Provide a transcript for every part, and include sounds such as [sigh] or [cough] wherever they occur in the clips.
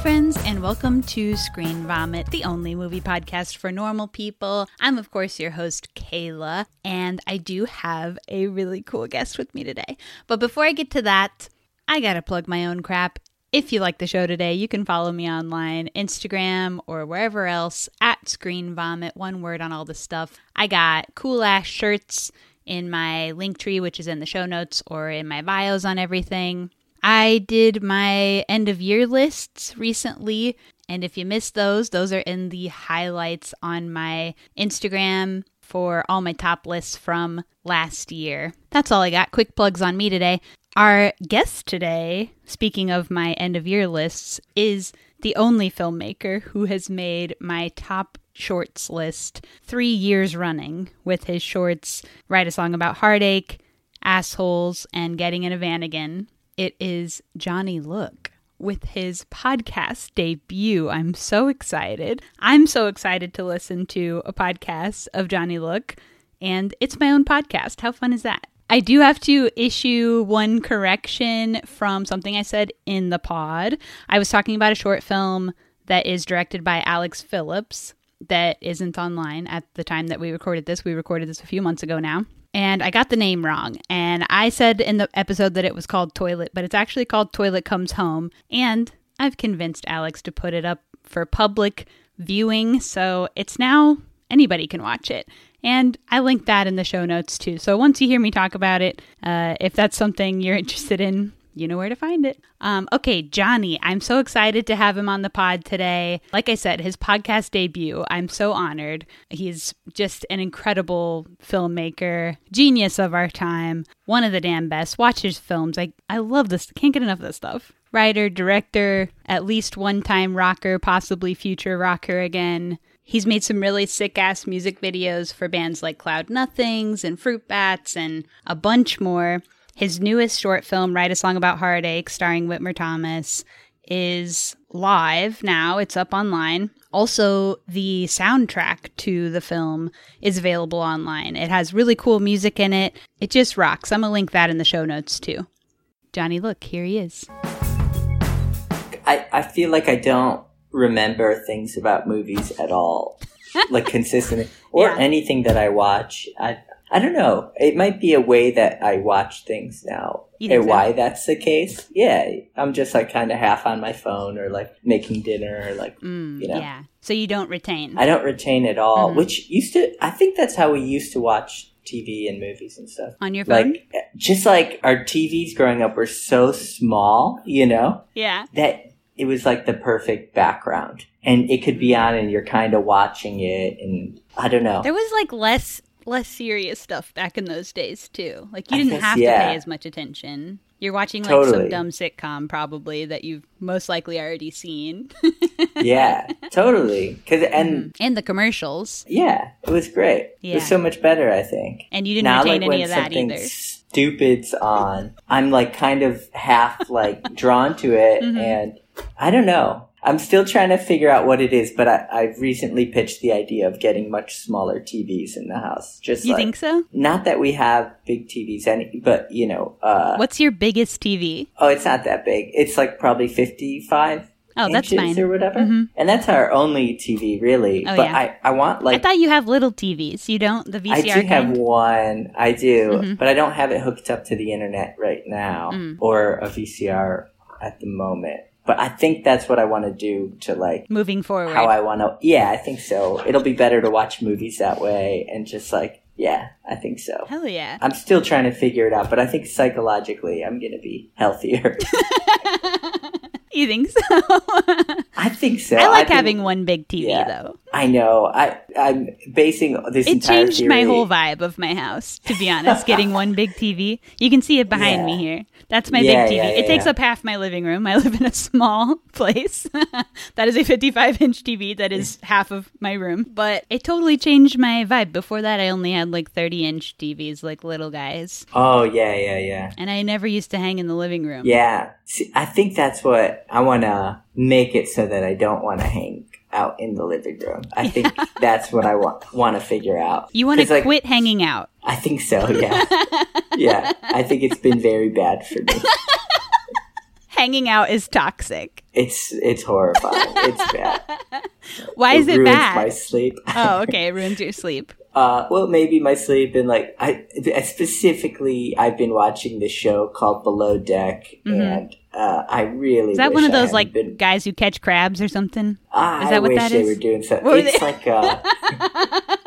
friends, and welcome to Screen Vomit, the only movie podcast for normal people. I'm, of course, your host, Kayla, and I do have a really cool guest with me today. But before I get to that, I gotta plug my own crap. If you like the show today, you can follow me online, Instagram, or wherever else at Screen Vomit. One word on all the stuff. I got cool ass shirts in my link tree, which is in the show notes or in my bios on everything. I did my end of year lists recently, and if you missed those, those are in the highlights on my Instagram for all my top lists from last year. That's all I got. Quick plugs on me today. Our guest today, speaking of my end of year lists, is the only filmmaker who has made my top shorts list three years running with his shorts Write a Song About Heartache, Assholes, and Getting in a Van Again. It is Johnny Look with his podcast debut. I'm so excited. I'm so excited to listen to a podcast of Johnny Look, and it's my own podcast. How fun is that? I do have to issue one correction from something I said in the pod. I was talking about a short film that is directed by Alex Phillips that isn't online at the time that we recorded this. We recorded this a few months ago now. And I got the name wrong. And I said in the episode that it was called Toilet, but it's actually called Toilet Comes Home. And I've convinced Alex to put it up for public viewing. So it's now anybody can watch it. And I linked that in the show notes too. So once you hear me talk about it, uh, if that's something you're [laughs] interested in, you know where to find it. Um, okay, Johnny, I'm so excited to have him on the pod today. Like I said, his podcast debut, I'm so honored. He's just an incredible filmmaker, genius of our time, one of the damn best. Watch his films. I, I love this. Can't get enough of this stuff. Writer, director, at least one time rocker, possibly future rocker again. He's made some really sick ass music videos for bands like Cloud Nothings and Fruit Bats and a bunch more. His newest short film, Write a Song About Heartache, starring Whitmer Thomas, is live now. It's up online. Also, the soundtrack to the film is available online. It has really cool music in it. It just rocks. I'm going to link that in the show notes too. Johnny, look, here he is. I, I feel like I don't remember things about movies [laughs] at all, like consistently, or Yeah. anything that I watch. I I don't know. It might be a way that I watch things now, You think and so? why that's the case. Yeah, I'm just like kind of half on my phone, or like making dinner, or like Mm, You know. Yeah. So you don't retain. I don't retain at all. Mhm. Which used to, I think that's how we used to watch TV and movies and stuff. on your phone? Like eh, just like our TVs growing up were so small, you know yeah. that it was like the perfect background and it could be on and you're kind of watching it and i don't know Mm-hmm. There was like less less serious stuff back in those days too. Like you I didn't guess, have to yeah. pay as much attention. You're watching like some Totally. dumb sitcom probably that you've most likely already seen. [laughs] yeah totally because and and the commercials. yeah it was great it was Mm-hmm. Yeah. so much better i think And you didn't now retain like when any of that something either. stupid's on i'm like kind of half [laughs] like drawn to it Mm-hmm. and i don't know i'm still trying to figure out what it is but I, i've recently pitched the idea of getting much smaller tvs in the house just You like think so? not that we have big tvs any but you know uh What's your biggest TV? Oh, it's not that big. It's like probably 55 Oh, that's inches mine. or whatever. Mhm. And that's our only TV, really. Oh, but yeah. I, I want, I like, thought you have little TVs. You don't the I, VCR do kind. have one. I do. Mhm. But I don't have it hooked up to the internet right now Mm. or a VCR at the moment. But I think that's what I want to do to, like, Moving forward. how I want to. Yeah, I think so. It'll be better to watch movies that way and just, like, yeah, I think so. Hell [laughs] yeah. I'm still trying to figure it out, but I think psychologically I'm going to be [laughs] healthier. [laughs] you think so? [laughs] I I think so. like I've been- having one big TV Yeah. though. I know. I I'm basing this It entire changed my theory- whole vibe of my house, to be honest. getting one big TV. You can see it behind Yeah. me here. That's my Yeah, big TV. yeah, it yeah, takes yeah. up half my living room. I live in a small [laughs] place. that is a 55 inch TV that is half of my room. But it totally changed my vibe. Before that, I only had like 30 inch TVs, like little guys. Oh yeah, yeah, yeah, And I never used to hang in the living room. yeah. See, I think that's what I want to make it so that I don't want to hang out in the living room. [laughs] I think that's what I want want to figure out. You want 'Cause, to like, quit hanging out. I [laughs] think so. Yeah, yeah. I think it's been very bad for me. hanging out is toxic. It's it's horrifying. it's bad. Why is it ruins bad? My sleep. Oh, okay. It ruins your sleep. Uh, well, maybe my sleep and like I specifically, I've been watching this show called Below Deck, and uh, I really Mm-hmm. Is that wish one of I those hadn't like been, guys who catch crabs or something? I is that what wish that they is? were doing What were something. It's they- [laughs] like a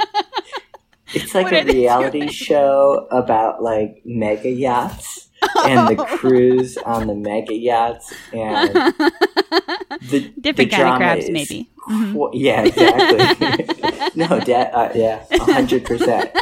it's like What are a they reality show about like mega yachts [laughs] and the crews on the mega yachts and the Different the kind of drama crabs, is maybe. Mm-hmm. qu- [laughs] yeah, exactly. [laughs] no, da- uh, yeah, hundred percent.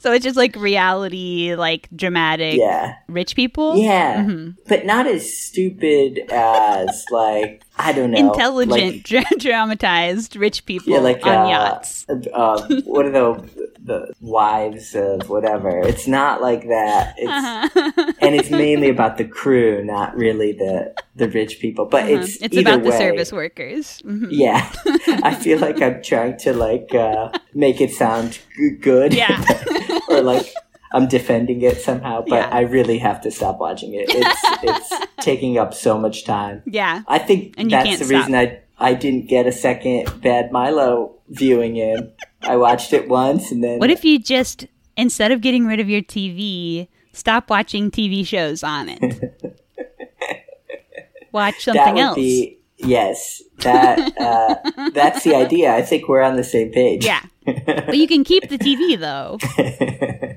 So it's just like reality, like dramatic, Yeah, rich people. yeah, Mhm. but not as stupid as [laughs] like I don't know, Intelligent, like- dra- [laughs] dramatized rich people yeah, like on uh, yachts. [laughs] Uh, what are the the wives of whatever? It's not like that. It's Uh-huh. and it's mainly [laughs] about the crew, not really the the rich people. But Uh-huh. it's It's either about the way, service workers. Mhm. [laughs] Yeah, I feel like I'm trying to like uh, make it sound g- good, Yeah. [laughs] or like I'm defending it somehow. But Yeah. I really have to stop watching it. [laughs] It's it's taking up so much time. yeah. I think And you that's can't the reason I I didn't get a second Bad Milo viewing in. I watched it once and then What if you just instead of getting rid of your TV, stop watching TV shows on it? [laughs] Watch something that would else. be yes that [laughs] uh, that's the idea. I think we're on the same page. Yeah. But you can keep the TV though,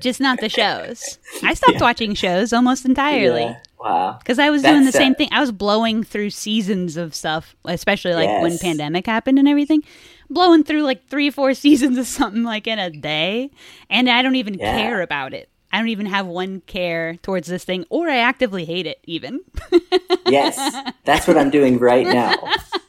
[laughs] just not the shows. I stopped watching shows almost entirely Yeah. Wow. because I was doing the That's, uh, same thing. I was blowing through seasons of stuff, especially like when Yes. pandemic happened and everything. Blowing through like three, four [laughs] seasons of something like in a day, and I don't even Yeah. care about it. I don't even have one care towards this thing, or I actively hate it even [laughs] Yes, that's what I'm doing right now.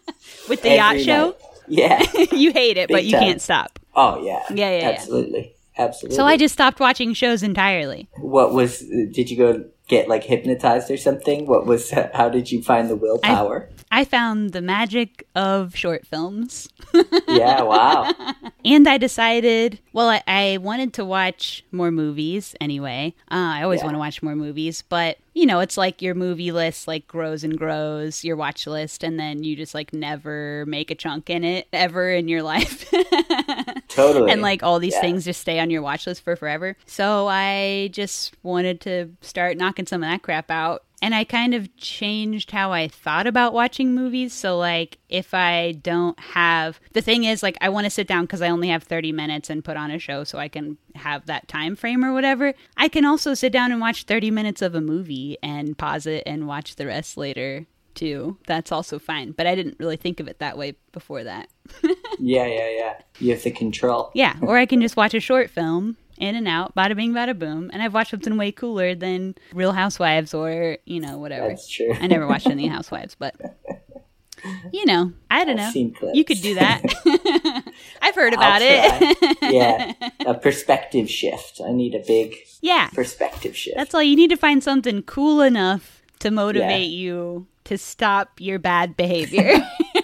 [laughs] with the yacht Every show. [laughs] night. Yeah. you hate it, but Big you time. can't stop. Oh yeah. Yeah, yeah, yeah. Absolutely. Absolutely. So I just stopped watching shows entirely. What was? Did you go get like hypnotized or something? What was? How did you find the willpower? I found the magic of short films. [laughs] yeah. Wow. And I decided, well, I, I wanted to watch more movies anyway. Uh, I always Yeah. want to watch more movies, but you know, it's like your movie list like grows and grows, your watch list, and then you just like never make a chunk in it ever in your [laughs] life. Totally. and like all these Yeah. things just stay on your watch list for forever. So I just wanted to start knocking some of that crap out. And I kind of changed how I thought about watching movies. So, like, if I don't have the thing is, like, I want to sit down because I only have 30 minutes and put on a show so I can have that time frame or whatever. I can also sit down and watch 30 minutes of a movie and pause it and watch the rest later, too. That's also fine. But I didn't really think of it that way before that. Yeah, yeah, yeah. You have the control. Yeah, or I can just watch a short film, in and out, bada bing, bada boom, and I've watched something way cooler than Real Housewives or you know whatever. That's true. I never watched any Housewives, but you know, I don't I've know. seen clips. You could do [laughs] that. [laughs] I've heard I'll about it. try. yeah. A perspective shift. I need a big [laughs] yeah, perspective shift. that's all you need to find something cool enough to motivate you to stop your bad behavior.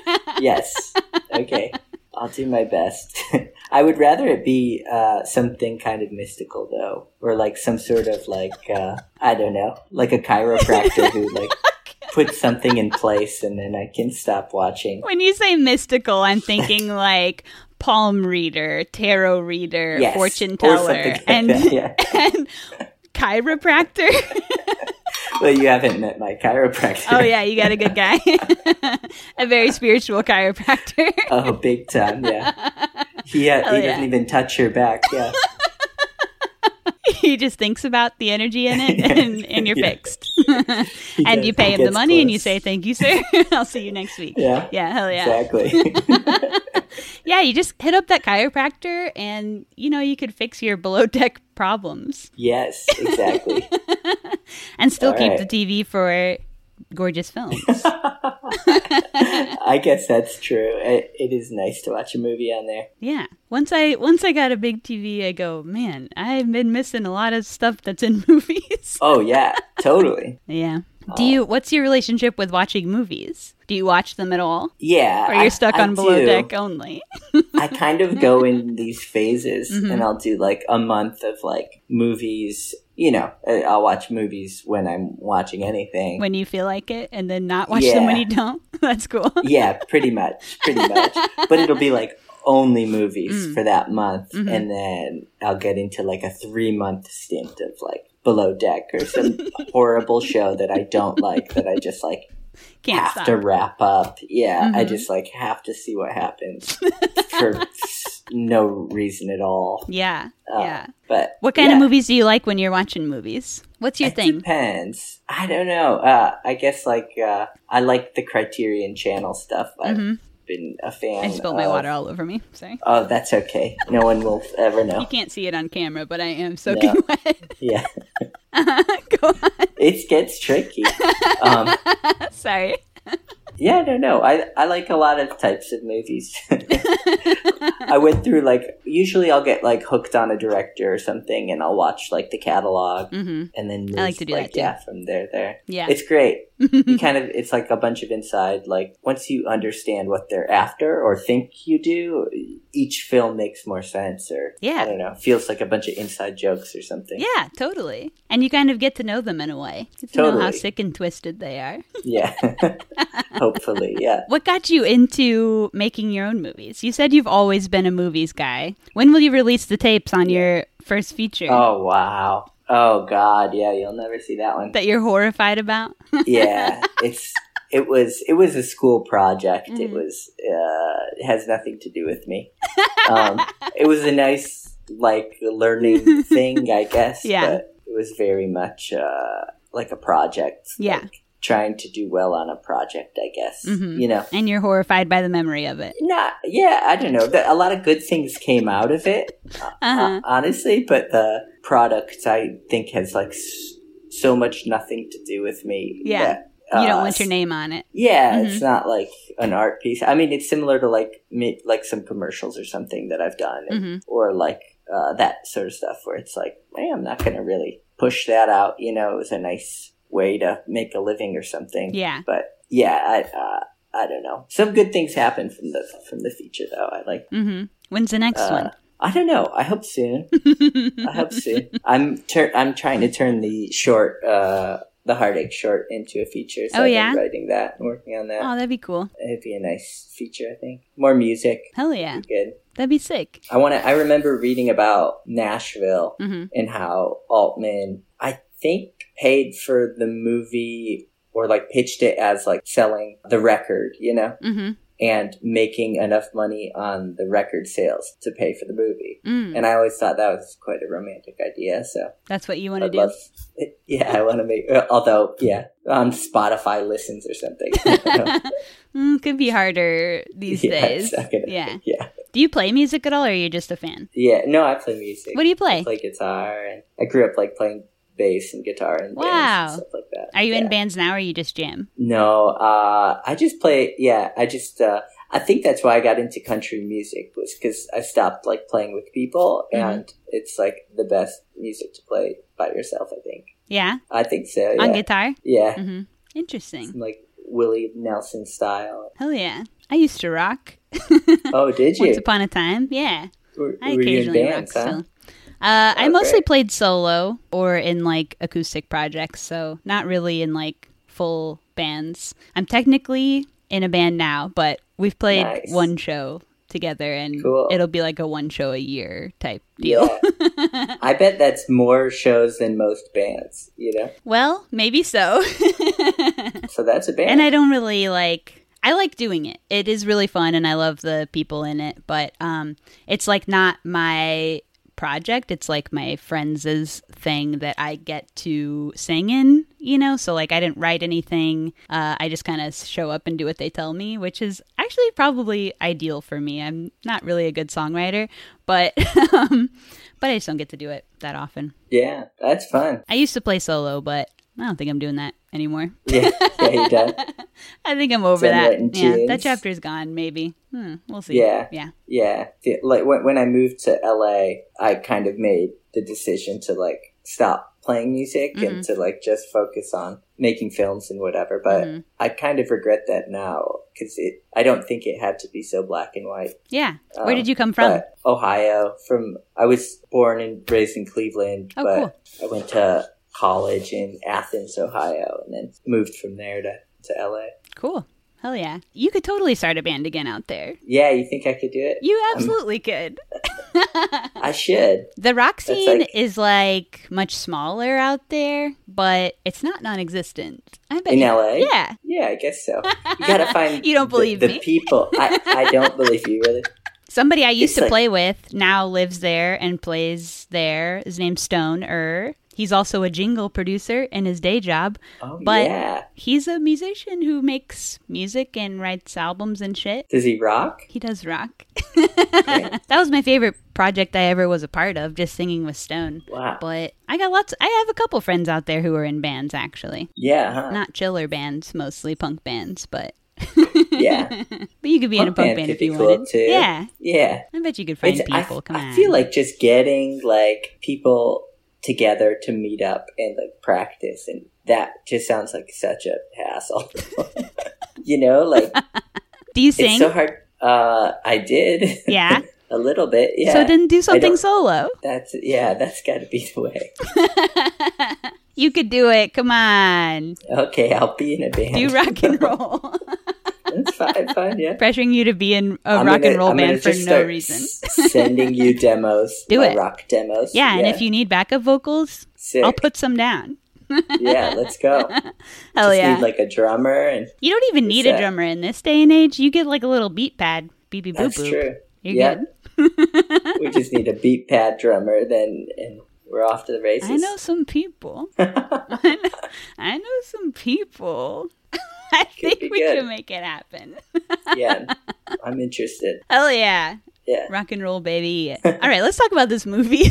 [laughs] yes. Okay. I'll do my best. [laughs] I would rather it be uh, something kind of mystical, though, or like some sort of like uh, I don't know, like a chiropractor who [laughs] like puts something in place, and then I can stop watching. when you say mystical, I'm thinking like palm reader, tarot reader, Yes, fortune or teller, something like and that, yeah. and [laughs] chiropractor. Well, you haven't met my chiropractor. oh yeah, you got a good guy. [laughs] a very spiritual chiropractor. [laughs] Oh, big time. Yeah. He, uh, Hell Oh, he yeah. doesn't even touch your back. Yeah. he just thinks about the energy in [laughs] it and, and you're Yeah. fixed. [laughs] He [laughs] and does- you pay he him the gets money and you close. say thank you, sir. [laughs] I'll see you next week. Yeah. Yeah, hell [laughs] yeah. Exactly. [laughs] Yeah, you just hit up that chiropractor and you know you could fix your below deck problems yes. Exactly. and still All keep right. the TV for gorgeous films. [laughs] I guess that's true. It, it is nice to watch a movie on there. Yeah. Once I once I got a big TV, I go, man, I've been missing a lot of stuff that's in [laughs] movies. Oh yeah, totally. yeah. Oh. Do you? What's your relationship with watching movies? Do you watch them at all, [laughs] Yeah. or I- you're stuck I on below do. deck only? I Mm-hmm. kind of go in these phases and I'll do like a month of like movies you know, I- I'll watch movies when I'm watching anything. when you feel like it and then not watch them Yeah. when you don't. [laughs] That's cool. [laughs] yeah, pretty much, pretty much. But it'll be like only movies Mm. for that month, Mhm. and then I'll get into like a three month stint of like Below Deck or [laughs] some horrible show that I don't like that I just like Can't have stop. to wrap up. Yeah, I Mhm. just like have to see [laughs] what happens for s- no reason at all. Yeah. Uh, yeah. But What kind yeah. of movies do you like when you're watching movies? What's your It thing? Depends. I don't know. Uh, I guess like uh, I like the Criterion Channel stuff. I've Mhm. been a fan. I spilled my of- water all over me. Sorry. Oh, that's okay. No one will ever You [laughs] know. can't see it on camera, but I am [laughs] soaking No. wet. Oh. Yeah, Go on. it [laughs] gets tricky. Um, Sorry. yeah, I don't know. I I like a lot of types [laughs] of movies. I went through like usually I'll get like hooked on a director or something, and I'll watch like the catalog, Mm-hmm. and then I like move, to do that, too. yeah from there there. Yeah. It's [laughs] great. you kind of it's like a bunch of inside like once you understand what they're after or think you do each film makes more sense or Yeah. i don't know feels like a bunch of inside jokes or something Yeah, totally. And you kind of get to know them in a way. You get to know how Totally. sick and twisted they are. [laughs] yeah, [laughs] hopefully yeah What got you into making your own movies? You said you've always been a movies guy. When will you release the tapes on your first feature oh wow oh god yeah you'll never see that one that you're horrified about? yeah it's it was it was a school project it Mhm. was uh it has nothing to do with me um it was a nice like [laughs] learning thing i guess Yeah. but it was very much uh like a project Yeah. like, trying to do well on a project i guess Mhm. you know and you're horrified by the memory of it. not yeah i don't know That- a lot of good things came out of it Uh-huh. uh, honestly but the product i think has like s- so much nothing to do with me Yeah. that, you don't uh, want your name on it. yeah, Mhm. it's not like an art piece. I mean, it's similar to like me, like some commercials or something that I've done, hmm or like uh, that sort of stuff where it's like, hey, I'm not going to really push that out. You know, it was a nice way to make a living or something. Yeah. But yeah, I uh, I don't know. Some good things happen from the from the feature though. I like. hmm When's the next Uh, I don't know. I hope soon. one? [laughs] I hope soon. I'm tur- I'm trying to turn the short, uh, the heartache short, into a feature. So Oh, I've been yeah? writing that and working on that. oh, that'd be cool. It'd be a nice feature, I think. More music. Hell yeah, Be good. that'd be sick. I want to. I remember reading about Nashville hmm and how Altman, I think, paid for the movie or like pitched it as like selling the record, you know, hmm and making enough money on the record sales to pay for the movie. Mm. And I always thought that was quite a romantic idea. So That's what you want I to do. love. Yeah, I want to make. uh, Although, yeah, on Spotify listens or [laughs] something. [laughs] Mm, could be harder these Yeah, days. [laughs] it's not gonna- Yeah. yeah. Do you play music at all, or are you just a fan? yeah, no, I play music. What do you play? play guitar and I grew up like playing bass and guitar and bands Wow. and stuff like that. Are you in Yeah. bands now, or you just jam? No, uh, I just play. Yeah, I just. Uh, I think that's why I got into country music was because I stopped like playing with people, Mhm. and it's like the best music to play by yourself. I think. Yeah, I think so. Yeah. on guitar. yeah. hmm Interesting. Like Willie Nelson style. Hell yeah. I used to rock Oh, did [laughs] you? once upon a time. Yeah. Were- I were you in occasionally bands, rock huh? still. [laughs] Uh, I Oh, mostly great. played solo or in like acoustic projects, so not really in like full bands. I'm technically in a band now, but we've played Nice. one show together, and Cool. it'll be like a one show a year type deal. [laughs] Yeah. I bet that's more shows than most bands. You know, Well, maybe so. [laughs] so that's a band. and I don't really like. I like doing it. It is really fun, and I love the people in it. But um, it's like not my project. It's like my friends' thing that I get to sing in. You know, so like I didn't write anything. Uh, I just kind of show up and do what they tell me, which is actually probably ideal for me. I'm not really a good songwriter, but [laughs] um, but I just don't get to do it that often. yeah, that's fun. I used to play solo, but I don't think I'm doing that anymore. Yeah, yeah, [laughs] you done. I think I'm over Send that. that in Yeah, that tears. chapter's gone. Maybe. Hmm, we'll see. Yeah. Yeah. Yeah, the- like when when I moved to LA, I kind of made the decision to like stop playing music and Mm-hmm. to like just focus on making films and whatever. But Mm-hmm. I kind of regret that now because it. I don't think it had to be so black and white. Yeah. Where Um, did you come from? But Ohio. From I was born and raised in Cleveland, Oh, but I went to college in Athens, Ohio, and then moved from there to, to LA. cool. Hell yeah. You could totally start a band again out there. Yeah, you think I could do it? You absolutely could. I should. The rock That's scene like- is like much smaller out there, but it's not non existent. I bet In you- LA? Yeah. Yeah, I guess so. You gotta [laughs] find You don't the- believe the, me. people. I, I don't believe you [laughs] really. Somebody I used It's to like- play with now lives there and plays there. His name's Stone Err. He's also a jingle producer in his day job. Oh But- yeah. He's a musician who makes music and writes albums and shit. Does he rock? He does rock. Yeah. [laughs] that was my favorite project I ever was a part of, just singing with Stone. Wow. But I got lots, I have a couple friends out there who are in bands actually. Yeah, huh? Not chiller bands, mostly punk bands, but. [laughs] Yeah. But you could be in a Punk punk band band could if you be cool, wanted. too. Yeah. Yeah. I bet you could find It's- I, people. Come I on. feel like just getting like people together to meet up and like practice and that just sounds like such a hassle. [laughs] you [laughs] know, like Do you it's sing? so hard uh I did. yeah. [laughs] a little bit, yeah. So then do something don't- solo. that's yeah, that's gotta be the way. You could do it. Come on. Okay, I'll be in a band. Do rock [laughs] and roll. [laughs] That's fine, fine, yeah. Pressuring you to be in a I'm rock gonna- and roll I'm gonna band for just no start reason. s- [laughs] sending you demos, Do my it. rock demos. Yeah, and if you need backup vocals, Sick. I'll put some down. yeah, let's go. [laughs] Hell Just yeah. need like a drummer, and you don't even need a set. drummer in this day and age. You get like a little beat pad. Beep, beep, boop, that's boop. true. You're Yeah. good. [laughs] we just need a beat pad drummer, then, and we're off to the races. I know some [laughs] people. [laughs] I, know, I know some people. [laughs] I be think we good. can make it happen. Yeah, [laughs] I'm interested. Hell yeah. Yeah, Rock and roll, baby. All right, let's talk about this movie.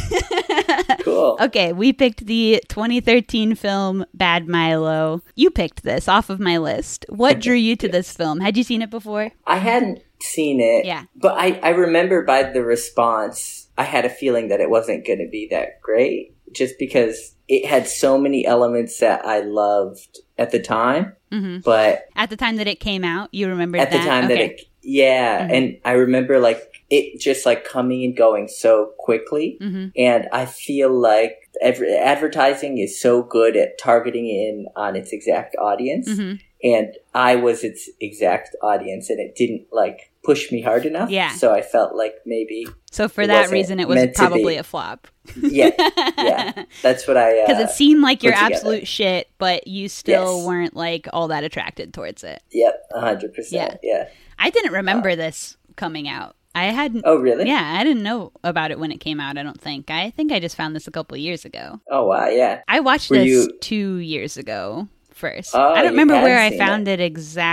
[laughs] cool. okay, we picked the 2013 film Bad Milo. You picked this off of my list. [laughs] What drew you to this film? Had you seen it before? I hadn't seen it. Yeah. But I, I remember by the response, I had a feeling that it wasn't going to be that great just because it had so many elements that I loved at the time. hmm But At the time that it came out, you remembered at the that? time okay. that it, yeah. Mhm. And I remember like it just like coming and going so quickly. hmm And I feel like every, advertising is so good at targeting in on its exact audience. hmm and I was its exact audience, and it didn't like push me hard enough. Yeah. So I felt like maybe, So for It that wasn't reason, it was meant to be. probably a flop. [laughs] yeah, yeah, that's what I. Because Uh, it seemed like your put together. absolute shit, but you still Yes. weren't like all that attracted towards it. yep, hundred percent. Yeah. I didn't remember this coming out. I hadn't. Oh really? Yeah, I didn't know about it when it came out. I don't think. I think I just found this a couple years ago. Oh wow. Yeah. I watched Were this you- two years ago first. Oh, I you don't remember had where I seen found it.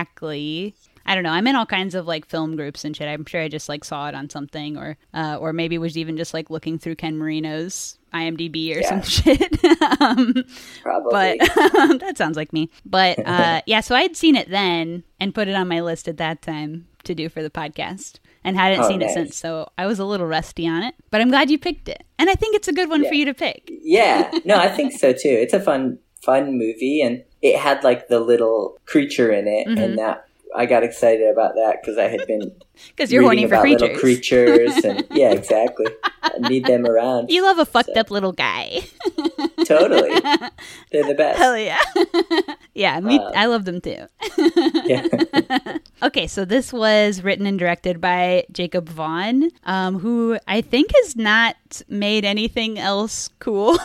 exactly. I don't know. I'm in all kinds of like film groups and shit. I'm sure I just like saw it on something, or uh, or maybe was even just like looking through Ken Marino's IMDb or some [laughs] Yeah. shit. um, Probably. but [laughs] that sounds like me. But [laughs] uh, yeah, so I had seen it then and put it on my list at that time to do for the podcast and hadn't Oh, seen it nice. since. So I was a little rusty on it, but I'm glad you picked it. And I think it's a good one for Yeah. you to pick. yeah. No, I think so too. It's a fun, fun movie, and it had like the little creature in it, Mhm. and that. I got excited about that because I had [laughs] been Because you're horny reading for about creatures. little creatures, and [laughs] yeah, exactly. I need them around. You love a fucked So- up little [laughs] guy. [laughs] Totally, they're the best. Hell yeah. [laughs] yeah, me Uh, I love them too. Yeah. [laughs] Okay, so this was written and directed by Jacob Vaughn, um, who I think has not made anything else cool.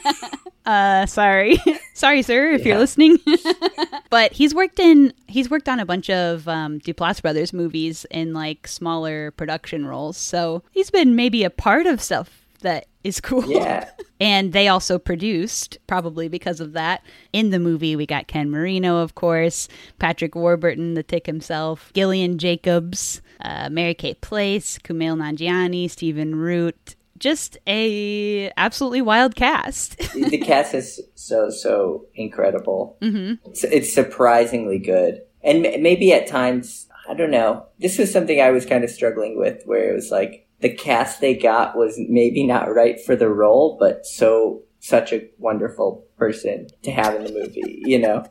[laughs] uh, sorry, [laughs] sorry, sir, if you're Yeah. listening. [laughs] but he's worked in he's worked on a bunch of um, Duplass Brothers movies in like smaller production roles, so he's been maybe a part of stuff that is [laughs] cool. Yeah. And they also produced, probably because of that. In the movie, we got Ken Marino, of course, Patrick Warburton, the tick himself, Gillian Jacobs, uh, Mary Kate Place, Kumail Nanjiani, Stephen Root. Just a absolutely wild cast. [laughs] the cast is so so incredible. Mm-hmm. It's, it's surprisingly good, and m- maybe at times I don't know. This was something I was kind of struggling with, where it was like the cast they got was maybe not right for the role, but so such a wonderful person to have in the movie, you know?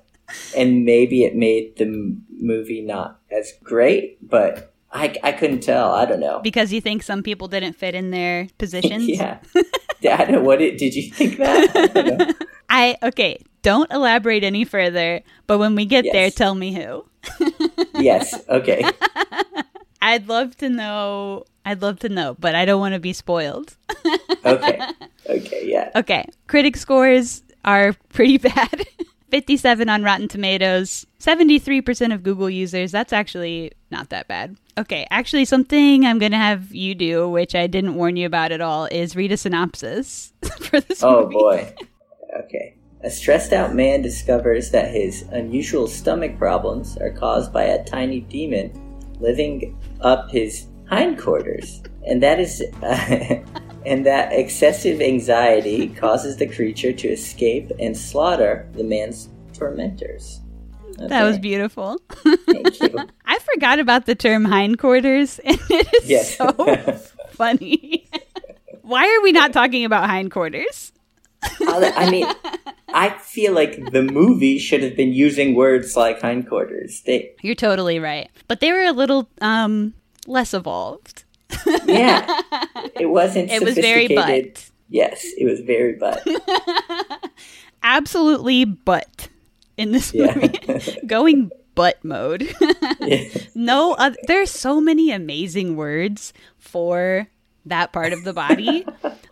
And maybe it made the m- movie not as great, but I, I couldn't tell. I don't know. Because you think some people didn't fit in their positions? [laughs] yeah. I don't know. What it, did you think that? I don't know. I okay, don't elaborate any further, but when we get Yes. there, tell me who. Yes. Okay. I'd love to know. I'd love to know, but I don't want to be spoiled. [laughs] Okay. Okay. Yeah. Okay. Critic scores are [laughs] pretty bad. 57 on Rotten Tomatoes, 73% of Google users. That's actually not that bad. Okay, actually, something I'm going to have you do, which I didn't warn you about at all, is read a synopsis [laughs] for this Oh movie. boy. Okay. A stressed out man discovers that his unusual stomach problems are caused by a tiny demon living up his hindquarters. And that is. [laughs] and that excessive anxiety causes the creature to escape and slaughter the man's tormentors. That was Okay, beautiful. Thank [laughs] you. I forgot about the term hindquarters, [laughs] and it is Yes. [laughs] so funny. [laughs] Why are we not talking about hindquarters? I I mean, I feel like the movie should have been using words like hindquarters. They, You're totally right. But they were a little um, less evolved. yeah, it wasn't. It was very sophisticated. butt. Yes, it was very butt. [laughs] Absolutely butt in this Yeah. movie. [laughs] Going butt mode. Yeah. no other, there are so many amazing words for that part of the [laughs] body.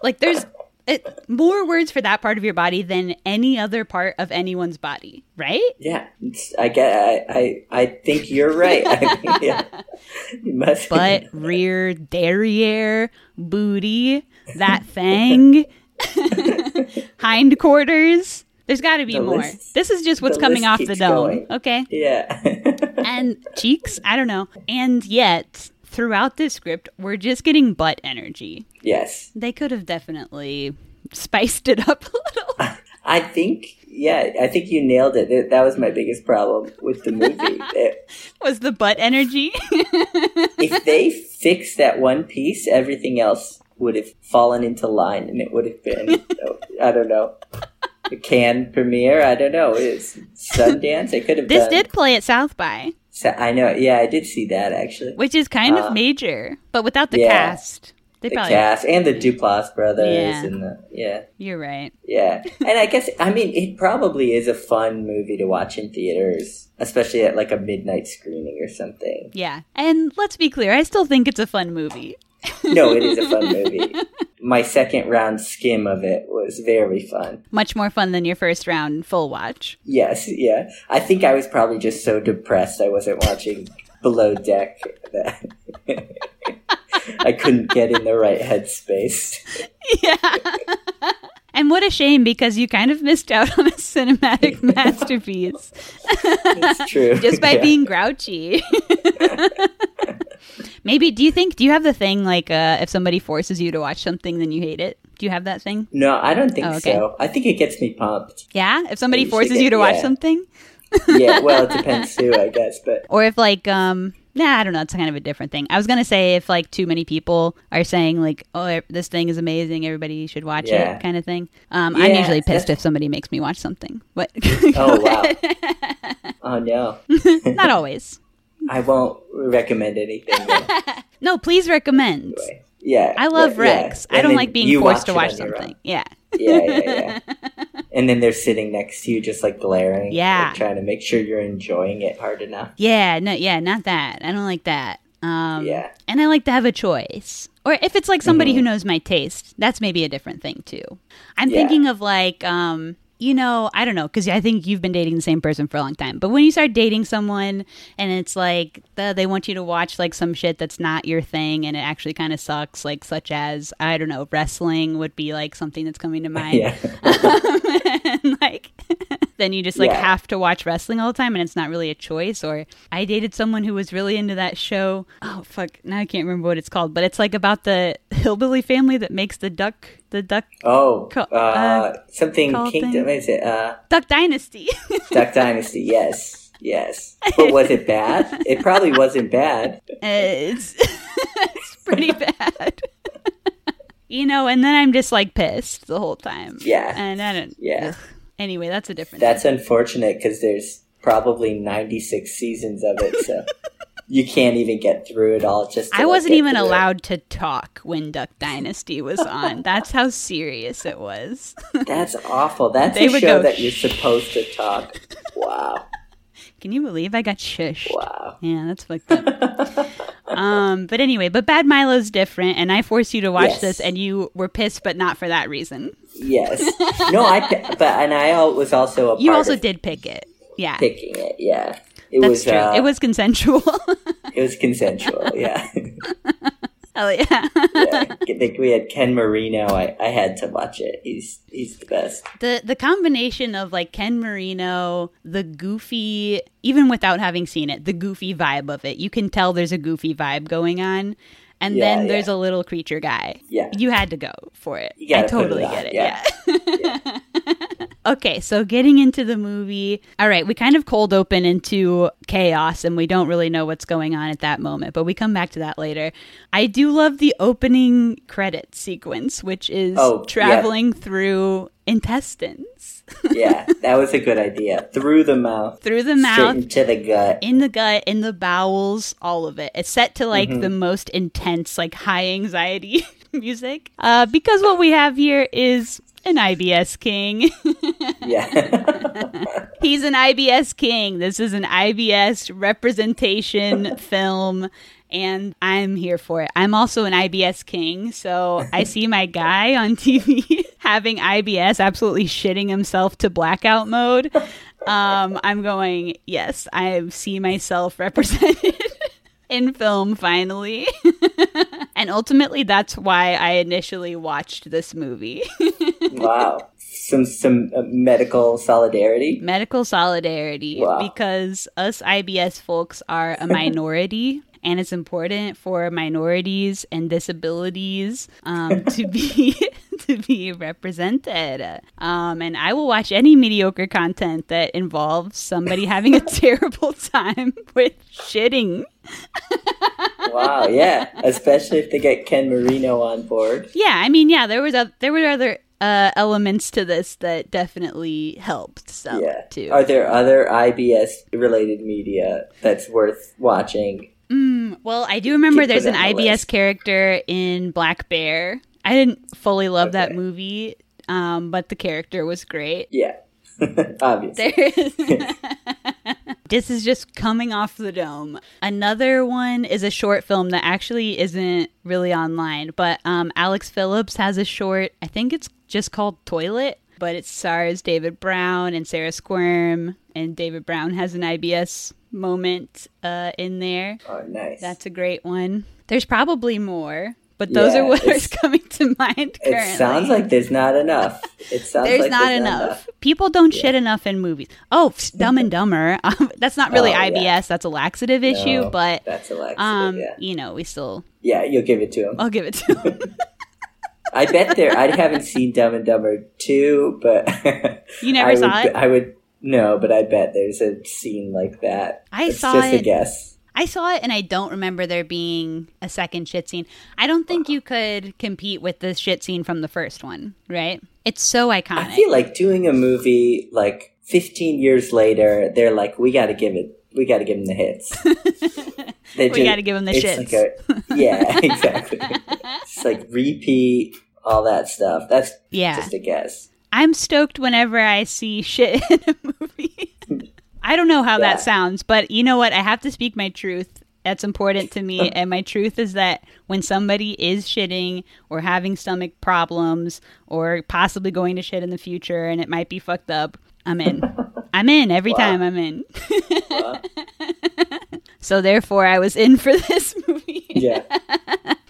like there's it, more words for that part of your body than any other part of anyone's body, right? yeah, it's- I get. I, I I think you're right. I mean, [laughs] yeah. You must. Butt, [laughs] rear, derriere, booty, that thing, [laughs] hindquarters. There's got to be The more. list- this is just what's the coming list off the keeps dome. going. Okay. yeah. [laughs] and cheeks. I don't know. And yet, throughout this script, we're just getting butt energy. yes, They could have definitely spiced it up [laughs] a little. I think. Yeah, I think you nailed it. That- That was my biggest problem with [laughs] the movie. It- Was the butt [laughs] energy? if they fixed that one piece, everything else would have fallen into line, and it would [laughs] have been. oh, I don't know. The can premiere. I don't know. It's Sundance. I could have this done. did play at South by, So, I know. Yeah, I did see that actually. which is kind of Uh, major, but without the yeah. cast, they the probably. cast and the Duplass brothers Yeah. and the yeah You're right. yeah and I guess I mean it probably is a fun movie to watch in theaters especially at like a midnight screening or something Yeah, and let's be clear. I still think it's a fun movie. no it is a [laughs] fun movie my second round skim of it was very fun Much more fun than your first round full watch. yes yeah I think I was probably just so depressed I wasn't watching Below Deck that [laughs] I couldn't get in the right headspace Yeah. and what a shame because you kind of missed out on a [laughs] cinematic masterpiece. [laughs] it's true just by Yeah. being grouchy. [laughs] Maybe do you think do you have the thing like uh, if somebody forces you to watch something then you hate it? Do you have that thing? no I don't think Oh, okay. so I think it gets me pumped Yeah, if somebody usually forces get- you to watch yeah. something, yeah, well, it depends too, I guess. But or if like um nah, I don't know, it's kind of a different thing. I was gonna say if like too many people are saying like oh e- this thing is amazing, everybody should watch Yeah. it kind of thing. Um, I'm Yeah, usually pissed that's- if somebody makes me watch something, but [laughs] oh wow, oh no, not always. I won't recommend [laughs] anything. then. No, please recommend. Yeah, I love yeah, Rex. yeah. I And don't then like being you forced to it watch on your own. something. Yeah. Yeah, yeah, [laughs] yeah. and then they're sitting next to you, just like glaring. Yeah. like, trying to make sure you're enjoying it hard enough. Yeah, no, yeah, not that. I don't like that. Um, Yeah. Mm-hmm. And I like to have a choice. Or if it's like somebody who knows my taste, that's maybe a different thing too. I'm Yeah. thinking of like, um, you know, I don't know, because I think you've been dating the same person for a long time. But when you start dating someone and it's like the, they want you to watch like some shit that's not your thing and it actually kind of sucks, like such as, I don't know, wrestling would be like something that's coming to mind. Yeah, and [laughs] like then you just like Yeah. have to watch wrestling all the time and it's not really a choice or i dated someone who was really into that show oh fuck now i can't remember what it's called but it's like about the hillbilly family that makes the duck the duck [laughs] oh, Co- uh, uh, something call Kingdom thing. is it? Uh, duck dynasty [laughs] Duck Dynasty. Yes, yes. But was it [laughs] bad? It probably wasn't bad. [laughs] it's, it's pretty bad [laughs] you know, and then I'm just like pissed the whole time. Yeah. And I don't. Yeah. ugh. Anyway, that's a different. That's unfortunate because there's probably 96 seasons of it, so you can't even get through it all. Just to, I like, wasn't get even through it. allowed to talk when Duck Dynasty was on. That's how serious it was. That's awful. That's They a would show go, that you're supposed to [laughs] talk. Wow. Can you believe I got shushed? Wow. Yeah, that's fucked up. [laughs] um, but anyway, but Bad Milo's different, and I forced you to watch Yes. this, and you were pissed, but not for that reason. Yes. No, I. pi- But and I al- was also a You part also of did pick it. Yeah, picking it. Yeah. It that's was. true. Uh, it was consensual. [laughs] It was consensual. Yeah. oh yeah. yeah. I think we had Ken Marino. I, I had to watch it. He's he's the best. The the combination of like Ken Marino, the goofy, even without having seen it, the goofy vibe of it. You can tell there's a goofy vibe going on. And Yeah, then yeah. there's a little creature guy. Yeah. You had to go for it. You I gotta put it totally on, get it. yeah. Yeah. okay, so getting into the movie. All right, we kind of cold open into chaos and we don't really know what's going on at that moment, but we come back to that later. I do love the opening credit sequence, which is Oh, yeah. traveling through intestines, Yeah. That was a good idea. Through the mouth. through the Straight mouth, into the gut. in the gut, in the bowels, all of it. It's set to Mm-hmm. like the most intense, like high anxiety [laughs] music. Uh, because what we have here is an IBS king. [laughs] Yeah. He's an IBS king. This is an IBS representation film, and I'm here for it. I'm also an IBS king, so I see my guy on TV [laughs] having IBS, absolutely shitting himself to blackout mode. Um, I'm going, yes, I see myself represented. [laughs] In film, finally. [laughs] and ultimately, that's why I initially watched this movie. wow. Some some uh, medical solidarity. medical solidarity Wow. because us IBS folks are a minority. [laughs] And it's important for minorities and disabilities um, to be [laughs] to be represented. Um, and I will watch any mediocre content that involves somebody having [laughs] a terrible time with shitting. Wow. Yeah. Especially if they get Ken Marino on board. Yeah, I mean, yeah, there was a, there were other uh, elements to this that definitely helped some Yeah. too. Are there other IBS related media that's worth watching? Well, I do remember Keep there's an putting it on the IBS list. character in Black Bear. I didn't fully love that movie, um, but the character was great. Yeah. [laughs] [laughs] Obviously. There is. [laughs] this is just coming off the dome. Another one is a short film that actually isn't really online, but um, Alex Phillips has a short. I think it's just called Toilet, but it stars David Brown and Sarah Squirm, and David Brown has an IBS moment uh, in there. Oh, nice. That's a great one. There's probably more, but those Yeah, are what it's- is [laughs] coming to mind it currently. sounds like there's not enough. It sounds there's like not there's enough. People don't shit enough in movies. Oh, [laughs] Dumb and Dumber. [laughs] Um, that's not really Oh, yeah. IBS. That's a laxative issue, No, but that's a laxative, um, yeah. you know, we still. Yeah, you'll give it to him. I'll give it to. [laughs] [laughs] 'em. I bet there. I haven't seen Dumb and Dumber two, but You never I saw would, it? I would no, but I bet there's a scene like that. I it's saw just a it. guess. I saw it, and I don't remember there being a second shit scene. I don't think you could compete with the shit scene from the first one, right? It's so iconic. I feel like doing a movie like 15 years later. They're like, we got to give it. We got to give them the hits. [laughs] They We do- gotta give 'em the it's shits. Like a, yeah, [laughs] exactly. it's like repeat all that stuff. That's yeah. just a guess. I'm stoked whenever I see shit [laughs] in a movie. I don't know how Yeah. that sounds, but you know what? I have to speak my truth. That's important to me. and my truth is that when somebody is shitting or having stomach problems or possibly going to shit in the future and it might be fucked up, I'm in. I'm in every time I'm in. [laughs] so therefore, I was in for [laughs] this movie. yeah.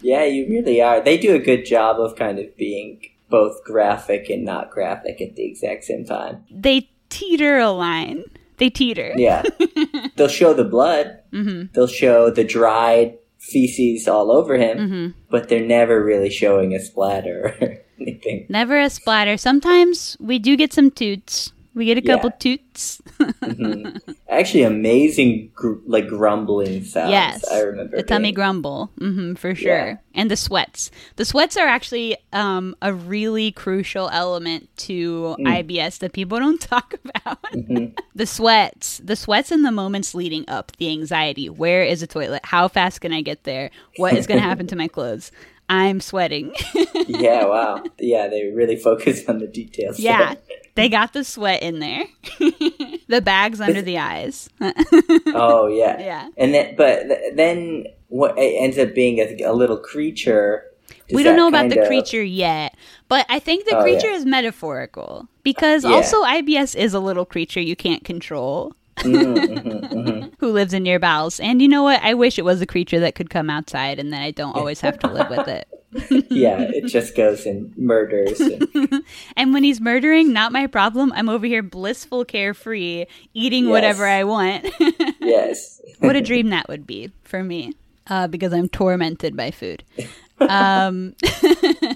Yeah, you really are. They do a good job of kind of being both graphic and not graphic at the exact same time. They teeter a line. They teeter. [laughs] Yeah. They'll show the blood, mm-hmm. they'll show the dried feces all over him, Mm-hmm. but they're never really showing a splatter or [laughs] anything. Never a splatter. Sometimes we do get some toots. We get a couple Yeah. toots. Mhm. Actually, amazing, gr- like grumbling sounds. Yes, I remember the tummy being- grumble hmm for sure, Yeah. and the sweats. The sweats are actually um, a really crucial element to Mm. IBS that people don't [laughs] talk about. Mm-hmm. [laughs] the sweats, the sweats, and the moments leading up, the anxiety. Where is a toilet? How fast can I get there? What is going to happen [laughs] to my clothes? I'm sweating. [laughs] [laughs] yeah, wow. Yeah, they really focus on the details. there. [laughs] yeah, they got the sweat in there. [laughs] the bags under the eyes. oh yeah. [laughs] Yeah. And then, but th- then what it ends up being a, a little creature. Does we don't that know about kind the of- creature yet, but I think the Oh, creature yeah. is metaphorical because Yeah. also IBS is a little creature you can't control Mm, mhm, mhm. [laughs] who lives in your bowels. And you know what? I wish it was a creature that could come outside and then I don't always have to live with [laughs] it. yeah, it just goes and [laughs] murders. and- And when he's murdering, not my problem. I'm over here blissful, carefree, eating whatever Yes. I want. [laughs] yes. what a dream that would be for me uh, because I'm tormented by food. Um, [laughs]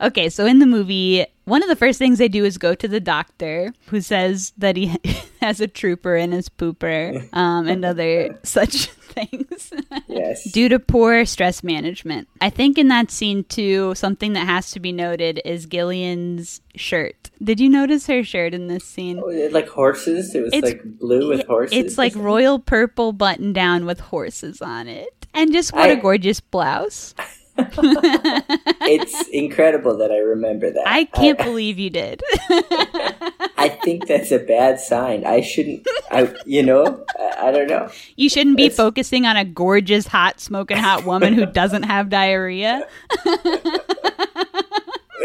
okay, so in the movie, one of the first things they do is go to the doctor who says that he [laughs] has a trooper in his pooper um, and other [laughs] such things [laughs] Yes. due to poor stress management. I think in that scene, too, something that has to be noted is Gillian's shirt. Did you notice her shirt in this scene? Was Oh, it like horses. It was It's- like blue with horses. It's like or royal purple button down with horses on it. And just what a I- gorgeous blouse. something. [laughs] it's incredible that I remember that. I can't believe you did. [laughs] I think that's a bad sign. I shouldn't. I you know. I, I don't know. You shouldn't be It's- focusing on a gorgeous, hot, smoking hot woman who doesn't have diarrhea.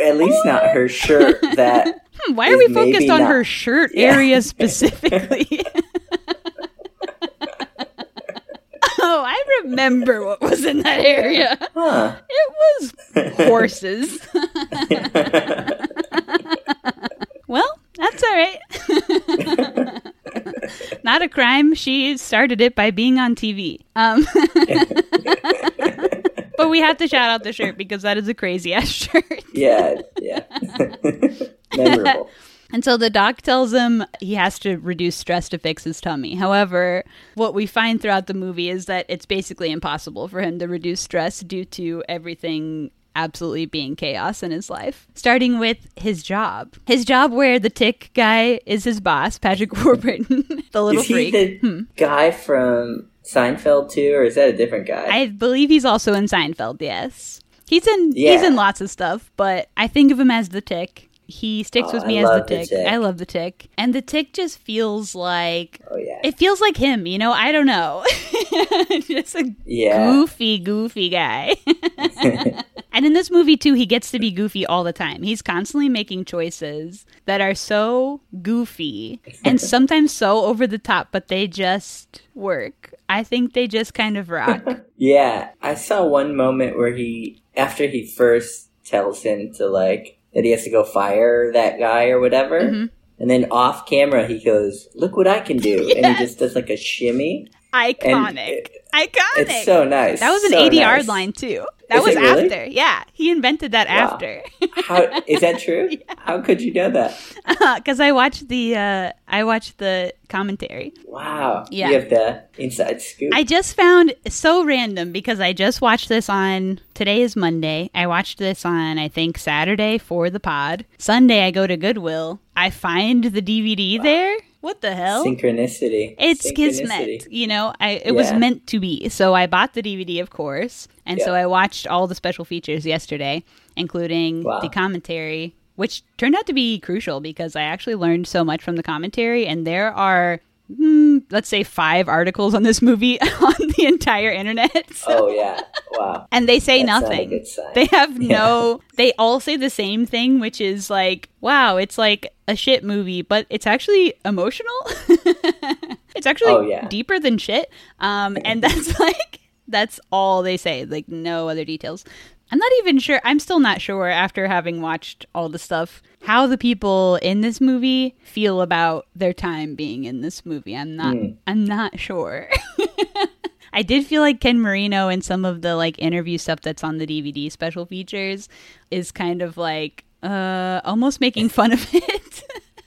At least not her shirt. That [laughs] Hmm, Why are we It's focused maybe on not. her shirt Yeah. [laughs] area specifically? [laughs] oh, I remember what was in that area. huh? It was horses. [laughs] well, that's all right. [laughs] Not a crime. She started it by being on TV. Um, [laughs] but we have to shout out the shirt because that is a crazy ass shirt. Yeah. Yeah. [laughs] Memorable. And so the doc tells him he has to reduce stress to fix his tummy. However, what we find throughout the movie is that it's basically impossible for him to reduce stress due to everything absolutely being chaos in his life, starting with his job. His job where the tick guy is his boss, Patrick [laughs] Warburton, the little Is he freak. Hmm. the guy from Seinfeld too, or is that a different guy? I believe he's also in Seinfeld, yes. He's in he's Yeah. in lots of stuff, but I think of him as the tick. He sticks Oh, with I me as the love the tick. tick. I love the tick. And the tick just feels like oh yeah. It feels like him, you know. I don't know. [laughs] Just a yeah. goofy, goofy [laughs] guy. and in this movie too, he gets to be goofy all the time. He's constantly making choices that are so goofy [laughs] and sometimes so over the top, but they just work. I think they just kind of [laughs] rock. Yeah, I saw one moment where he, after he first tells him to like that he has to go fire that guy or whatever, Mm-hmm. and then off camera he goes, "Look what I can do," [laughs] and he just does like a shimmy. And Iconic. it- Iconic. It's so nice. that was an so 80 yard nice. line too. That Is was it really? after. Yeah, he invented that after. [laughs] [laughs] How is that true? How could you know that? because I watched the uh, I watched the commentary. Wow. Yeah. You have the inside scoop. I just found so random because I just watched this on today is Monday. I watched this on I think Saturday for the pod. Sunday I go to Goodwill. I find the DVD there. What the hell? Synchronicity. it's Synchronicity. kismet, you know. I it was Yeah. meant to be. So I bought the DVD, of course, and so Yeah. I watched all the special features yesterday, including Wow. the commentary, which turned out to be crucial because I actually learned so much from the commentary. And there are, mm, let's say, five articles on this movie [laughs] on the entire internet. So- [laughs] Oh yeah. Wow. and they say That's not a nothing. good sign. They [laughs] have no. They all say the same thing, which is like, "Wow, it's like a shit movie, but it's actually emotional. [laughs] it's actually Oh, yeah. deeper than shit." [laughs] Um, and that's [laughs] like that's all they say. Like no other details. I'm not even sure. I'm still not sure after having watched all the stuff how the people in this movie feel about their time being in this movie. I'm not. Hmm. I'm not sure. [laughs] I did feel like Ken Marino and some of the like interview stuff that's on the DVD special features is kind of like uh almost making fun of [laughs] it.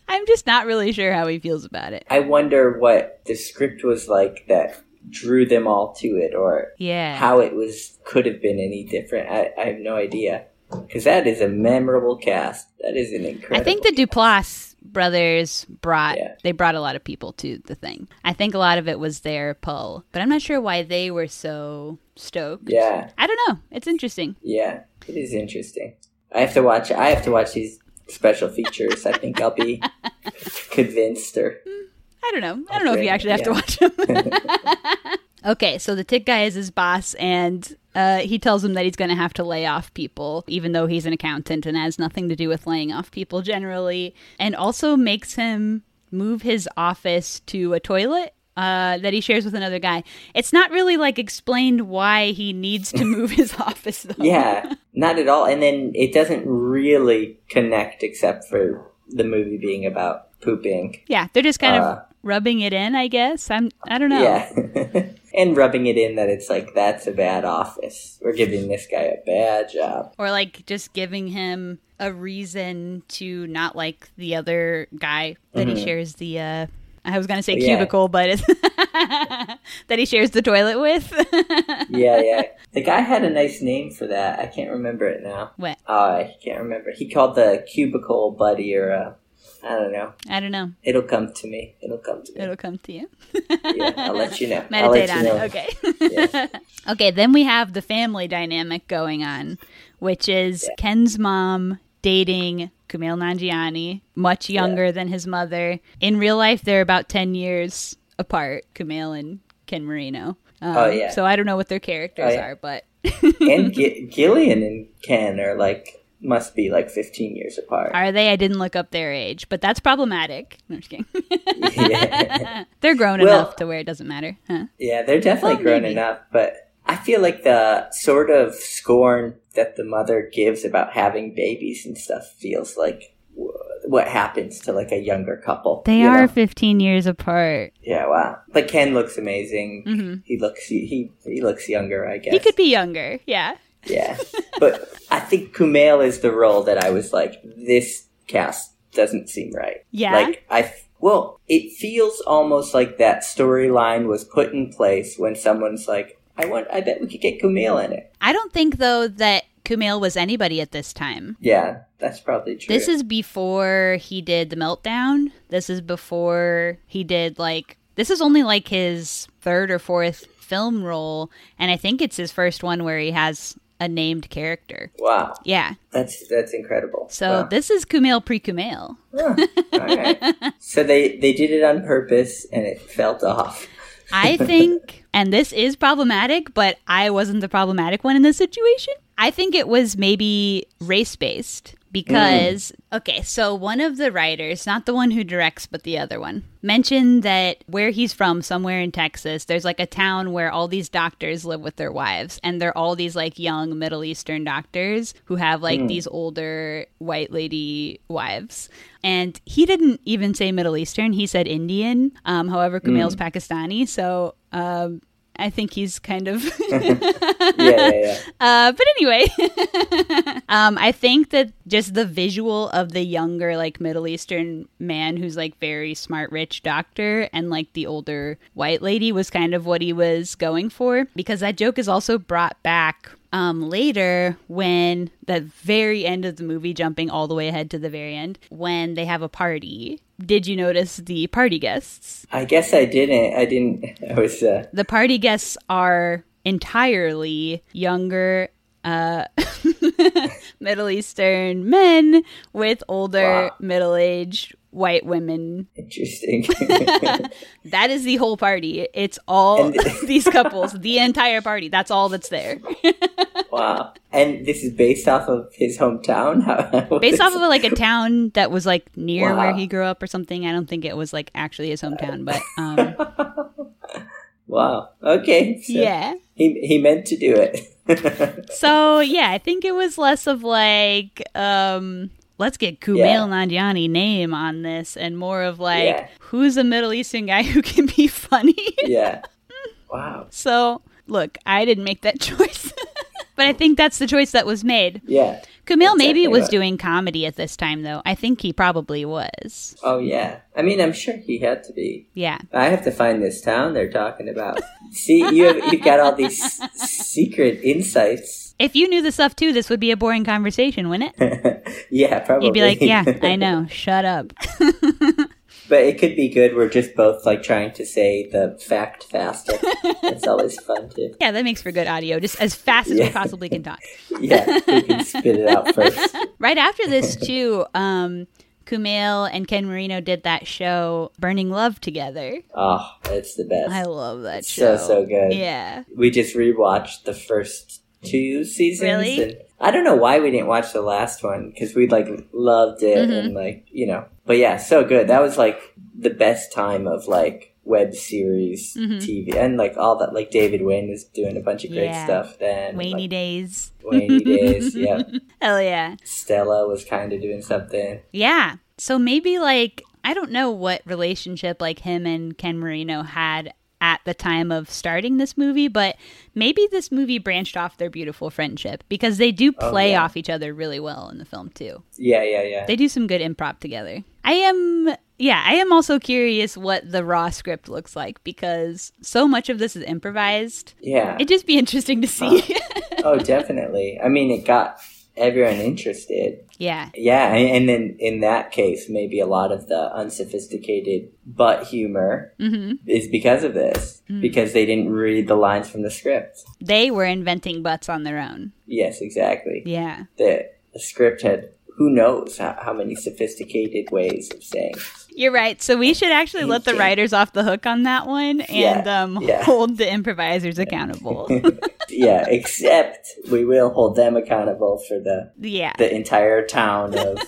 I'm just not really sure how he feels about it. I wonder what the script was like that drew them all to it, or Yeah. how it was could have been any different. I, I have no idea because that is a memorable cast. That is an incredible. I think the Duplass brothers brought Yeah. they brought a lot of people to the thing. I think a lot of it was their pull, but I'm not sure why they were so stoked. Yeah, I don't know. It's interesting. yeah, it is interesting. I have to watch. I have to watch these special features. I think I'll [laughs] be convinced. Or I don't know. I don't know if Okay, you actually have to yeah. watch them. [laughs] okay, so the tick guy is his boss, and uh, he tells him that he's going to have to lay off people, even though he's an accountant and has nothing to do with laying off people generally, and also makes him move his office to a toilet. Uh, that he shares with another guy. It's not really like explained why he needs to move his [laughs] office though. yeah, not at all. And then it doesn't really connect except for the movie being about pooping. Yeah, they're just kind of Uh. rubbing it in, I guess. I'm I don't know. Yeah. [laughs] and rubbing it in that it's like, that's a bad office. We're giving this guy a bad job. or like just giving him a reason to not like the other guy that he shares the uh I was gonna say Yeah. cubicle, but it's [laughs] that he shares the toilet with. [laughs] Yeah, yeah. the guy had a nice name for that. I can't remember it now. what? Oh, I can't remember. He called the cubicle buddy or uh, I don't know. I don't know. It'll come to me. It'll come to me. It'll come to you. yeah, [laughs] I'll let you know. I'll Meditate let on you it. know. Okay. Yeah. [laughs] Okay, then we have the family dynamic going on, which is Ken's mom dating Kumail Nanjiani, much younger than his mother. In real life, they're about 10 years apart, Kumail and Ken Marino. Um, Oh, yeah. So I don't know what their characters Oh, yeah. are, but [laughs] and G- Gillian and Ken are like, must be like 15 years apart. are they? I didn't look up their age, but that's problematic. No, I'm just kidding. [laughs] [laughs] yeah. they're grown Well- enough to where it doesn't matter. Huh? Yeah, they're definitely Well, grown maybe. enough, but I feel like the sort of scorn that the mother gives about having babies and stuff feels like w- what happens to like a younger couple. They you are know? 15 years apart. Yeah, wow. But Ken looks amazing. Mhm. He looks he, he he looks younger, I guess. He could be younger. Yeah. yeah. [laughs] but I think Kumail is the role that I was like this cast doesn't seem right. Yeah. Like I f- well, it feels almost like that storyline was put in place when someone's like, I want I bet we could get Kumail in it. I don't think though that Kumail was anybody at this time. Yeah, that's probably true. This is before he did the meltdown. This is before he did like this is only like his third or fourth film role and I think it's his first one where he has a named character. Wow. Yeah. That's that's incredible. So Wow. this is Kumail pre-Kumail. [laughs] All right. So they they did it on purpose and it [laughs] felt off. I think, and this is problematic, but I wasn't the problematic one in this situation. I think it was maybe race based because, okay, so one of the writers, not the one who directs, but the other one, mentioned that where he's from, somewhere in Texas, there's like a town where all these doctors live with their wives, and they're all these like young Middle Eastern doctors who have like these older white lady wives. And he didn't even say Middle Eastern. He said Indian. Um, however, Kumail's Pakistani. So um, I think he's kind of. Yeah, yeah, yeah. uh, but anyway, um, I think that just the visual of the younger, like, Middle Eastern man who's like very smart, rich doctor and like the older white lady was kind of what he was going for because that joke is also brought back. Um, later, when the very end of the movie, jumping all the way ahead to the very end, when they have a party, did you notice the party guests? I guess I didn't. I didn't. [laughs] I was. Uh, The party guests are entirely younger, uh, [laughs] Middle Eastern men with older, Wow. middle aged white women. interesting. [laughs] That is the whole party. It's all And the- [laughs] these couples, the entire party. That's all that's there. wow. And this is based off of his hometown. [laughs] How, Based off of like a town that was like near Wow. where he grew up or something. I don't think it was like actually his hometown, but [laughs] um, Wow. Okay. So yeah. He he meant to do it. [laughs] So yeah, I think it was less of like, um, let's get Kumail Yeah. Nanjiani name on this, and more of like, Yeah. who's a Middle Eastern guy who can be [laughs] funny. yeah. Wow. [laughs] so look, I didn't make that choice, but I think that's the choice that was made. Yeah. Kumail maybe Exactly was right. doing comedy at this time, though. I think he probably was. Oh yeah. I mean, I'm sure he had to be. Yeah. I have to find this town they're talking about. See, you have, you've got all these s- secret insights. [laughs] If you knew the stuff too, this would be a boring conversation, wouldn't it? yeah, probably. You'd be like, [laughs] yeah, I know. Shut up. [laughs] but it could be good. We're just both like trying to say the fact [laughs] faster. That's always fun too. yeah, that makes for good audio, just as fast as we Yeah. possibly can talk. Yeah, we can spit it [laughs] out first. Right [laughs] after this, too, um, Kumail and Ken Marino did that show, Burning Love, together. Oh, it's the best. I love that show. so, so good. Yeah. We just rewatched the first two seasons. Really? And I don't know why we didn't watch the last one because we like loved it Mhm. and like you know. But yeah, so good. That was like the best time of like web series Mhm. TV and like all that. Like David Wayne was doing a bunch of great Yeah. stuff then. Wainy like, Days. Wayne [laughs] days. Yeah, Hell yeah. Stella was kind of doing something. Yeah. So maybe like I don't know what relationship like him and Ken Marino had at the time of starting this movie, but maybe this movie branched off their beautiful friendship because they do Oh, play yeah. off each other really well in the film too. Yeah, yeah, yeah. They do some good improv together. I am yeah, I am also curious what the raw script looks like because so much of this is improvised. yeah. It'd just be interesting to see. oh, definitely. I mean, it got everyone interested. [laughs] yeah. Yeah, and and then in that case, maybe a lot of the unsophisticated butt humor hmm is because of this, Mm. because they didn't read the lines from the script. They were inventing butts on their own. Yes, exactly. Yeah. The, the script had who knows how, how many sophisticated ways of saying. You're right. So we should actually let the Okay. writers off the hook on that one and Yeah, um, yeah. [laughs] hold the improvisers [laughs] accountable. yeah, except we will hold them accountable for the yeah. the entire [laughs] town of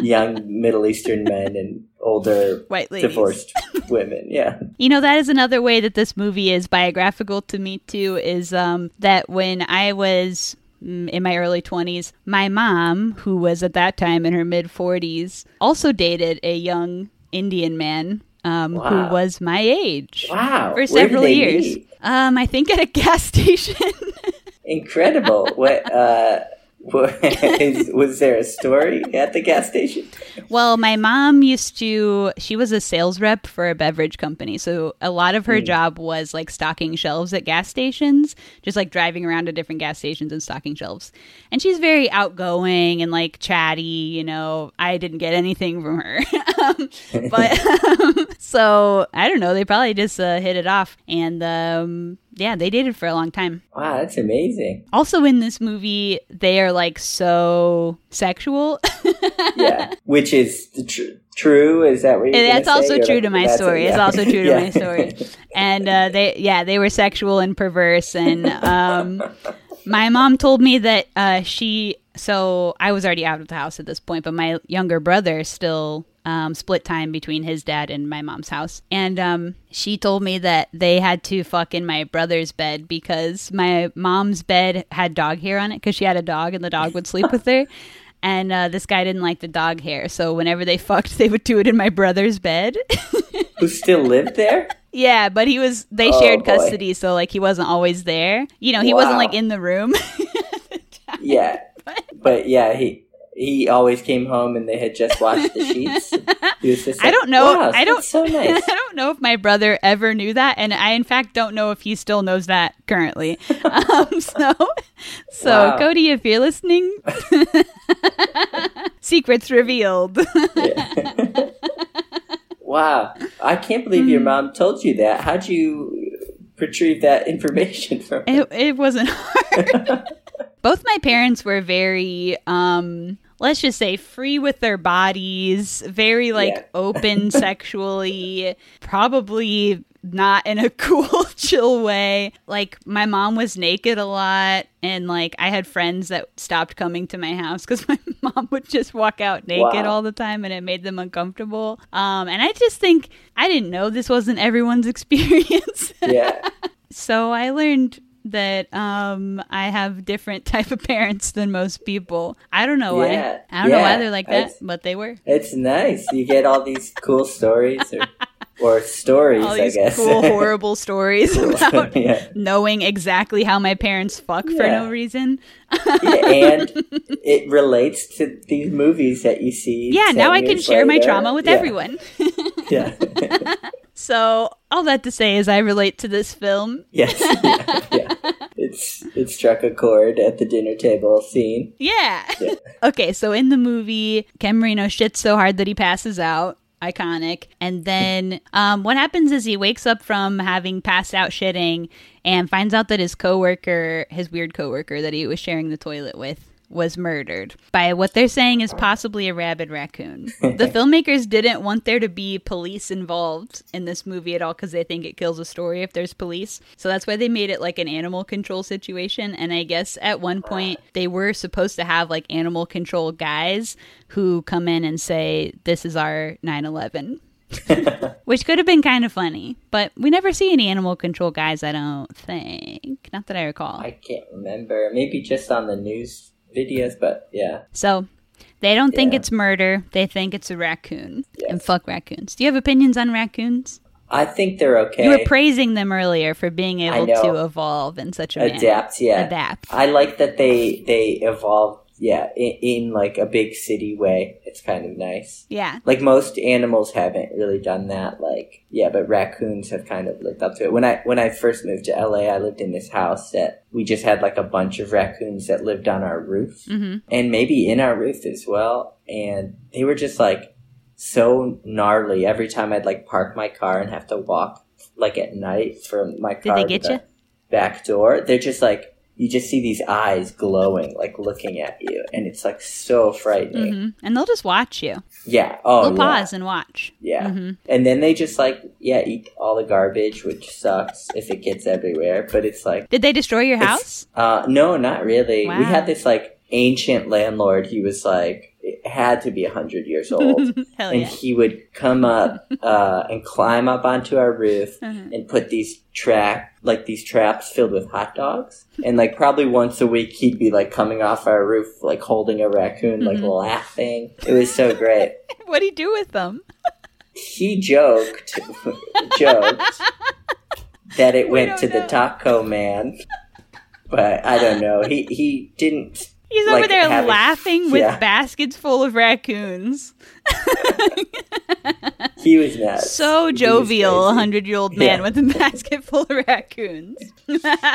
young Middle Eastern men and older White ladies. divorced women. [laughs] Yeah. You know, that is another way that this movie is biographical to me, too, is um, that when I was mm, in my early 20s, my mom, who was at that time in her mid 40s, also dated a young Indian man um, Wow. who was my age Wow. for Where did several they years. meet? Um, I think at a [laughs] gas station. Incredible. [laughs] what uh what is, was there a story at the gas station? Well, my mom used to, she was a sales rep for a beverage company. So a lot of her job was like stocking shelves at gas stations, just like driving around to different gas stations and stocking shelves. And she's very outgoing and like chatty, you know. I didn't get anything from her. [laughs] um, but [laughs] um, so I don't know. They probably just uh, hit it off. And um, yeah, they dated for a long time. Wow, that's amazing. Also in this movie, they are like so sexual. [laughs] Yeah, which is the tr- true. Is that what you're? And gonna that's say? also You're true like, to my that's a- story. It's yeah. also true to [laughs] Yeah. my story. And uh, they, yeah, they were sexual and perverse. And um, my mom told me that uh, she, so I was already out of the house at this point, but my younger brother still um, split time between his dad and my mom's house. And um, she told me that they had to fuck in my brother's bed because my mom's bed had dog hair on it because she had a dog and the dog would sleep with [laughs] her. And uh, this guy didn't like the dog hair, so whenever they fucked, they would do it in my brother's bed. [laughs] Who still lived there? yeah, but he was they Oh, shared boy. custody, so like he wasn't always there. You know, he wasn't Wow. like in the room. [laughs] Yeah, but yeah, he he always came home and they had just washed the [laughs] sheets. He was just I like, don't know. "Wow, I don't. that's [laughs] so I nice. don't know if my brother ever knew that, and I in fact don't know if he still knows that [laughs] currently. um, so, so Wow. Cody, if you're listening, [laughs] secrets revealed. Yeah. wow, I can't believe Mm. your mom told you that. How'd you retrieve that information from? her? It, it wasn't [laughs] hard. [laughs] Both my parents were very, um, let's just say, free with their bodies, very like Yeah. [laughs] open sexually, probably not in a [laughs] cool, chill way. Like, my mom was naked a lot, and like I had friends that stopped coming to my house because [laughs] my mom would just walk out naked Wow. all the time and it made them uncomfortable. Um, and I just think I didn't know this wasn't everyone's [laughs] experience. yeah. so i learned that um i have different [laughs] type of parents than most people i don't know Yeah. why i don't know why Yeah. they're like that It's- but they were It's nice. You get all these cool stories or or stories, All I these guess. [laughs] cool, horrible stories about Yeah. knowing exactly how my parents fuck for Yeah. no reason. Yeah, and it relates to these movies that you see. Yeah, ten now I can years share my later. trauma with Yeah, everyone. Yeah. [laughs] So, all that to say is I relate to this film. yes. Yeah, yeah. It's it struck a chord at the dinner table scene. Yeah. Yeah. [laughs] okay, so in the movie, Ken Marino shits so hard that he passes out. Iconic. And then um, what happens is he wakes up from having passed out shitting and finds out that his coworker, his weird coworker that he was sharing the toilet with, was murdered by what they're saying is possibly a rabid raccoon. the filmmakers didn't want there to be police involved in this movie at all because they think it kills a story if there's police. So that's why they made it like an animal control situation. And I guess at one point they were supposed to have like animal control guys who come in and say, This is our 9 11. Which could have been kind of funny, but we never see any animal control guys, I don't think. Not that I recall. I can't remember. Maybe just on the news videos, but yeah. So they don't think Yeah. it's murder. They think it's a raccoon. And Yes. fuck raccoons. Do you have opinions on raccoons? I think they're okay. You were praising them earlier for being able know. to evolve in such a manner. Adapt, yeah. Adapt. I like that they they evolve, yeah, in, in like a big city way. It's kind of nice. Yeah. Like most animals haven't really done that. Like yeah, but raccoons have kind of lived up to it. When I when I first moved to LA, I lived in this house that we just had like a bunch of raccoons that lived on our roof hmm and maybe in our roof as well. And they were just like so gnarly. Every time I'd like park my car and have to walk like at night from my they car to get the ya? back door, they're just like you just see these eyes glowing, like looking at you, and it's like so frightening. hmm And they'll just watch you. Yeah. Oh, they'll yeah. pause and watch. Yeah. hmm And then they just like yeah eat all the garbage, which sucks if it gets everywhere. But it's like Did they destroy your It's- house? [laughs] uh, no, not really. Wow. We had this like ancient landlord. He was like, it had to be a [laughs] hundred years old, Hell and yeah. he would [laughs] come up uh, and climb up onto our roof Uh-huh. and put these trap like these traps filled with hot dogs. And like probably once a week, he'd be like coming off our roof, like holding a raccoon, like Mhm. laughing. It was so great. What do you do with them? He [laughs] joked, joked that it went don't to the know. taco man. But I don't know. He he didn't He's Like over there having- laughing with yeah. baskets full of raccoons. He was nuts. So He was jovial, a crazy. hundred-year-old man Yeah. with a [laughs] basket full of raccoons.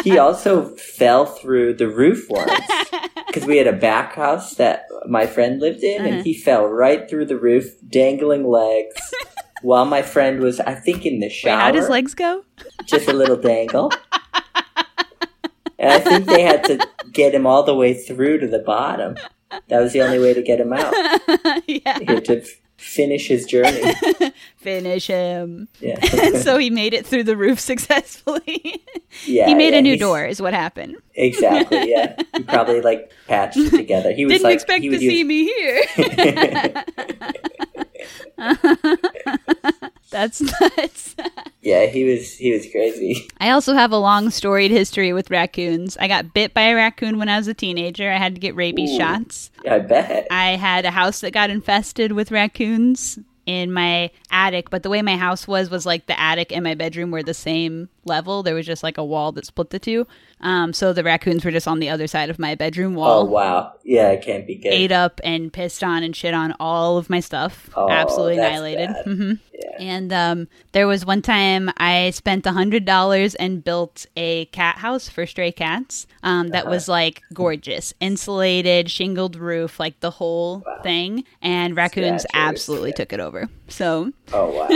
He also fell through the roof once [laughs] because we had a back house that my friend lived in, Uh-huh. and he fell right through the roof, dangling [laughs] legs, while my friend was, I think, in the Wait, shower. how does legs go? just a little dangle. and I think they had to get him all the way through to the bottom. That was the only way to get him out. [laughs] yeah. He had to f- finish his journey. Finish him. Yeah, [laughs] so he made it through the roof [laughs] successfully. yeah he made yeah, a new he's- door, is what happened. Exactly. Yeah, he probably like patched it together. He was Didn't like, expect he to would use- see me here. [laughs] [laughs] That's nuts. yeah, he was he was crazy. I also have a long storied history with raccoons. I got bit by a raccoon when I was a teenager. I had to get rabies Ooh. shots. I bet. I had a house that got infested with raccoons in my attic, but the way my house was was like the attic and my bedroom were the same level. There was just like a wall that split the two. Um, so the raccoons were just on the other side of my bedroom Oh wall. wow. Yeah, it can't be good. Ate up and pissed on and shit on all of my stuff. Oh, Absolutely that's annihilated. bad. hmm Yeah. And um, there was one time I spent a hundred dollars and built a cat house for stray cats. Um, that was Uh-huh. like gorgeous, insulated, shingled roof, like the whole thing. And raccoons Statues, absolutely yeah. took it over. So Oh wow.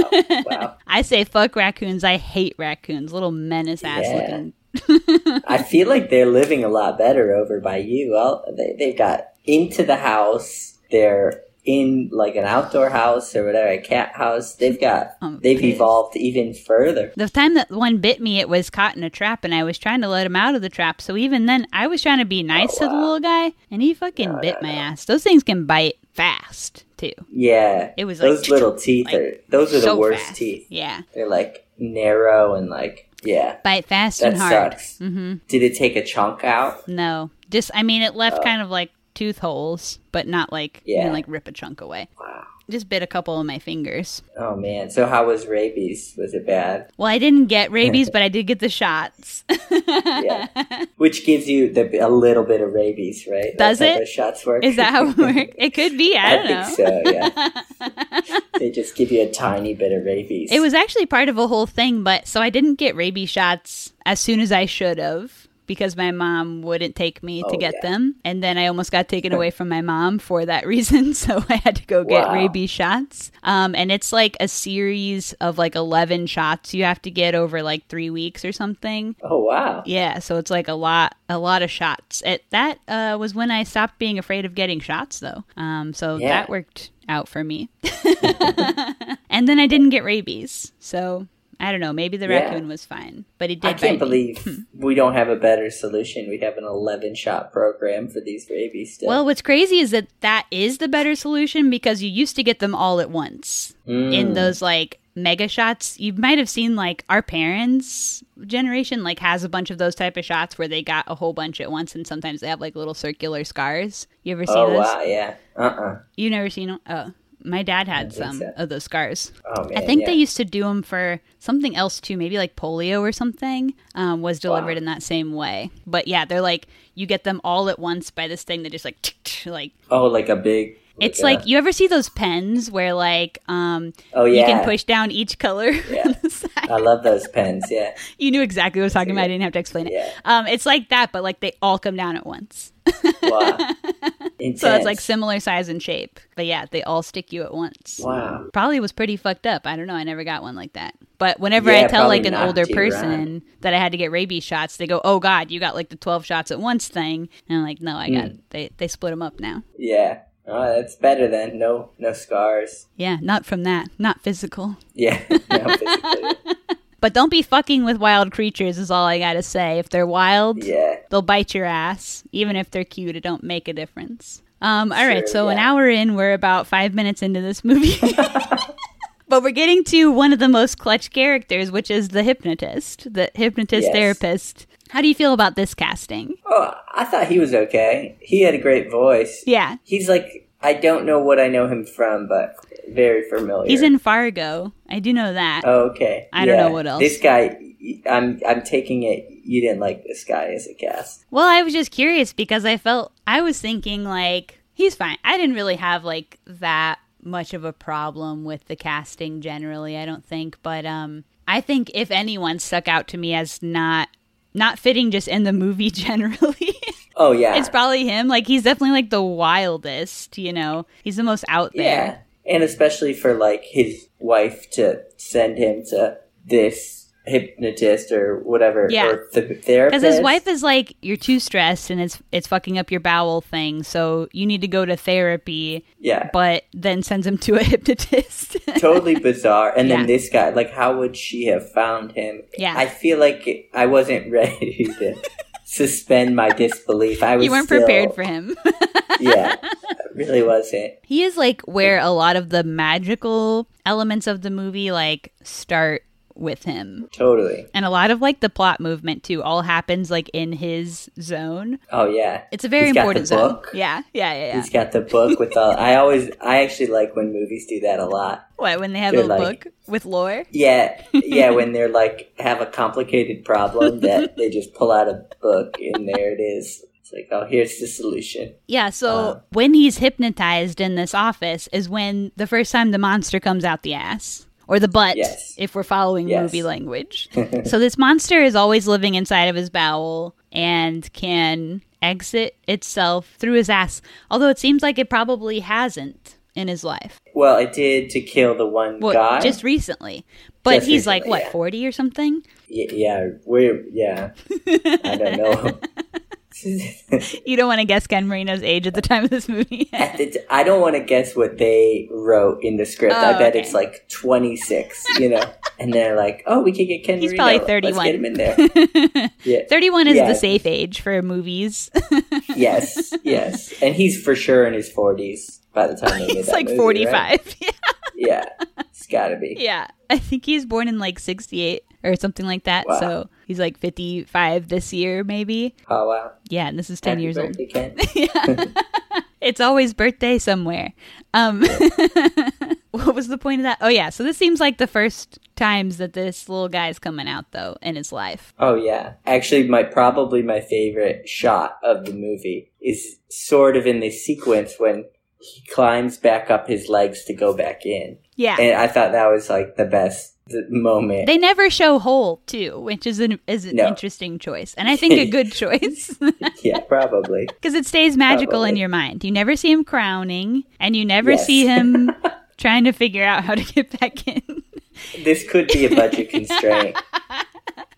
Wow. I say fuck raccoons. I hate raccoons. Little menace ass Yeah. looking. I feel like they're living a lot better over by you. Well, they they got into the house. They're in like an outdoor house or whatever, a cat house. They've got I'm they've pissed. evolved even further. The time that one bit me, it was caught in a trap, and I was trying to let him out of the trap. So even then, I was trying to be nice to the Oh, wow. little guy, and he fucking bit my ass. Those things can bite fast too. Yeah, It was those like- little teeth like, are those are the so worst fast. teeth. Yeah. They're like narrow and like yeah. Bite fast That and hard. sucks. hmm Did it take a chunk out? No. Just, I mean, it left kind of like tooth holes, but not like Oh. Yeah. and like rip a chunk away. Wow. Just bit a couple of my fingers. Oh man. So how was rabies? Was it bad? Well, I didn't get [laughs] rabies, but I did get the shots. Yeah. [laughs] Which gives you the, a little bit of rabies, right? Does That's how it? those shots work. Is [laughs] that how it works? It could be. I don't know. think so. Yeah. [laughs] they just give you a tiny bit of rabies. It was actually part of a whole thing, but so I didn't get rabies shots as soon as I should have because my mom wouldn't take me to Oh, get yeah. them. And then I almost got taken away from my mom for that [laughs] reason. So I had to go get Wow. rabies shots. Um, and it's like a series of like 11 shots you have to get over like three weeks or something. Oh wow. Yeah, so it's like a lot, a lot of shots. It, that uh, was when I stopped being afraid of getting shots, though. Um, so Yeah. that worked out for me. [laughs] and then I didn't get rabies, so I don't know. Maybe the Yeah. raccoon was fine, but it Hmm. did. I can't bite me. believe we don't have a better solution. We have an 11 shot program for these rabies still. Well, what's crazy is that that is the better solution because you used to get them all at once Mm. in those like mega shots. You might have seen like our parents' generation like has a bunch of those type of shots where they got a whole bunch at once, and sometimes they have like little circular scars. You ever seen oh those? wow, yeah. Uh-uh. You never seen them? Oh, my dad had think some so. of those scars. Oh man. I think yeah. they used to do them for something else too, maybe like polio or something. Um, was delivered Wow. in that same way, but yeah, they're like you get them all at once by this thing that just like like Oh, like a big it's a- like you ever see those pens where like um Oh yeah. you can push down each color [laughs] on the side. I love those pens, [laughs] yeah. You knew exactly what I was talking about. I didn't have to explain it. Yeah. Um, it's like that, but like they all come down at once. Wow. So it's like Intense. similar size and shape, but yeah, they all stick you at once. Wow. Probably was pretty fucked up. I don't know. I never got one like that. But whenever Yeah, I tell probably like an knocked older you person that I had to get rabies shots, they go, "Oh God, you got like the twelve shots at once thing," and I'm like, "No, I Hmm. got they they split them up now." Yeah. Oh, that's better then. No no scars. Yeah, not from that, not physical. Yeah. [laughs] No, [laughs] physically. But don't be fucking with wild creatures is all I gotta say. If they're wild, yeah. they'll bite your ass, even if they're cute. It don't make a difference. Um, all right, Sure, so an yeah. hour in, we're about five minutes into this [laughs] movie. [laughs] But we're getting to one of the most clutch characters, which is the hypnotist, the hypnotist Yes. therapist. How do you feel about this casting? Oh, I thought he was okay. He had a great voice. Yeah, He's like I don't know what I know him from, but very familiar. he's in Fargo. I do know that. Oh, okay. I don't know what else. This guy, I'm I'm taking it. You didn't like this guy as a cast. Well, I was just curious because I felt I was thinking like he's fine. I didn't really have like that much of a problem with the casting generally, I don't think, but um I think if anyone stuck out to me as not not fitting just in the movie [laughs] generally, Oh yeah, it's probably him. Like he's definitely like the wildest, you know. He's the most out yeah, there. and especially for like his wife to send him to this hypnotist or whatever. Yeah. or the therapist. Because his wife is like, you're too stressed and it's it's fucking up your bowel thing, so you need to go to therapy. yeah, But then sends him to a hypnotist. [laughs] totally bizarre. And Yeah. then this guy, like, how would she have found him? Yeah. I feel like I wasn't [laughs] ready to suspend my disbelief. I was you weren't still- prepared for him. [laughs] [laughs] yeah, I really wasn't. he is like where a lot of the magical elements of the movie like start with him. Totally. And a lot of like the plot movement too all happens like in his zone. Oh yeah, It's a very He's got important the zone. book. Yeah, yeah, yeah, yeah. He's got [laughs] the book with all. I always, I actually like when movies do that a lot. What when they have a They're like- book with lore? Yeah, yeah, when they're like have a [laughs] complicated problem that they just pull out a book and there it is. It's like, oh, here's the solution. Yeah, so Uh. when he's hypnotized in this office is when the first time the monster comes out the ass or the butt Yes. if we're following Yes. movie [laughs] language. so this monster is always living inside of his bowel and can exit itself through his ass, although it seems like it probably hasn't in his life. Well, it did to kill the one Well, guy. just recently. But Just he's like recently, what, yeah. 40 or something? [laughs] Y- yeah, we're yeah. I don't know. [laughs] You don't want to guess Ken Marino's age at the time of this [laughs] movie. [laughs] At the t- I don't want to guess what they wrote in the script. I Oh, bet okay. it's like 26, you know. and they're like, "Oh, we could get Ken He's Marino. probably Let's 31. get him in there." [laughs] yeah. 31 is Yeah. the safe age for movies. [laughs] yes, yes, and he's for sure in his forties by the time they [laughs] made he's that like movie, 45. right? [laughs] Yeah. Yeah, it's got to be. [laughs] Yeah, I think he's born in like '68 or something like that. Wow. So He's like 55 this year, maybe. Oh wow! Yeah, and this is 10 Happy years old. birthday, Ken. Yeah. it's always birthday somewhere. Um, [laughs] what was the point of that? Oh, yeah. So this seems like the first times that this little guy's coming out, though, in his life. Oh yeah. Actually, my probably my favorite shot of the movie is sort of in the sequence when he climbs back up his legs to go back in, Yeah. and I thought that was like the best th- moment. they never show hole too, which is an is an No. interesting choice, and I think a [laughs] good choice [laughs] yeah, probably. because it stays magical in Probably. your mind. You never see him crowning, and you never Yes. see [laughs] him trying to figure out how to get back in. This could be [laughs] a budget constraint.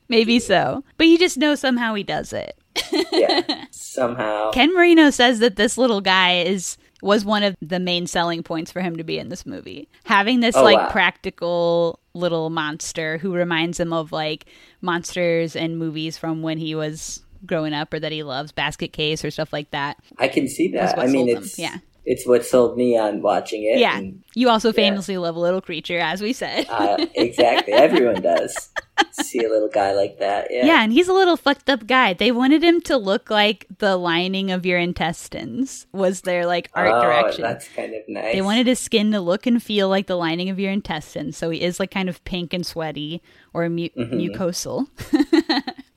Maybe so, but you just know somehow he does it. [laughs] Yeah, somehow. Ken Marino says that this little guy is was one of the main selling points for him to be in this movie. Having this Oh, like wow. practical little monster who reminds him of like monsters and movies from when he was growing up or that he loves, Basket Case or stuff like that. I can see That's that. what I mean, sold 'em, it's yeah. it's what sold me on watching it. Yeah. and, You also famously love Little Creature, as we said. [laughs] uh, exactly. Everyone does see a little guy like that. Yeah, yeah, and he's a little fucked up guy. They wanted him to look like the lining of your intestines was their like art Oh, direction. That's kind of nice. They wanted his skin to look and feel like the lining of your intestines, so he is like kind of pink and sweaty or mu- mucosal. [laughs]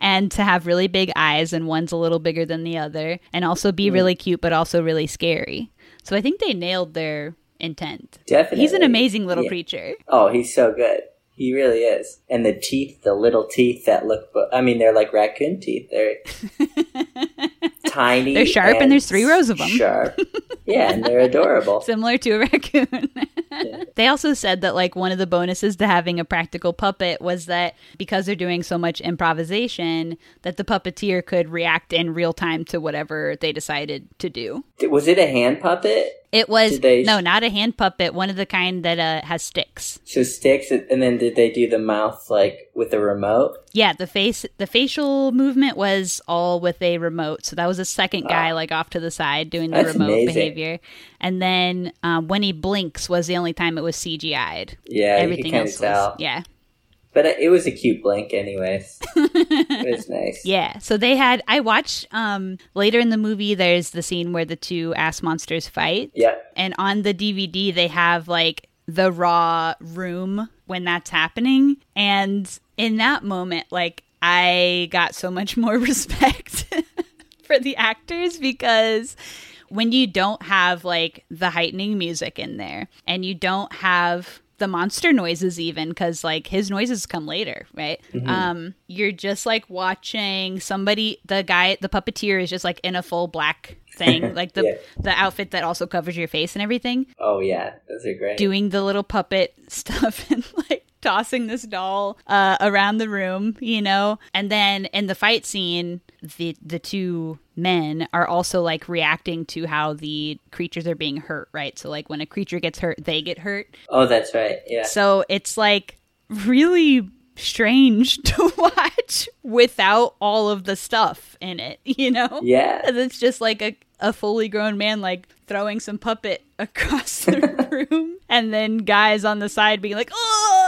and to have really big eyes and one's a little bigger than the other and also be really cute but also really scary. So I think they nailed their intent. Definitely. He's an amazing little Yeah. creature. Oh, he's so good. He really is. And the teeth, the little teeth that look, bu- I mean, they're like raccoon teeth. [laughs] They're tiny. They're sharp and there's three rows of 'em. [laughs] Sharp. Yeah, and they're adorable. similar to a [laughs] raccoon. they also said that like one of the bonuses to having a practical puppet was that because they're doing so much improvisation that the puppeteer could react in real time to whatever they decided to do. Th- Was it a hand puppet? It was Did they- no, not a hand puppet, one of the kind that uh, has sticks. So sticks, and then did they do the mouth like with a remote? Yeah, the face the facial movement was all with a remote. So that was a second guy like off to the side doing the That's remote amazing. behavior. And then um, when he blinks was the only time it was CGI'd. Yeah, you Everything can kind else of tell. was yeah. But it was a cute [laughs] blink, anyways. it was nice. Yeah. So they had I watched um later in the movie there's the scene where the two ass monsters fight. Yep. And on the DVD they have like the raw room when that's happening and in that moment like I got so much [laughs] more respect [laughs] for the actors because when you don't have like the heightening music in there and you don't have the monster noises even because like his noises come later right um you're just like watching somebody the guy the puppeteer is just like in a full black thing like the Yeah. the outfit that also covers your face and everything Oh yeah, those are great. doing the little puppet [laughs] stuff and like tossing this doll uh, around the room, you know. And then in the fight scene, the the two men are also like reacting to how the creatures are being hurt, right? So like when a creature gets hurt, they get hurt. oh, that's right. Yeah. So it's like really strange [laughs] to watch without all of the stuff in it, you know? Yeah. And it's just like a, a fully grown man like throwing some puppet [laughs] across [laughs] the room and then guys on the side being like, Oh,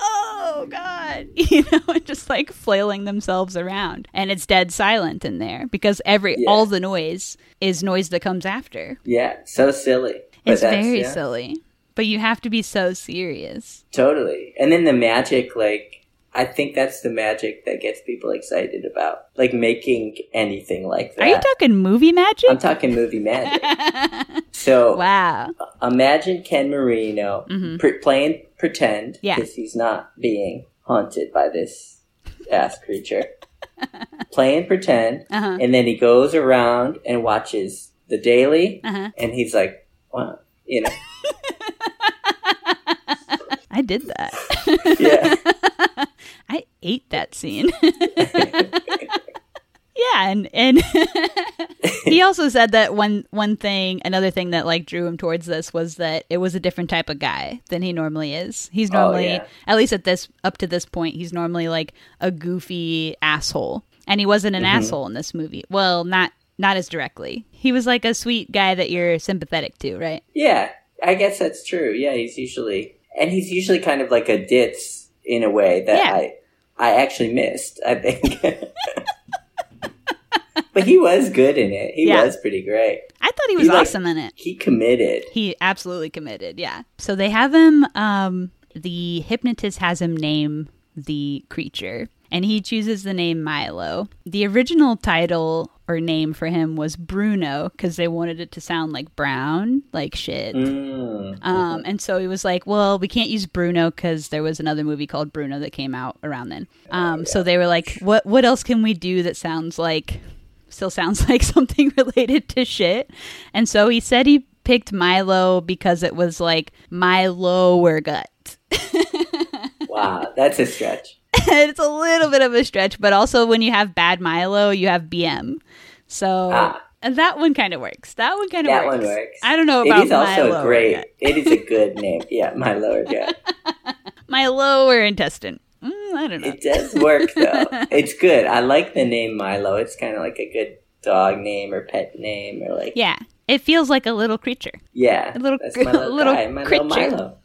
oh God [laughs] you know, and just like flailing themselves around. And it's dead silent in there because every Yeah. all the noise is noise that comes after. Yeah. So silly. But It's that's- very yeah, silly. But you have to be so serious. Totally. And then the magic, like I think that's the magic that gets people excited about, like making anything like that. Are you talking movie magic? I'm talking movie [laughs] magic. so wow. Mm-hmm. imagine Ken Marino pre- playing pretend Yeah. because he's not being haunted by this ass creature. [laughs] playing pretend, Uh-huh. and then he goes around and watches the daily, Uh-huh. and he's like, "Wow, you know, [laughs] I did that. yeah, I ate that scene. [laughs] yeah, and and [laughs] he also said that one one thing, another thing that like drew him towards this was that it was a different type of guy than he normally is. He's Oh, normally, yeah. at least at this up to this point, he's normally like a goofy asshole, and he wasn't an Mm-hmm. asshole in this movie. Well, not not as directly. He was like a sweet guy that you're sympathetic to, right? yeah." I guess that's true. Yeah, he's usually and he's usually kind of like a ditz in a way that Yeah. I I actually missed, I think. but he was good in it. He Yeah. was pretty great. I thought he was He, like- awesome in it. He committed. He absolutely committed. Yeah. So they have him. Um, the hypnotist has him name the creature, and he chooses the name Milo. The original title or name for him was Bruno because they wanted it to sound like brown, like shit. Mm. Um, and so he was like, "Well, we can't use Bruno because there was another movie called Bruno that came out around then." Um, so they were like, "What? What else can we do that sounds like, still sounds [laughs] like something related to shit?" And so he said he picked Milo because it was like Milo or gut. [laughs] Wow, that's a stretch. it's a little bit of a stretch, but also when you have bad Milo, you have BM. So. Ah. and that one kind of works. That one kind of That works. one works. I don't know It about is also Milo or great. gut. It is a good name. Yeah, my lower gut. My lower intestine. Mm, I don't know. It does work [laughs] though. It's good. I like the name Milo. It's kind of like a good dog name or pet name or like yeah, Yeah, it feels like a little creature. [laughs] A little- that's my little, little guy, my creature. little Milo.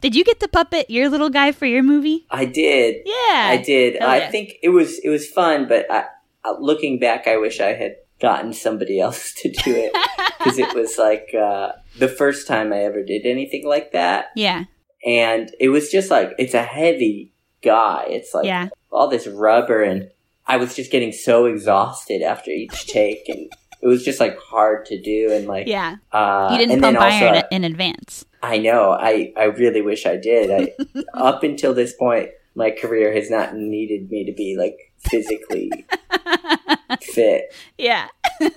Did you get to puppet your little guy for your movie? I did. Yeah, I did. Hell I yeah. think it was it was fun, but I, uh, looking back, I wish I had gotten somebody [laughs] else to do it because it was like uh, the first time I ever did anything like that, Yeah, and it was just like it's a heavy guy. It's like yeah, all this rubber and I was just getting so exhausted after each take and it was just like hard to do and like yeah. uh You didn't and then pump also iron in advance. I know I I really wish I did. I up until this point my career has not needed me to be like physically fit, Yeah,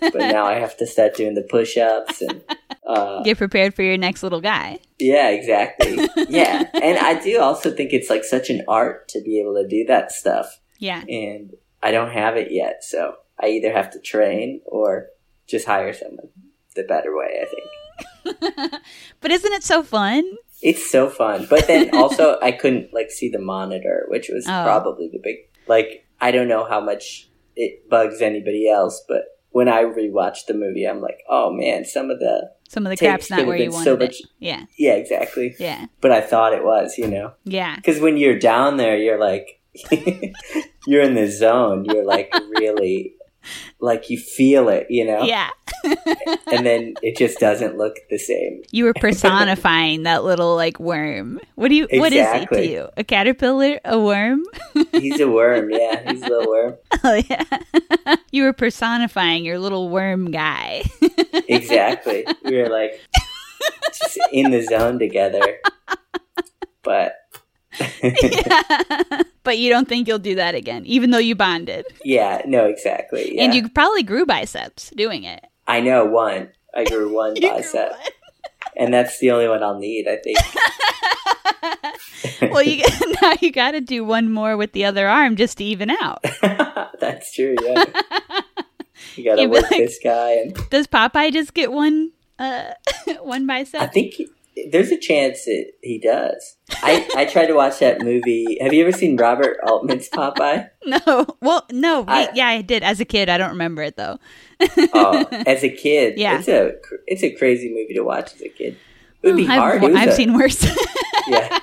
but now I have to start doing the push-ups and uh get prepared for your next little guy. yeah, exactly. Yeah. And I do also think it's like such an art to be able to do that stuff. Yeah, and I don't have it yet, so I either have to train or just hire someone. The better way, I think. but isn't it so fun? It's so fun, [laughs] but then also I couldn't like see the monitor, which was Oh. probably the big like. I don't know how much it bugs anybody else, but when I rewatched the movie, I'm like, oh man, some of the Some of the Takes crap's not could've where you been so wanted it. much- Yeah, yeah, exactly. yeah, But I thought it was, you know, yeah. because when you're down there, you're like, [laughs] you're in the zone. You're like really, like you feel it, you know. Yeah, and then it just doesn't look the same. you [laughs] were personifying that little like worm. What do you? What is he to Exactly. you? A caterpillar? A worm? [laughs] He's a worm, yeah. He's a little worm. Oh yeah, [laughs] you were personifying your little worm [laughs] guy. [laughs] Exactly. We were like just in the zone together. But but you don't think you'll do that again, even though you bonded. yeah, no, exactly. Yeah. And you probably grew biceps doing it. I know one. I grew one You grew bicep, and that's the only one I'll need. I think. one. [laughs] [laughs] well, you [laughs] now you got to do one more with the other arm just to even out. that's true. Yeah. You gotta You'd be work like- this guy, and Does Popeye just get one uh [laughs] one I bicep? think he- there's a chance that he does. I I tried to watch that movie. Have you ever seen Robert Altman's [laughs] Popeye? No. Well, no. Wait, I- yeah, I did as a kid. I don't remember it though. oh, as a kid, Yeah. it's a cr- it's a crazy movie to watch as a kid. It would be I've, hard. It I've was a- seen worse. [laughs] yeah,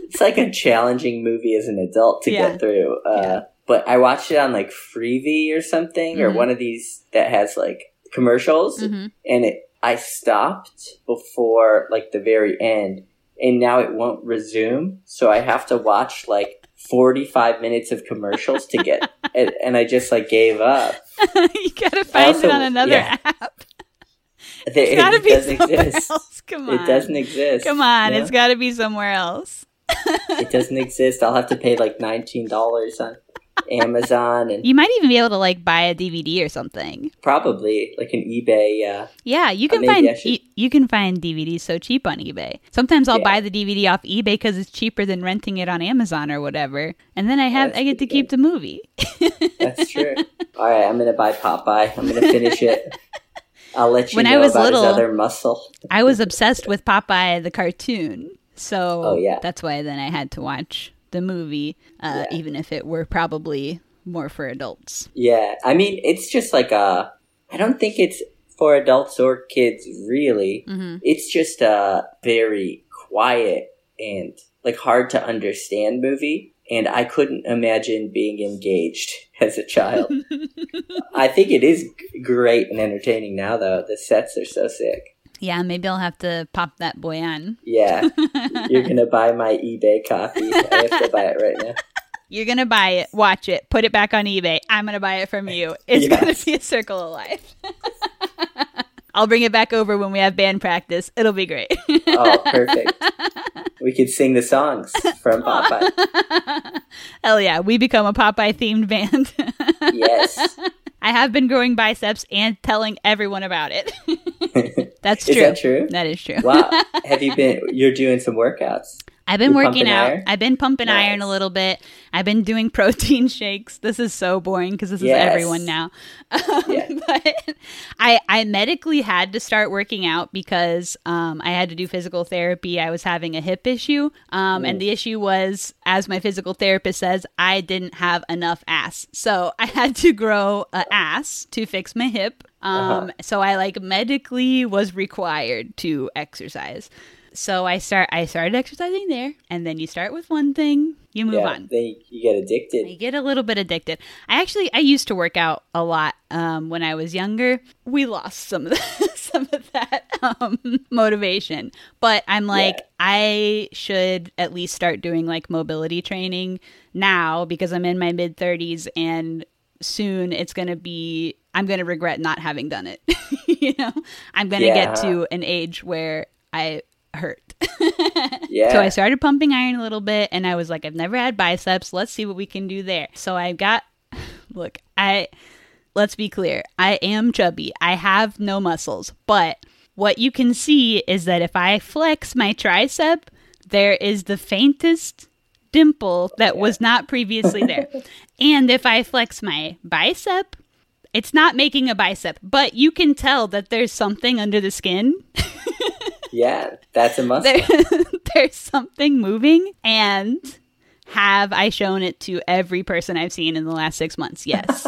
it's like a challenging movie as an adult to Yeah. get through. Uh, Yeah. But I watched it on like Freevee or something, or Mhm. one of these that has like commercials, hmm and it I stopped before like the very end, and now it won't resume, so I have to watch like. 45 minutes of commercials [laughs] to get and, and I just like gave up. [laughs] you gotta find also- it on another yeah. app. It, It's gotta it be doesn't somewhere exist. else. Come on. It doesn't exist. Come on. you know? It's gotta be somewhere else. it doesn't exist. I'll have to pay like nineteen dollars on Amazon and You might even be able to like buy a DVD or something. probably like an eBay. Yeah, Yeah, you Uh, can maybe find I should- you, you can find DVDs so cheap on eBay. Sometimes I'll Yeah. buy the DVD off eBay because it's cheaper than renting it on Amazon or whatever, and then I have that's I get to pretty keep the movie. that's [laughs] true. All right, I'm gonna buy Popeye. I'm gonna finish it. I'll let you When I know was about little- his other muscle. I was obsessed with Popeye the cartoon, so Oh, yeah. that's why then I had to watch the movie, uh, Yeah. even if it were probably more for adults. Yeah, I mean it's just like a. I don't think it's for adults or kids really. hmm It's just a very quiet and like hard to understand movie. and I couldn't imagine being engaged [laughs] as a child. I think it is g- great and entertaining now, though. The sets are so sick. Yeah, maybe I'll have to pop that boy on. Yeah, you're gonna buy my eBay copy. I have to buy it right now. You're going to buy it, watch it, put it back on eBay. I'm going to buy it from [laughs] you. It's Yes. going to be a circle of life. [laughs] I'll bring it back over when we have band practice. It'll be great. [laughs] Oh, perfect. We could sing the songs from Popeye. Hell yeah, we become a Popeye themed band. [laughs] Yes. I have been growing biceps and telling everyone about [laughs] it. [laughs] That's true. Is that true? That is true. Wow. [laughs] Have you been? You're doing some workouts. I've been You working pumping out. iron? I've been pumping iron a Nice. little bit. I've been doing [laughs] protein shakes. This is so boring because this Yes. is everyone now. Um, Yeah. [laughs] But I, I medically had to start working out because um, I had to do physical therapy. I was having a hip issue. Um, And the issue was, as my physical therapist says, I didn't have enough ass. So I had to grow a ass to fix my hip. Um, So I like medically was required to exercise. So I start I started exercising there and then you start with one thing, you move yeah. on. Then you get I addicted. get a little bit addicted. I actually I used to work out a lot um, when I was younger. We lost some of [laughs] the, some of that um, motivation, but I'm like Yeah. I should at least start doing like mobility training now because I'm in my mid 30s and soon it's going to be I'm going to regret not having done it. [laughs] you know, I'm going to get Yeah. to an age where I hurt. Yeah. So I started pumping iron a little bit and I was like, I've never had biceps. Let's see what we can do there. So I got, [sighs] look, I, let's be clear, I am chubby. I have no muscles. But what you can see is that if I flex my tricep, there is the faintest dimple that was not previously there. and if I flex my bicep, it's not making a bicep, but you can tell that there's something under the skin yeah. [laughs] That's a muscle. there, there's something moving and have i shown it to every person i've seen in the last six months yes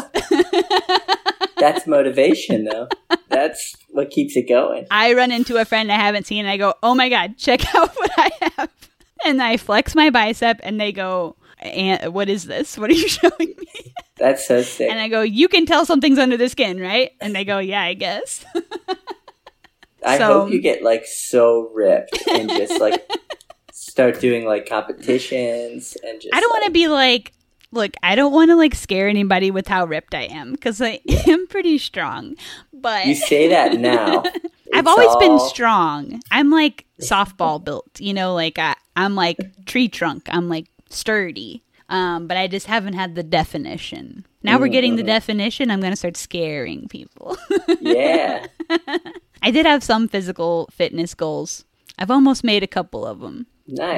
That's motivation, [laughs] though. That's what keeps it going. i run into a friend i haven't seen and i go oh my god check [laughs] out what i have and i flex my bicep and they go and what is this what are you [laughs] showing me That's so sick. and i go you can tell something's under the skin right and they go yeah i guess [laughs] I so- hope you get like so ripped and just like start doing like competitions and just. i don't want to like- be like look i don't want to like scare anybody with how ripped i am because i [laughs] am pretty strong but You say that now. [laughs] I've It's always been all- strong. I'm like softball built, you know, like I, I'm like tree trunk. I'm like sturdy. Um, but I just haven't had the definition. Now we're getting Mm-hmm. the definition. I'm going to start scaring people. [laughs] Yeah. I did have some physical fitness goals. I've almost made a couple of them. Nice.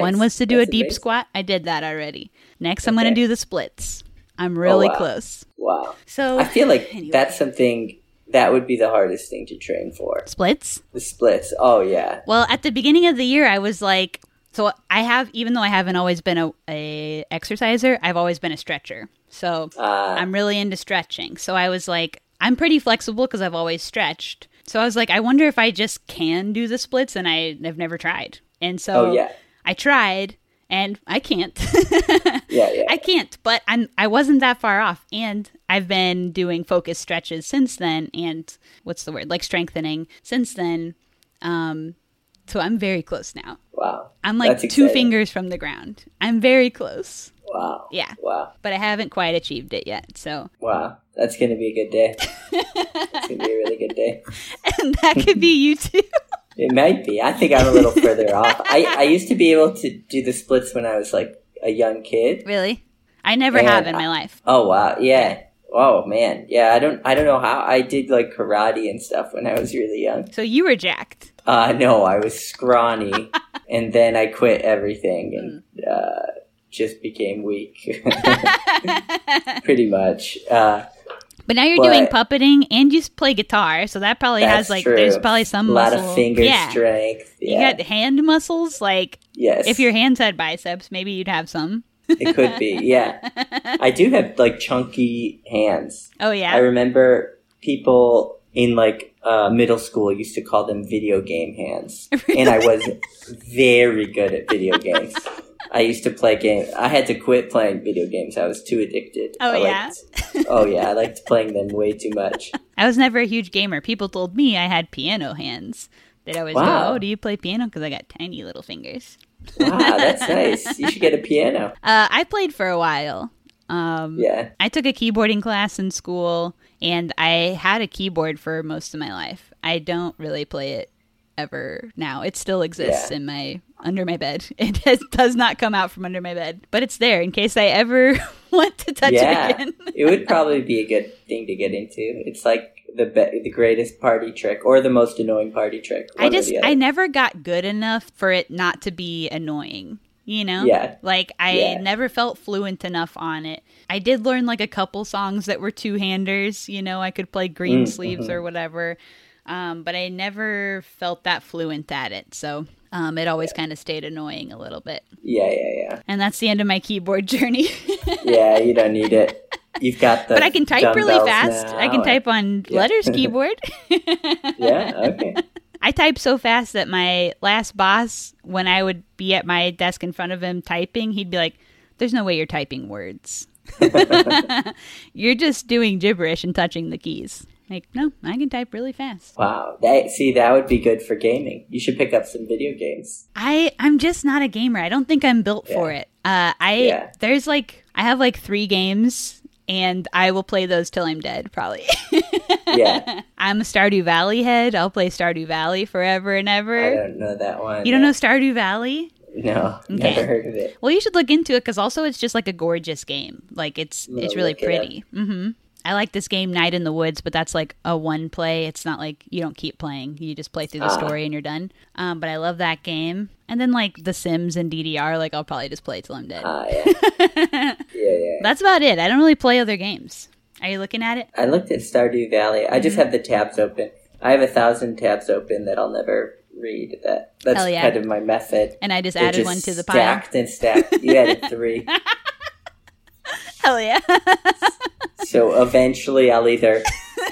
[laughs] One was to do That's a deep amazing. squat. I did that already. Next, I'm going Okay. Oh, to do the splits. I'm really wow. close. Wow. So I feel like anyway. that's something that would be the hardest thing to train for. splits. The splits. Oh yeah. Well, at the beginning of the year, I was like, so I have, even though I haven't always been a, a exerciser, I've always been a stretcher. So Uh, I'm really into stretching. So I was like, I'm pretty flexible because I've always stretched. So I was like, I wonder if I just can do the splits, and I have never tried. And so Oh, yeah. I tried, and I can't. [laughs] yeah, yeah. I can't, but I'm I wasn't that far off, and I've been doing focused stretches since then, and what's the word like strengthening since then. Um, so I'm very close now. wow. I'm like That's two exciting. fingers from the ground. I'm very close, Wow. Yeah. Wow. but I haven't quite achieved it yet. So [laughs] Wow. That's gonna be a good day. it's gonna be a really [laughs] good day. and that could be [laughs] you too. It might be. I think I'm a little further off. I, I used to be able to do the splits when I was like a young kid. really, I never And have in I- my life. Oh wow. Yeah. Oh man. Yeah. I don't. I don't know how. I did like karate and stuff when I was really young. So you were jacked. Uh, no, I was [laughs] scrawny, and then I quit everything and Mm. uh, just [laughs] became weak, pretty much. Uh, But now you're But- doing puppeting and you s- play guitar, so that probably that's has like true. there's probably some a lot muscle. of finger yeah. strength. You Yeah. got hand muscles, like yes. if your hands had biceps, maybe you'd have some. it could be. [laughs] Yeah, I do have like chunky hands. Oh I yeah. remember people in like uh, middle school used [laughs] to call them video game hands, and I was very good at video games. I used to play game. I had to quit playing video games. I was too addicted. Oh, I yeah? liked- oh yeah, I liked playing them way too much. I was never a huge gamer. People told me I had piano hands. They'd always Wow. go, "Oh, do you play piano?" Because I got tiny little fingers. Wow, that's nice. You should get a piano. Uh, I played for a while. Um, Yeah. I took a keyboarding class in school, and I had a keyboard for most of my life. I don't really play it ever now. It still exists Yeah. in my under my bed. [laughs] It has, does not come out from under my bed, but it's there in case I ever [laughs] want to touch it yeah, again. [laughs] it would probably be a good thing to get into. It's like the be- the greatest party trick or the most annoying party trick. I one or just the other. I never got good enough for it not to be annoying. You know? Yeah. Like I Yeah. never felt fluent enough on it. I did learn like a couple songs that were two handers, you know, I could play green Mm, sleeves or whatever. Um, but I never felt that fluent at it. So um, it always kind of stayed annoying a little bit. Yeah, yeah, And that's the end of my keyboard [laughs] journey. yeah, yeah. You don't need it. You've got [laughs] the. but I can type really dumbbells fast. I now can and- type on [laughs] letters keyboard. Yeah. Okay. [laughs] I typed so fast that my last boss, when I would be at my desk in front of him typing, he'd be like, There's no way you're typing [laughs] words. [laughs] you're just doing gibberish and touching the keys. Like, no, I can type really fast. Wow. That, see, that would be good for gaming. You should pick up some video games. I, I'm just not a gamer. I don't think I'm built for it. Uh, I Yeah. there's like I have like three games and I will play those till I'm dead, probably. [laughs] Yeah. I'm a Stardew Valley head. I'll play Stardew Valley forever and I ever. don't know that one. You don't know Stardew Valley? No, [laughs] Okay. never heard of it. Well, you should look into it because also it's just like a gorgeous game. Like it's I'm gonna it's really look it pretty. hmm I like this game Night in the Woods, but that's like a one play. It's not like you don't keep playing. You just play through the Ah. story and you're done. Um, but I love that game. And then like The Sims and DDR, like I'll probably just play till I'm dead. Ah, [laughs] yeah. yeah, yeah. that's about it. I don't really play other games. Are you looking at it? I looked at Stardew Valley. I Mm-hmm. just have the tabs open. I have a thousand tabs open that I'll never read. That that's Hell yeah. kind of my method. And I just They're added just one to the pile. stacked and stacked. You added three. [laughs] Hell yeah. [laughs] So eventually, I'll either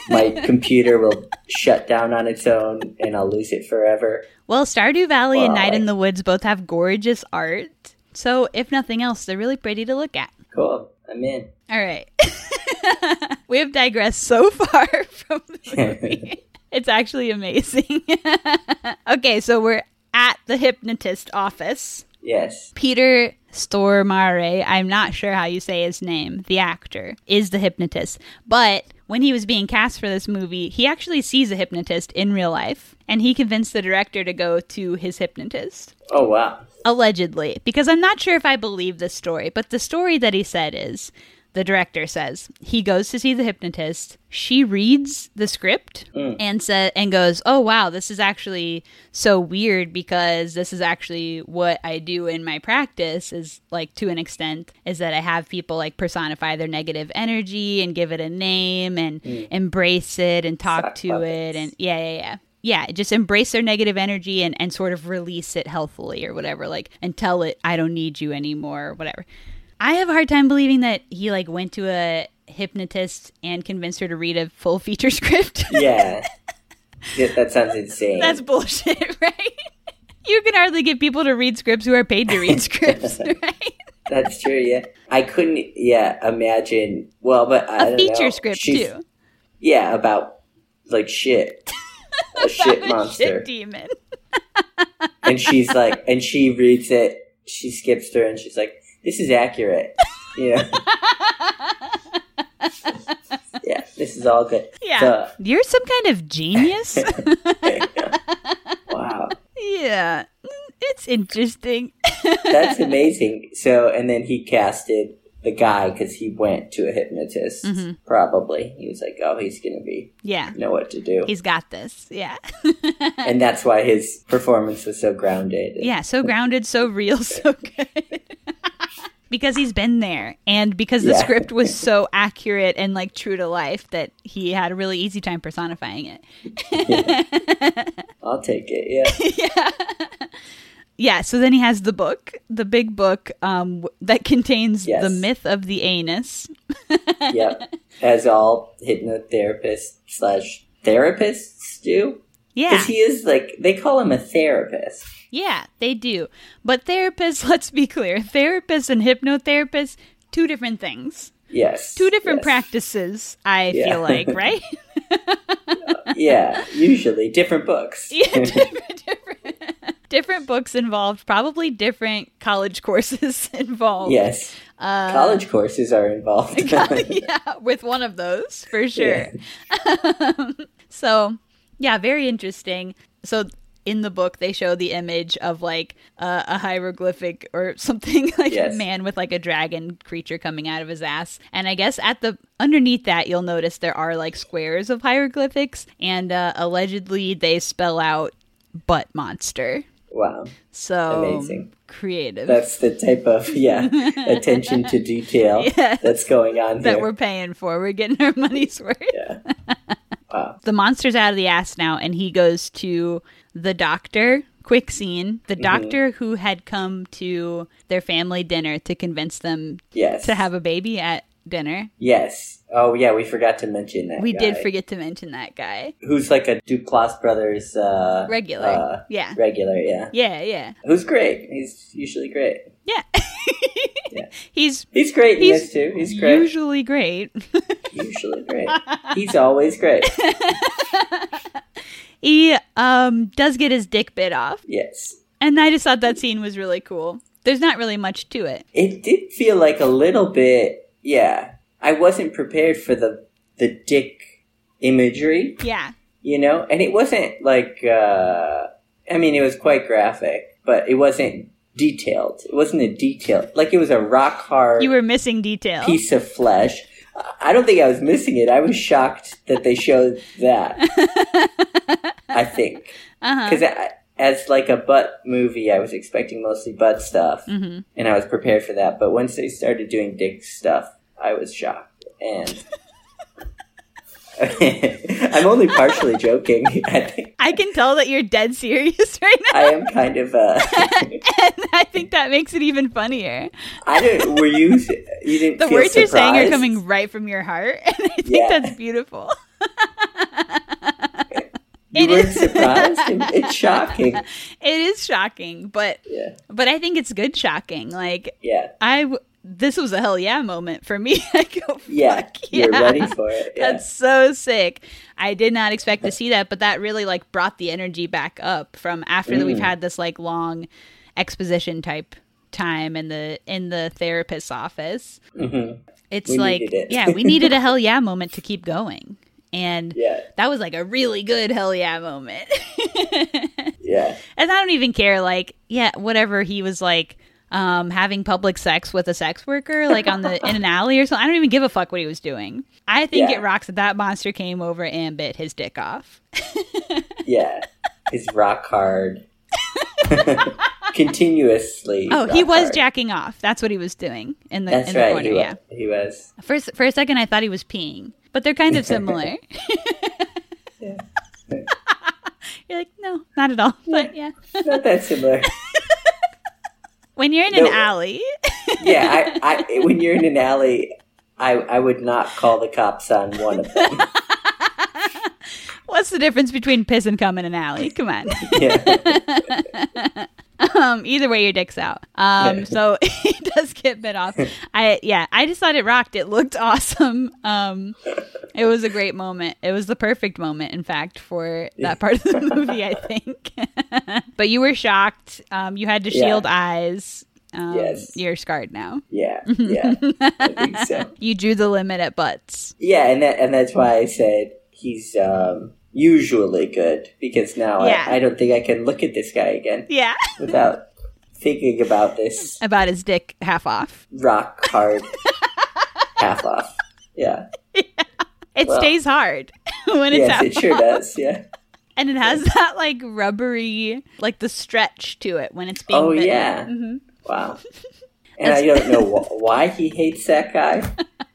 my computer will shut down on its own and I'll lose it forever. Well, Stardew Valley and Night Wow. in the Woods both have gorgeous art. So, if nothing else, they're really pretty to look at. Cool. I'm in. All right. [laughs] we have digressed so [laughs] far from the movie. it's actually amazing. [laughs] okay, so we're at the hypnotist office. Yes. Peter Stormare, I'm not sure how you say his name, the actor, is the hypnotist. But when he was being cast for this movie, he actually sees a hypnotist in real life, and he convinced the director to go to his hypnotist Oh wow. allegedly, because I'm not sure if I believe this story, but the story that he said is the director says he goes to see the hypnotist. She reads the script and sa- and goes, "Oh wow, this is actually so weird because this is actually what I do in my practice is like to an extent is that I have people like personify their negative energy and give it a name and embrace it and talk Sock to it puppets. and yeah, yeah, yeah. Yeah, just embrace their negative energy and, and sort of release it healthfully or whatever, like, and tell it, I don't need you anymore or whatever. I have a hard time believing that he, like, went to a hypnotist and convinced her to read a full feature [laughs] script. Yeah. that, that sounds insane. That's bullshit, [laughs] right? You can hardly get people to read scripts who are paid to [laughs] read scripts, right? That's true. Yeah, I couldn't. Yeah, imagine. Well, but A I don't feature know. script, She's- too. Yeah, about like shit, [laughs] a shit monster, Shit [laughs] demon. and she's like, and she reads it. She skips through, and she's like, "This is accurate." [laughs] Yeah. yeah, this is all good. Yeah. So- You're some kind of [laughs] genius. [laughs] wow, yeah. It's interesting. [laughs] that's amazing. So, and then he casted the guy because he went to a hypnotist. Mm-hmm. Probably, he was like, "Oh, he's gonna be Yeah. know what to do." He's got this. Yeah. and that's why his performance was so grounded. Yeah, so grounded, so real, [laughs] so good. [laughs] because he's been there and because the Yeah. script was so accurate and like true to life that he had a really easy time personifying it. I'll take it. Yeah, Yeah, so then he has the book, the big book um, w- that [laughs] contains Yes. the myth of the anus. [laughs] yep. As all hypnotherapists slash therapists do. Yeah. Because he is like, they call him a therapist. Yeah, they do. But therapists, [laughs] let's be clear, therapists and hypnotherapists, two different things. Yes. Two different yes. practices, I Yeah. feel [laughs] like, right? Yeah, usually. Different books. [laughs] yeah, different, different, different books involved, probably different college [laughs] courses involved. Yes. Uh, College courses [laughs] are involved. yeah, with one of those for sure. Um, so, yeah, very interesting. So, in the book, they show the image of like uh, a hieroglyphic or [laughs] something like Yes. a man with like a dragon creature coming out of his ass. And I guess at the underneath that, you'll notice there are like squares of hieroglyphics, and uh, allegedly they spell out butt monster. [laughs] wow. So Amazing. creative That's the type of, [laughs] yeah, attention to detail Yes. that's going on that here. we're paying for. We're getting our [laughs] money's worth. yeah. Wow. the monster's out of the ass now and he goes to the doctor quick scene Mm-hmm. the doctor who had come to their family dinner to convince them Yes. to have a baby at dinner Yes. Oh, yeah, we forgot to mention that. we did guy. forget to mention that guy Who's like a Duplass Brothers uh, regular uh, yeah regular, yeah. yeah yeah Who's great. He's usually great. yeah Yeah. [laughs] he's He's great in He's this too. He's great. usually great [laughs] usually great. He's always great. he um does get his dick bit off Yes. and i just thought that scene was really cool there's not really much to it It did feel like a little bit, yeah. I wasn't prepared for the the dick imagery, yeah you know, and it wasn't like uh I mean it was quite graphic, but it wasn't detailed. It wasn't a detail. Like it was a rock hard you were missing detail piece of flesh. I don't think I was missing it. I was shocked that they showed [laughs] that. I think uh-huh because as like a butt movie, I was expecting mostly butt stuff, hmm and I was prepared for that. But once they started doing dick stuff, I was shocked. And [laughs] I'm only [laughs] partially joking. I think I can tell that you're dead serious [laughs] right now. I am kind of. Uh, and I think that makes it even funnier. I don't. Were you? You didn't. The feel words you're saying are surprised? coming right from your heart, [laughs] and I think Yeah. that's [laughs] beautiful. You It weren't is- surprised. [laughs] It's shocking. It is shocking, but Yeah. but I think it's good shocking. Like Yeah. I, w- this was a hell yeah moment for me. [laughs] I go, Yeah, fuck you're yeah. ready for it. [laughs] Yeah. That's so sick. I did not expect to see that, but that really like brought the energy back up from after that we've Mm. had this like long exposition type time in the in the therapist's office. Mhm. It's We like needed it. yeah, we needed [laughs] a hell yeah moment to keep going. And yeah, that was like a really good hell yeah moment. [laughs] yeah, and I don't even care like yeah, whatever he was like um, having public sex with a sex worker, like on [laughs] the in an alley or something. I don't even give a fuck what he was doing. I think Yeah. it rocks that that monster came over and bit his dick off. yeah. He's rock hard. [laughs] Continuously. Oh, he rock was hard. jacking off. That's what he was doing in the That's in the right. corner. he, Yeah. was, he was. For s- for a second, I thought he was peeing, but they're kind [laughs] of similar. Yeah. [laughs] You're like, no, not at all. But yeah, Not that similar. when you're in No. an alley, [laughs] yeah, I, I, when you're in an alley, I, I would not call the cops on one of them. [laughs] what's the difference between piss and cum in an alley? Come on. Yeah. Um, either way, your dick's out. Um, so [laughs] he does get bit [laughs] off. I yeah, I just thought it rocked. It looked [laughs] awesome. Um, it was a great moment. It was the perfect moment, in fact, for that part of [laughs] the movie. I think. [laughs] but you were shocked. Um, you had to Yeah. shield eyes. Um, Yes. You're scarred now. Yeah, yeah. Mm-hmm. I think so. You drew the limit at butts. Yeah, and that, and that's why I said he's um, usually good because now Yeah. I, I don't think I can look at this guy again Yeah. without thinking about this [laughs] About his dick half off. rock hard half off. [laughs] Yeah. It Well. stays hard [laughs] when it's yes, half it sure does. Yeah. and it has that like rubbery, like the stretch to it when it's being. Oh, bitten. yeah. Mhm. [laughs] Wow. And I don't know wh- why he hates that guy.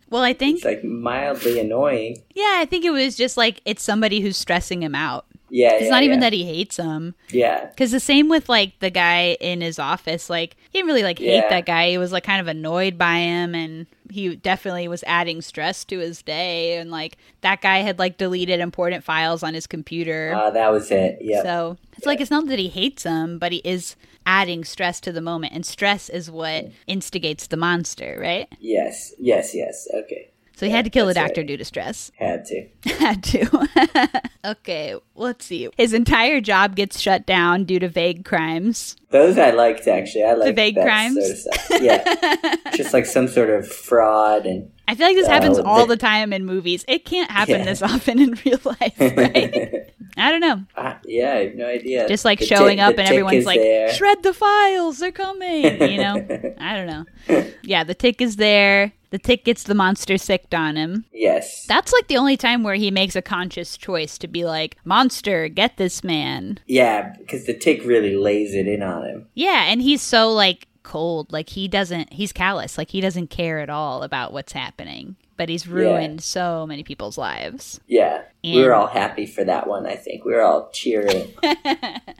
Well, I think It's like mildly annoying. yeah, I think it was just like it's somebody who's stressing him out. Yeah. It's yeah, not even yeah. that he hates him. Yeah. Because the same with like the guy in his office, like he didn't really like hate Yeah. that guy. He was like kind of annoyed by him, and he definitely was adding stress to his day. And like that guy had like deleted important files on his computer. Uh, that was it. Yeah. So it's like it's not that he hates him, but he is adding stress to the moment, and stress is what Mm. instigates the monster, right? yes. Yes. Yes. Okay. So he had to kill the that's doctor due to stress. Had to. had [laughs] to. okay, let's see. His entire job gets shut down due to vague crimes. Those I liked actually. I liked vague that crimes? Sort of [laughs] stuff. Yeah. Just like some sort of fraud and I feel like this happens Oh, all they- the time in movies. It can't happen Yeah. this [laughs] often in real life, [laughs] right? I don't know. Ah, yeah, I have no idea. Just like The showing tick- up the and tick everyone's is like, there. shred the files, they're coming. You [laughs] know? I don't know. Yeah, the tick is there. The tick gets the monster sicked on him. yes. That's like the only time where he makes a conscious choice to be like, monster, get this man. yeah, because the tick really lays it in on him. Yeah, and he's so like cold. Like he doesn't he's callous. Like he doesn't care at all about what's happening. But he's ruined so many people's lives. Yeah. We were And- all happy for that one, I think. We were all cheering.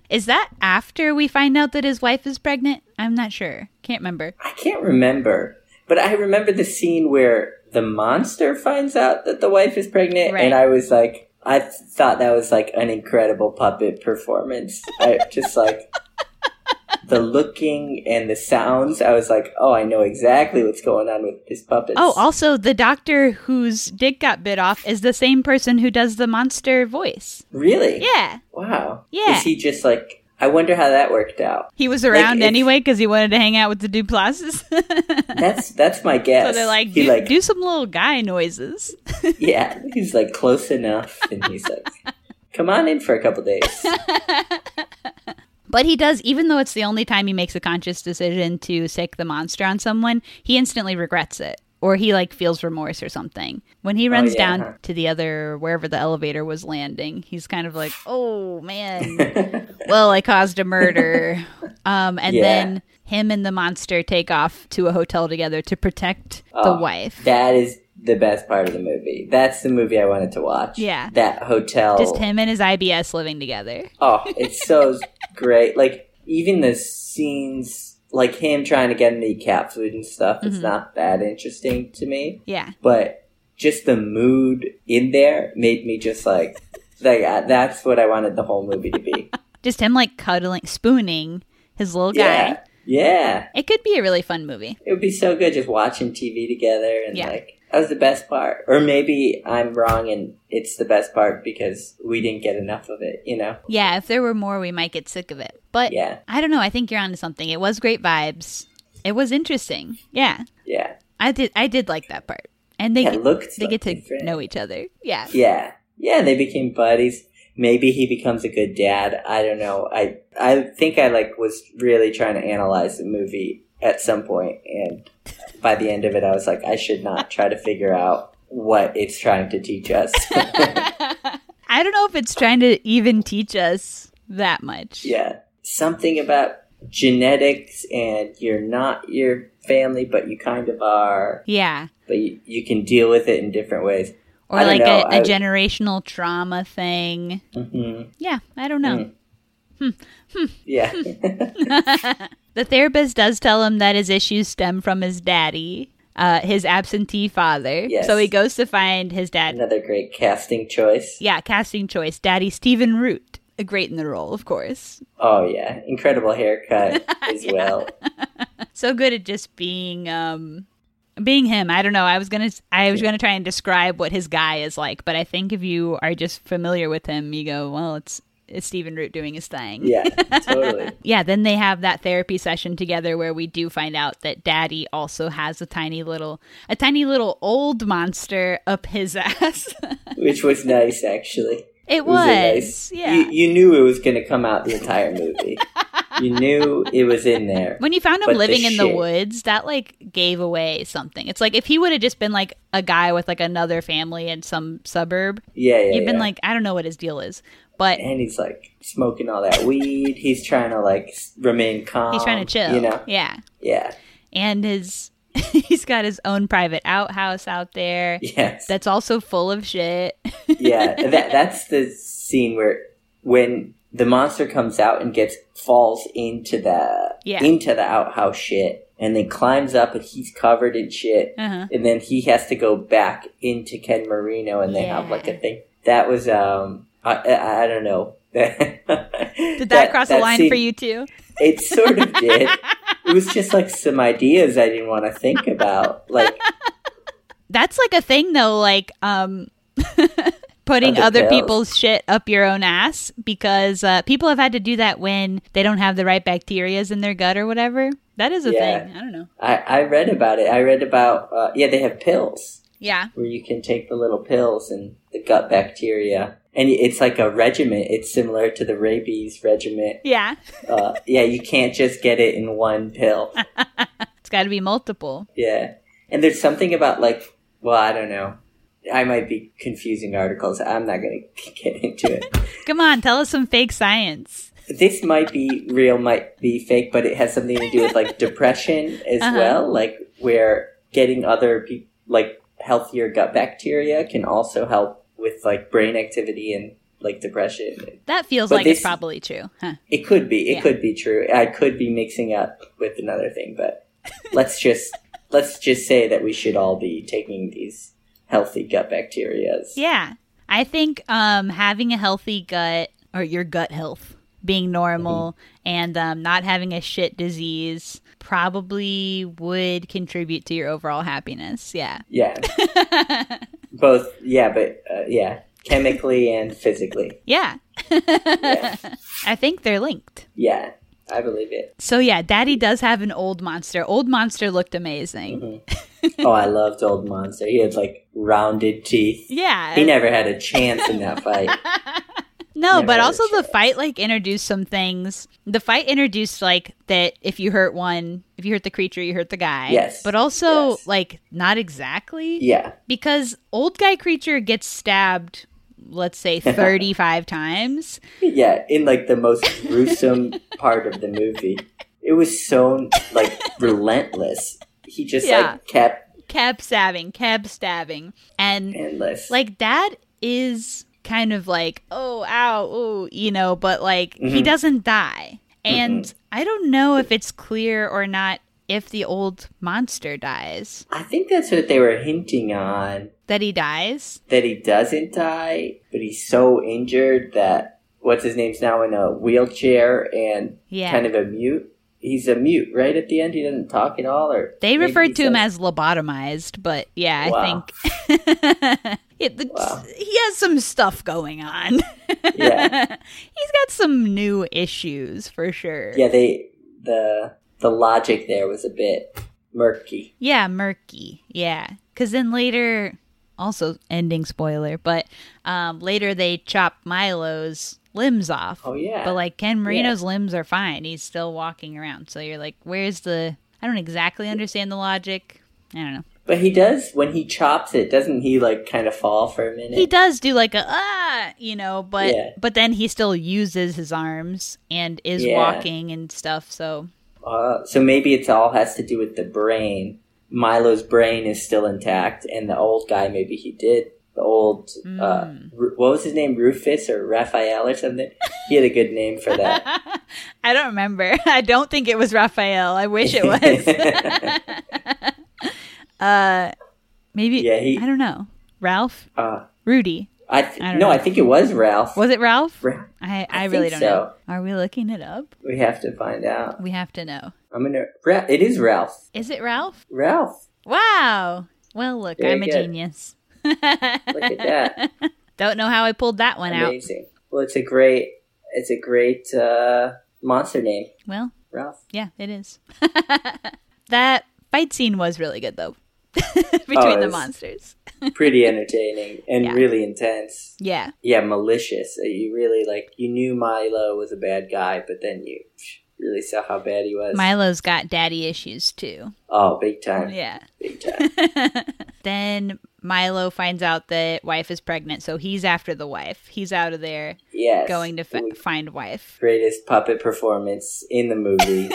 Is that after we find out that his wife is pregnant? I'm not sure. Can't remember. I can't remember, but I remember the scene where the monster finds out that the wife is pregnant, Right. and I was like, I th- thought that was like an incredible puppet performance. I just like [laughs] the looking and the sounds. I was like, oh, I know exactly what's going on with this puppet. Oh, also the doctor whose dick got bit off is the same person who does the monster voice. really? Yeah. Wow. Yeah. Is he just like? I wonder how that worked out. He was around anyway if- 'cause anyway because he wanted to hang out with the Duplaces. [laughs] so That's that's my guess. they're like He, do, do some little guy noises. yeah, he's like close enough, and he's like, come on in for a couple days. But he does, even though it's the only time he makes a conscious decision to sick the monster on someone, he instantly regrets it. Or he like feels remorse or something. When he runs Oh, yeah, down huh. to the other wherever the elevator was landing, he's kind of like, Oh [laughs] man. well, I caused a murder. Um and Yeah. then him and the monster take off to a hotel together to protect the Oh, wife. That is the best part of the movie. That's the movie I wanted to watch. Yeah. That hotel. Just him and his IBS living together. Oh, it's so great. Like, even the scenes, like him trying to get into cat food and stuff, Mm-hmm. it's not that interesting to me. Yeah. But just the mood in there made me just like, like uh, that's what I wanted the whole movie [laughs] to be. Just him like cuddling spooning his little guy. Yeah. Yeah. It could be a really fun movie. It would be so good just watching TV together and Yeah. like that was the best part. Or maybe I'm wrong and it's the best part because we didn't get enough of it, you know? Yeah, if there were more, we might get sick of it. But Yeah. I don't know. I think you're onto something. It was great vibes. It was interesting. Yeah, Yeah. I did. I did like that part. And they Yeah, get, looked they get to different. know each other. Yeah, Yeah. Yeah, they became buddies. Maybe he becomes a good dad. I don't know. I I think I like was really trying to analyze the movie at some point and by the end of it I was like I should not try to figure out what it's trying to teach [laughs] us. I don't know if it's trying to even teach us that much. Yeah. Something about genetics and you're not your family, but you kind of are. Yeah. But you, you can deal with it in different ways. Or I don't like a, know. a I- generational trauma thing. hmm Yeah, I don't know. Mm. [laughs] Yeah. The therapist does tell him that his issues stem from his daddy, uh, his absentee father. Yes. So he goes to find his dad. Another great casting choice. Yeah, casting choice. Daddy Stephen Root. A great in the role, of course. Oh, yeah. [laughs] Incredible haircut as well. So good at just being um being him. I don't know. I was going to I was going to try and describe what his guy is like, but I think if you are just familiar with him, you go, well, it's it's Stephen Root doing his thing. Yeah, totally. Yeah, then they have that therapy session together where we do find out that Daddy also has a tiny little a tiny little old monster up his [laughs] ass. Which was nice, actually. it a was. nice- yeah. You, you knew it was going to come out the [laughs] entire movie. you knew it was in there. When you found him But the living in the shit. woods, that like gave away something. It's like if he would have just been like a guy with like another family in some suburb, yeah, yeah. you've been yeah. like, I don't know what his deal is, but and he's like smoking all that weed. He's trying to like s- remain calm. he's trying to chill. um, You know? Yeah. Yeah. And his [laughs] he's got his own private outhouse out there Yes. [laughs] that's also full of shit. [laughs] yeah. That that's the scene where when the monster comes out and gets falls into the Yeah. into the outhouse shit and then climbs up and he's covered in shit Uh-huh. and then he has to go back into Ken Marino and they have like a thing. That was um I I, I don't know. [laughs] Did Did that, cross the line for you too? It sort of did. it was just like some ideas I didn't want to think about. Like That's like a thing though, like um [laughs] putting Other other pills. people's shit up your own ass because uh, people have had to do that when they don't have the right bacterias in their gut or whatever. That is a Yeah. thing. I don't know. I, I read about it. I read about uh, yeah, they have pills Yeah. where you can take the little pills and the gut bacteria, and it's like a regiment. It's similar to the rabies regiment. Yeah. Uh, yeah, you can't just get it in one pill. It's got to be multiple. Yeah, and there's something about like well, I don't know. I might be confusing articles. I'm not going to [laughs] get into it. Come on, tell us some fake science. this might be real, might be fake, but it has something to do with like depression as Uh-huh. well, like where getting other pe- like healthier gut bacteria can also help with like brain activity and like depression. That feels But like it's this- probably true. Huh. It could be, it Yeah. could be true. I could be mixing up with another thing, but let's just let's just say that we should all be taking these healthy gut bacteria. Yeah. I think um, having a healthy gut or your gut health being normal and um, not having a shit disease probably would contribute to your overall happiness. Yeah. Yeah. [laughs] Both, yeah, but uh, yeah, chemically and physically. Yeah. Yeah. [laughs] I think they're linked. Yeah, I believe it. So, yeah, Daddy does have an old monster. Old monster looked amazing. Oh, I loved Old Monster. He had like rounded teeth. Yeah. He never had a chance in [laughs] that fight. No, Never but had a also the chance. fight like introduced some things. The fight introduced like that if you hurt one, if you hurt the creature, you hurt the guy. Yes. But also Yes. like not exactly Yeah, because old guy creature gets stabbed let's [laughs] say 35 times. yeah, in like the most gruesome part of the movie. It was so like relentless. He just Yeah. like kept Kept stabbing, kept stabbing. And endless. like dad is kind of like oh ow ooh you know but like he Mhm. doesn't die and i don't know if it's clear or not if the old monster dies I think that's what they were hinting on that he dies that he doesn't die, but he's so injured that what's his name's now in a wheelchair and yeah kind of a mute. He's a mute, right? At the end, he doesn't talk at all, or they maybe referred he's to him a- as lobotomized but yeah i Wow. think [laughs] it, the, Wow. he has some stuff going on [laughs] yeah, he's got some new issues for sure yeah. They the the logic there was a bit murky. Yeah, murky. Yeah. Cause then later also ending spoiler, but um later they chop Milo's limbs off. Oh yeah, But like Ken Marino's limbs are fine. He's still walking around. So you're like, where's the I don't exactly understand the logic. I don't know. but he does when he chops it, doesn't he? Like kind of fall for a minute. He does do like a ah, you know, but Yeah. but then he still uses his arms and is Yeah. walking and stuff. So Uh, so maybe it's all has to do with the brain. Milo's brain is still intact, and the old guy maybe he did. The old, uh, Hmm. Ru- what was his name? Rufus or Raphael or something? He had a good name for that. [laughs] I don't remember. [laughs] I don't think it was Raphael. I wish it [laughs] was. [laughs] uh, maybe. Yeah, he- I don't know. Ralph, Uh, Rudy. I, th- I no, don't know. I think it was Ralph. Was it Ralph? Ra- I, I, I really don't think know. Are we looking it up? We have to find out. We have to know. I'm gonna. Ra- it is Ralph. Is it Ralph? Ralph. Wow. Well, look, Very I'm a good. genius. [laughs] Look at that. Don't know how I pulled that one [laughs] out. Amazing. Well, it's a great. It's a great uh, monster name, Well, Ralph. yeah, it is. [laughs] that fight scene was really good, though, [laughs] between the it's- monsters. [laughs] Pretty entertaining and Yeah. really intense. Yeah. Yeah, malicious. Uh, You really like. You knew Milo was a bad guy, but then you really saw how bad he was. Milo's got daddy issues too. oh, big time. Yeah. Big time. Then Milo finds out that wife is pregnant, so he's after the wife. He's out of there [laughs] Yes. going to f- find wife. Greatest puppet performance in [laughs] the movie.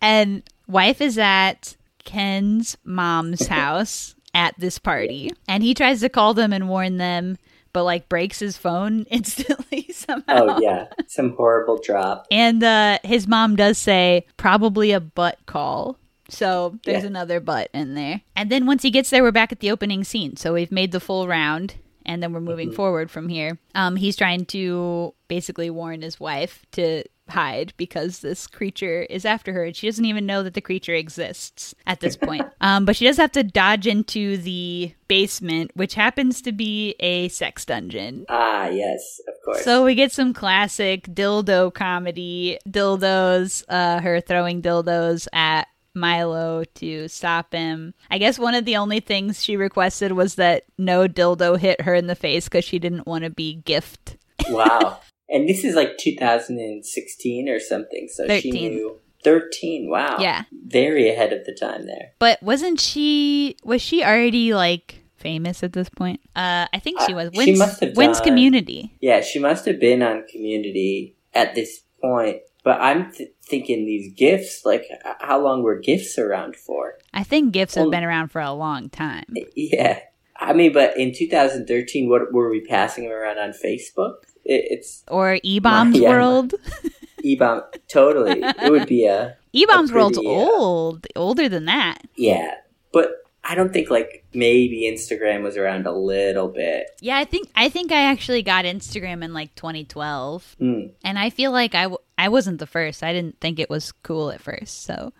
and wife is at Ken's mom's house at this party, and he tries to call them and warn them, but like breaks his phone [laughs] instantly somehow. Oh yeah, some horrible drop. And uh, his mom does say probably a butt call. So there's Yeah. another butt in there. And then once he gets there, we're back at the opening scene. So we've made the full round and then we're moving forward from here. Um, he's trying to basically warn his wife to hide because this creature is after her and she doesn't even know that the creature exists at this point. um, but she does have to dodge into the basement, which happens to be a sex dungeon. Ah, yes, of course. So [laughs] we get some classic dildo comedy dildos, uh, her throwing dildos at Milo to stop him. I guess one of the only things she requested was that no dildo hit her in the face because she didn't want to be gift. wow. And this is like 2016 or something, so she 13. knew 13. Wow. Yeah. Very ahead of the time there. But wasn't she? Was she already like famous at this point? Uh, I think she was. Uh, she Wins, must have wins done- community. Yeah, she must have been on Community at this point. But I'm th- thinking these gifts, like h- how long were gifts around for? [laughs] I think gifts have Well- been around for a long time. Yeah. I mean, but in 2013, what were we passing them around on Facebook? It, it's Or E Bombs Yeah. World. [laughs] E-bomb. totally. It would be a E Bombs World's pretty, uh, old, older than that. Yeah, but I don't think like maybe Instagram was around a little bit. Yeah, I think I think I actually got Instagram in like 2012, Hmm. and I feel like I w- I wasn't the first. I didn't think it was cool at first, so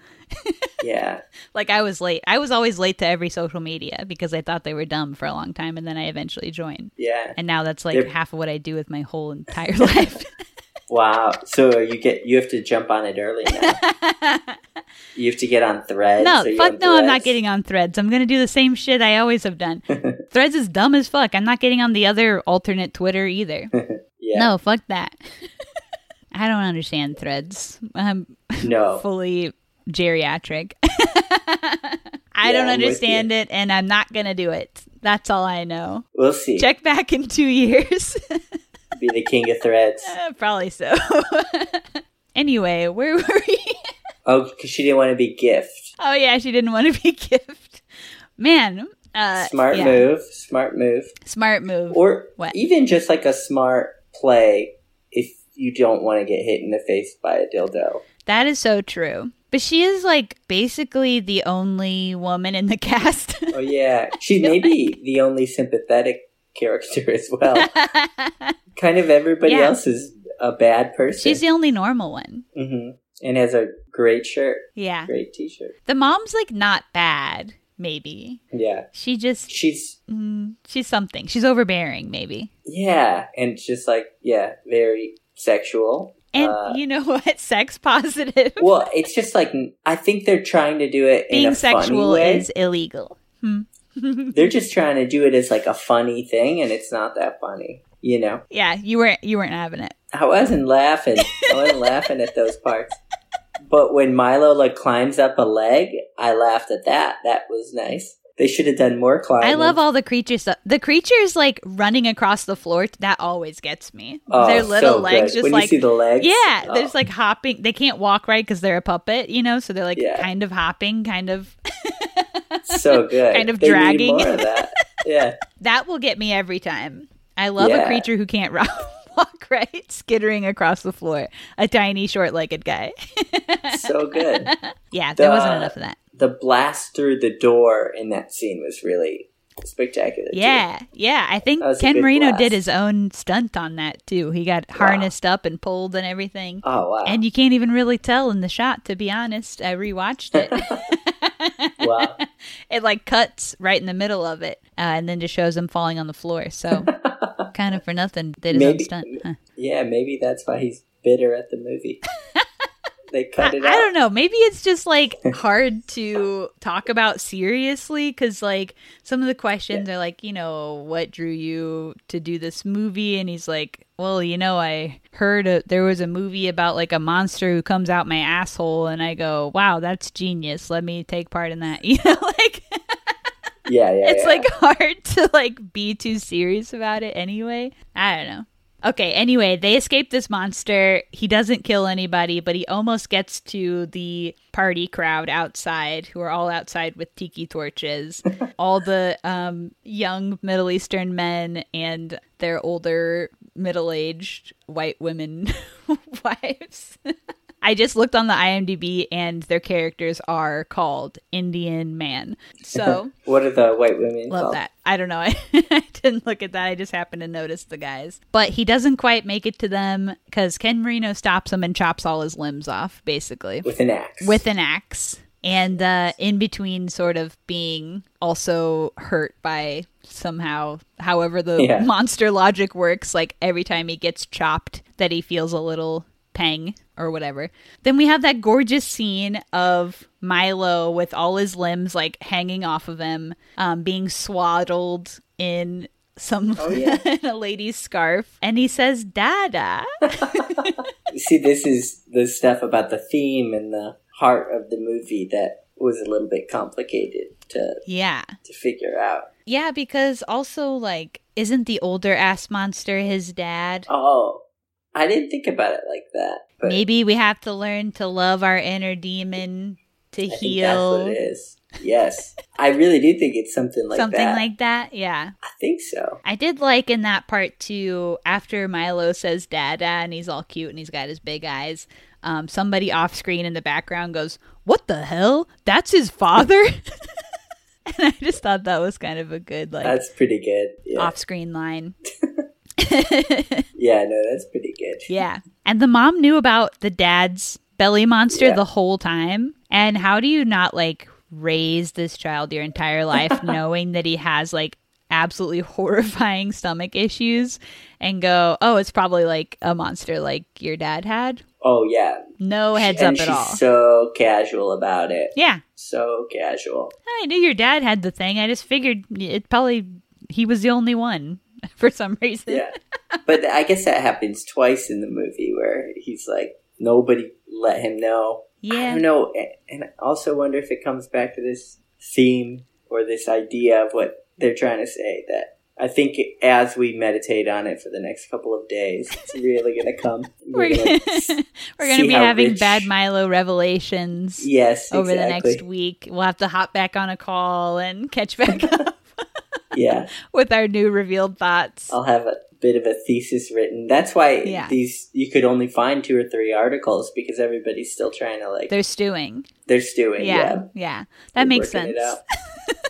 Yeah, like I was late. I was always late to every social media because I thought they were dumb for a long time, and then I eventually joined. yeah. And now that's like Yep. half of what I do with my whole entire [laughs] [laughs] life. Wow. So you get you have to jump on it early now. [laughs] you have to get on Threads. no, Are you fuck on no, I'm not Threads? getting on Threads. I'm gonna do the same shit I always have [laughs] done. Threads is dumb as fuck. I'm not getting on the other alternate Twitter either. [laughs] Yeah. No, fuck that. [laughs] I don't understand Threads. Um, I'm No. fully geriatric. [laughs] I Yeah, don't I'm with understand it, and I'm not gonna do it. That's all I know. We'll see. Check back in two [laughs] years. Be the king [laughs] of Threads. Uh, Probably so. anyway, where were [laughs] we? Oh, because she didn't want to be gift. Oh yeah, she didn't want to be [laughs] gift. Man, uh, Smart yeah. move. Smart move. Smart move. Or What? even just like a smart play if you don't want to get hit in the face by a dildo. that is so true. But she is like basically the only woman in the [laughs] cast. Oh yeah, [laughs] she may be the only sympathetic character [laughs] as [laughs] well. kind of everybody Yeah. else is a bad person. She's the only normal one. hmm and has a great shirt, Yeah. great T-shirt. The mom's like not bad, maybe. Yeah, She just she's mm, she's something. She's overbearing, maybe. yeah, and just like yeah, very sexual. And Uh, you know [laughs] what? Sex positive. well, it's just like I think they're trying to do it in Being a sexual funny way. is illegal. Hmm. They're just trying to do it as like a funny thing, and it's not that funny. You know, yeah, you weren't you weren't having it. I wasn't laughing. [laughs] I wasn't laughing at those parts. But when Milo like climbs up a leg, I laughed at that. That was nice. They should have done more climbing. I love all the creature stuff. The creatures like running across the floor. That always gets me. Oh, Their little so legs good. just when you like see the legs. yeah, oh, they're just like hopping. They can't walk right because they're a puppet, you know. So they're like Yeah. kind of hopping, kind of. [laughs] so good. kind of They need dragging. more of that. Yeah, that will get me every time. I love a Yeah. creature who can't [laughs] ro- walk right, skittering across the floor. A tiny, short-legged guy. [laughs] so good. yeah, there wasn't Duh. enough of that. The blast through the door in that scene was really spectacular. too. Yeah, yeah. I think That was a Ken good Marino blast. did his own stunt on that too. He got harnessed up and pulled and everything. Oh wow. And [laughs] you can't even really tell in the shot, to be honest. I rewatched [laughs] it. wow. it like cuts right in the middle of it, uh, and then just shows him falling on the floor. [laughs] So, kind of for nothing, did his own Maybe- stunt. huh? Yeah, maybe that's why he's bitter at [laughs] the movie. they I, cut it out. I don't know. Maybe it's just like hard to talk about seriously because like some of the questions are like, you know, what drew you to do this movie? And he's like, well, you know, I heard a, there was a movie about like a monster who comes out my asshole, and I go, wow, that's genius. Let me take part in that. [laughs] You know, like Yeah, yeah. it's yeah. like hard to like be too serious about it anyway. I don't know. Okay, anyway, they escape this monster. He doesn't kill anybody, but he almost gets to the party crowd outside, who are all outside with tiki torches. all the um, young Middle Eastern men and their older middle aged white women [laughs] wives. [laughs] I just looked on the IMDb and their characters are called Indian Man. So. What are the white women Love called? that. I don't know. [laughs] I, I didn't look at that. I just happened to notice the guys. But he doesn't quite make it to them because Ken Marino stops him and chops all his limbs off, basically, With an axe. with an axe. And uh, in between, sort of being also hurt by somehow, however, the Yeah. [laughs] monster logic works, like every time he gets chopped, that he feels a little pang or whatever. Then we have that gorgeous scene of Milo with all his limbs like hanging off of him, um, being swaddled in some Oh, yeah. [laughs] in a lady's scarf, and he says "Dada." See, this is the stuff about the theme and the heart of the movie that was a little bit complicated to, yeah, to figure out. yeah, because also like, isn't the older ass monster his dad? Oh, I didn't think about it like that. But Maybe we have to learn to love our inner demon to I think that's what heal. it is. Yes. I really do think it's something like Something that. like that. Yeah. I think so. I did like in that part too, after Milo says dada and he's all cute and he's got his big eyes, um, somebody off screen in the background goes, What the hell? That's his father? [laughs] and I just thought that was kind of a good, like, That's pretty good. Yeah. off screen line. Yeah, no, that's pretty good. Yeah. And the mom knew about the dad's belly monster Yeah. the whole time. And how do you not like raise this child your entire [laughs] life knowing that he has like absolutely [laughs] horrifying stomach issues and go, oh, it's probably like a monster like your dad had? Oh, yeah. No heads and up at she's all. so casual about it. yeah. So casual. I knew your dad had the thing. I just figured it probably he was the only one [laughs] for some reason. [laughs] Yeah. but I guess that happens twice in the movie where he's like, nobody let him know. I Yeah. don't know. a- And I also wonder if it comes back to this theme or this idea of what they're trying to say that I think as we meditate on it for the next couple of days, it's really going to come. [laughs] We're gonna gonna, [laughs] s- we're gonna see be how having rich- bad Milo revelations. yes, over the exactly. next week. We'll have to hop back on a call and catch back [laughs] up Yeah, with our new revealed thoughts. I'll have a bit of a thesis written. That's why Yeah. these you could only find two or three articles because everybody's still trying to like They're stewing. they're stewing. Yeah, Yeah, yeah. That They're makes working sense.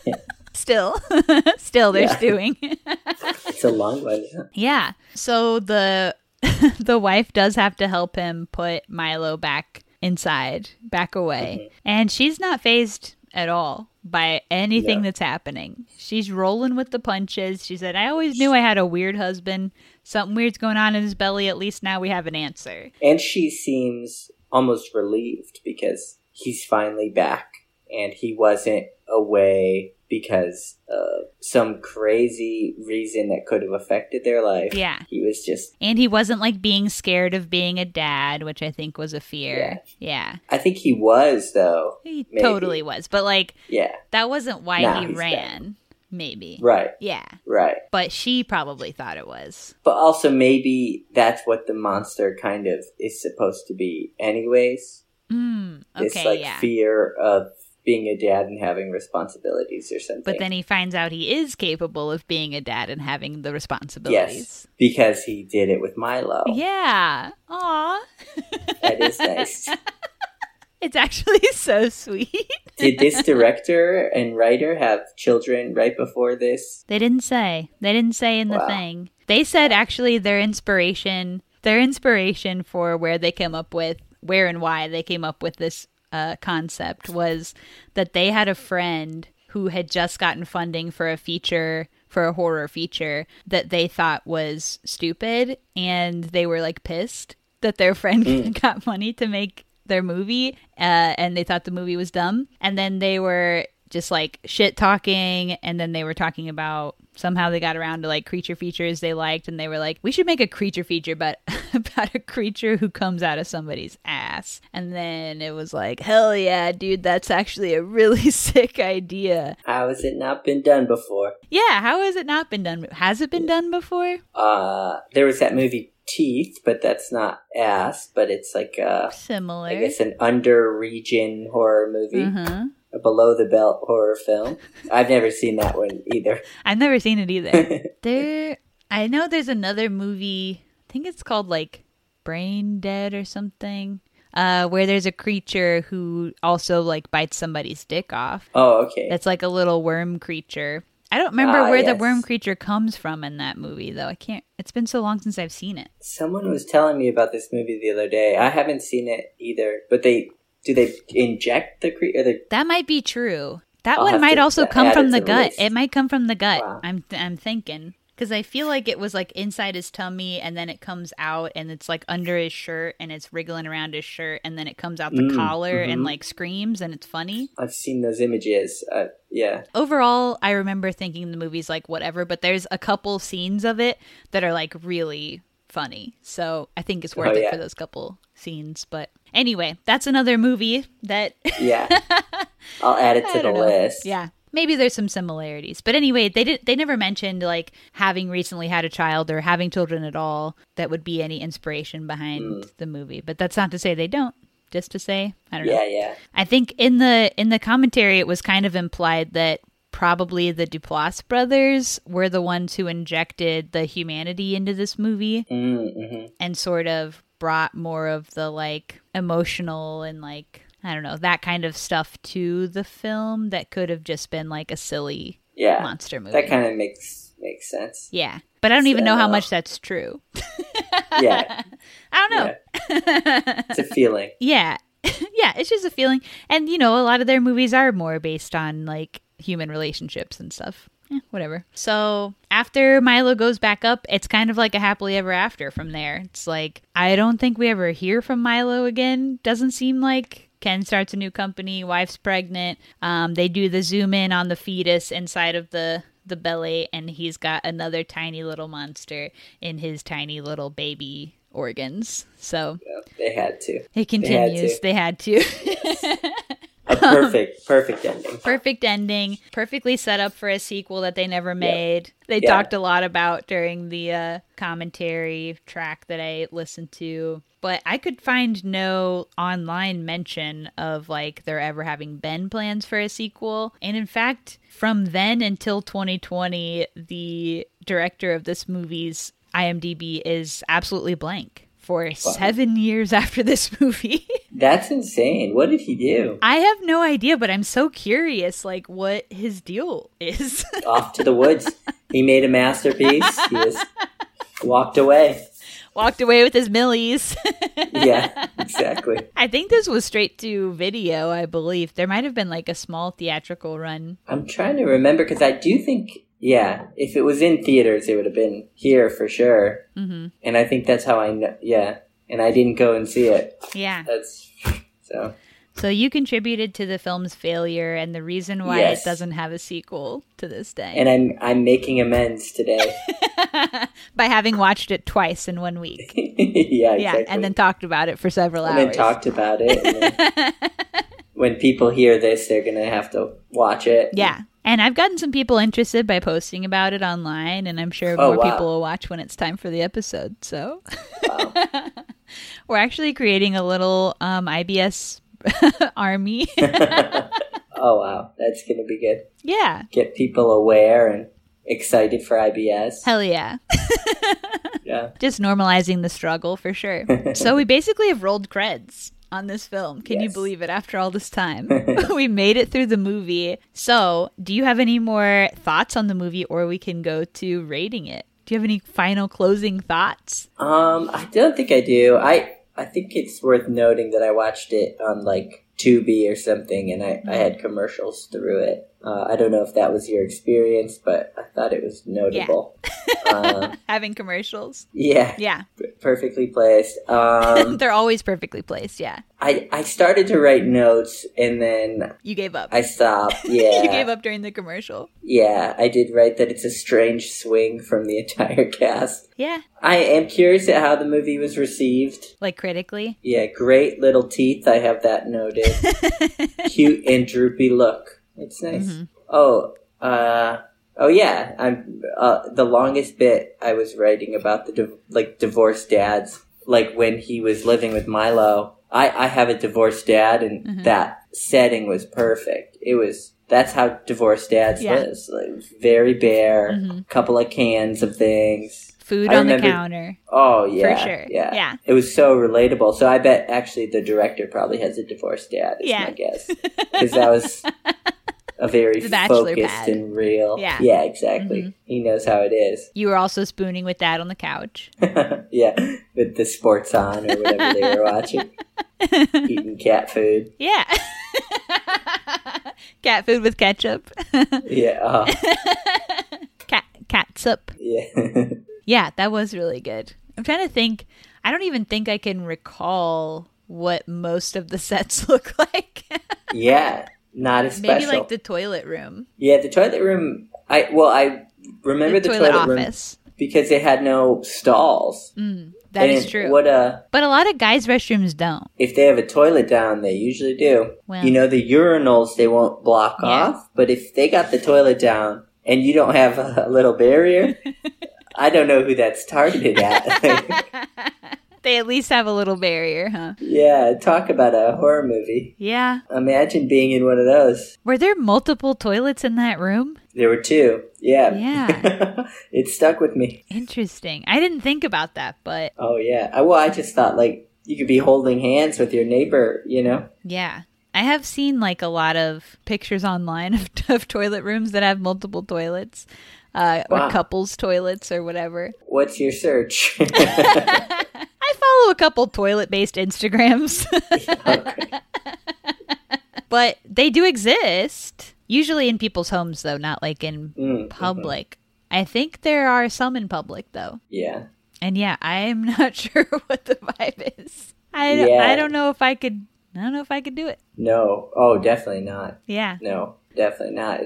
it out. [laughs] Still, [laughs] still they're Yeah. stewing. It's a long one. [laughs] yeah. yeah. So the [laughs] the wife does have to help him put Milo back inside, back away. Mm-hmm. And she's not phased at all by anything No. that's happening. She's rolling with the punches. She said, "I always knew I had a weird husband. Something weird's going on in his belly. At least now we have an answer." And she seems almost relieved because he's finally back and he wasn't away because of some crazy reason that could have affected their life. Yeah. He was just, And he wasn't like being scared of being a dad, which I think was a fear. Yeah. I think he was though. He Maybe. totally was. But like, Yeah. that wasn't why Nah, he he's ran, maybe. Right. Yeah. Right. But she probably thought it was. But also maybe that's what the monster kind of is supposed to be anyways. Mm, okay. it's like yeah. fear of being a dad and having responsibilities or something. But then he finds out he is capable of being a dad and having the responsibilities. because he did it with Milo. [laughs] Yeah. Aw. That is nice. It's [laughs] actually so sweet. [laughs] Did this director and writer have children right before this? They didn't say. They didn't say in the Wow. thing. They said actually their inspiration, their inspiration for where they came up with, where and why they came up with this uh, concept was that they had a friend who had just gotten funding for a feature for a horror feature that they thought was stupid and they were like pissed that their [laughs] friend got money to make their movie uh, and they thought the movie was dumb and then they were just like shit talking and then they were talking about somehow they got around to like creature features they liked and they were like we should make a creature feature but [laughs] about a creature who comes out of somebody's ass and then it was like hell yeah dude that's actually a really [laughs] sick idea How has it not been done before? yeah how has it not been done has it been done before Uh, there was that movie Teeth, but that's not ass, but it's like uh, similar I guess an under region horror movie, uh-huh. a below the belt horror film. I've never seen that one either. I've never seen it [laughs] either. there, I know there's another movie. I think it's called like Brain Dead or something, uh, where there's a creature who also like bites somebody's dick off. Oh, okay. That's like a little worm creature. I don't remember Ah, where the yes. worm creature comes from in that movie though. I can't. It's been so long since I've seen it. Someone was telling me about this movie the other day. I haven't seen it either, but they do they inject the creature? They, That might be true. That I'll one have might to also add come it from to the the gut. list. It might come from the gut. Wow. I'm I'm thinking because I feel like it was like inside his tummy and then it comes out and it's like under his shirt and it's wriggling around his shirt and then it comes out the Mm, collar and mhm. like screams and it's funny. I've seen those images. Uh, yeah. Overall, I remember thinking the movie's like whatever, but there's a couple scenes of it that are like really funny. So I think it's worth Oh, it yeah. for those couple scenes. But anyway, that's another movie that [laughs] Yeah. I'll add it to I the don't know. list. Yeah. Maybe there's some similarities. But anyway, they did they never mentioned like having recently had a child or having children at all that would be any inspiration behind the movie. But that's not to say they don't. Just to say, I don't know. Yeah, yeah. I think in the in the commentary it was kind of implied that probably the Duplass brothers were the ones who injected the humanity into this movie Mm-hmm. and sort of brought more of the like emotional and like I don't know that kind of stuff to the film that could have just been like a silly Yeah. monster movie. That kind of makes [laughs] makes sense. yeah, but I don't even know how So- much that's true. Yeah. I don't know. it's a feeling. Yeah. [laughs] yeah, it's just a feeling. And, you know, a lot of their movies are more based on like human relationships and stuff. Eh, whatever. So after Milo goes back up, it's kind of like a happily ever after from there. It's like, I don't think we ever hear from Milo again. Doesn't seem like. Ken starts a new company. Wife's pregnant. Um, they do the zoom in on the fetus inside of the the belly, and he's got another tiny little monster in his tiny little baby organs. So Yeah, they had to. it had continues. to. They had to. [laughs] A perfect, perfect ending. Perfect ending, perfectly set up for a sequel that they never made. They Yeah. talked a lot about during the uh, commentary track that I listened to, but I could find no online mention of like there ever having been plans for a sequel. And in fact, from then until 2020, the director of this movie's IMDb is absolutely blank for seven years after this [laughs] movie. That's insane. What did he do? I have no idea, but I'm so curious, like what his deal is. [laughs] Off to the woods. He made a masterpiece. He just walked away. Walked away with his [laughs] millies. Yeah, exactly. I think this was straight to video, I believe. There might have been like a small theatrical run. I'm trying to remember because I do think, yeah, if it was in theaters, it would have been here for sure. hmm And I think that's how I know. Yeah, and I didn't go and see it. Yeah. That's so. So you contributed to the film's failure and the reason why Yes. it doesn't have a sequel to this day And I'm I'm making amends today. [laughs] by having watched it twice in one week. [laughs] yeah, exactly. Yeah. And then talked about it for several and hours. then talked about it. and [laughs] then- when people hear this, they're gonna have to watch it. Yeah. And I've gotten some people interested by posting about it online, and I'm sure Oh, more wow. people will watch when it's time for the episode. So [laughs] we're actually creating a little um, IBS [laughs] [laughs] army. Oh wow, that's gonna be good. yeah. Get people aware and excited for IBS. Hell yeah. Yeah. Just normalizing the struggle for [laughs] sure. so we basically have rolled creds on this film. Can you Yes. believe it after all this [laughs] time? we made it through the movie. So, do you have any more thoughts on the movie, or we can go to rating it? Do you have any final closing thoughts? Um, I don't think I do. I I think it's worth noting that I watched it on like Tubi or something, and I, I had commercials through it. Uh, I don't know if that was your experience, but I thought it was notable. Yeah, having commercials. yeah. Yeah. perfectly placed. Um, They're always perfectly placed. Yeah. I I started to write notes and then You gave up. I stopped. [laughs] Yeah, you gave up during the commercial. yeah. I did write that it's a strange swing from the entire [laughs] cast. Yeah. I am curious at how the movie was received. Like critically. Yeah, great little teeth. I have that noted. Cute and droopy look. It's nice. Oh, uh, oh yeah. I'm uh, the longest bit I was writing about the div- like divorced dads, like when he was living with Milo. I I have a divorced dad, and that setting was perfect. It was. That's how divorced dads Yeah. live. Like very bare, couple of cans of things. Food I on the remember- counter. Oh yeah, sure. Yeah. Yeah. it was so relatable. So I bet actually the director probably has a divorced dad. Is Yeah. my [laughs] guess because that was a very The bachelor focused pad. and real. Yeah. Mm-hmm. exactly. He knows how it is. [laughs] You were also spooning with dad on the couch. yeah, with the sports on or whatever they were [laughs] watching, eating cat food. Yeah. [laughs] cat food with ketchup. [laughs] Yeah, oh, cat catsup. yeah. [laughs] Yeah, that was really good. I'm trying to think. I don't even think I can recall what most of the [laughs] sets look like. [laughs] yeah. Not as Maybe special. like the toilet room, yeah, the toilet room. I well, I remember the, toilet, room office. because it had no stalls. That is And true. What a but a lot of guys' restrooms don't. if they have a toilet down, they usually do. Well. you know, the urinals they won't block Yeah. off, but if they got the toilet down and you don't have a [laughs] little barrier, [laughs] I don't know who that's [laughs] targeted at. [laughs] They at least have a little barrier, huh? yeah, talk about a horror movie. Yeah. Imagine being in one of those. Were there multiple toilets in that room? There were two. Yeah. Yeah. [laughs] it stuck with me. Interesting. I didn't think about that, but Oh, yeah. I, well, I just thought, like, you could be holding hands with your neighbor, you know? yeah. I have seen like a lot of pictures online [laughs] of, of toilet rooms that have multiple toilets uh, or Wow. couples' toilets or whatever. What's [laughs] your search? [laughs] I follow a couple toilet based Instagrams. [laughs] But they do exist, usually in people's homes, though, not like in Mm, public. I think there are some in public, though. yeah. And yeah, I'm [laughs] not sure what the vibe is. I don't, Yeah. I don't know if I could. I don't know if I could do it. No. Oh, definitely not. Yeah. No, definitely not.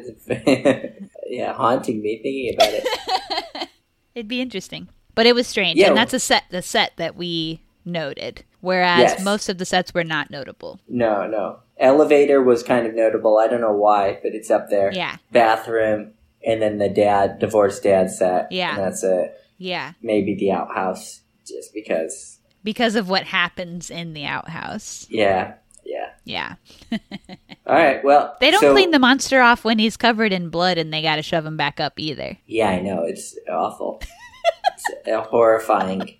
[laughs] It's yeah, haunting me thinking about it. It'd be interesting. But it was strange. Yeah. And that's a set the set that we noted. Whereas Yes. most of the sets were not notable. No, no. Elevator was kind of notable. I don't know why, but it's up there. Yeah. Bathroom, and then the dad, divorced dad set. Yeah. And that's it. Yeah. Maybe the outhouse, just because. Because of what happens in the outhouse. Yeah, yeah. Yeah. All right, well. They don't so- clean the monster off when he's covered in blood and they gotta shove him back up either. Yeah, I know. It's awful. it's [laughs] uh, horrifying.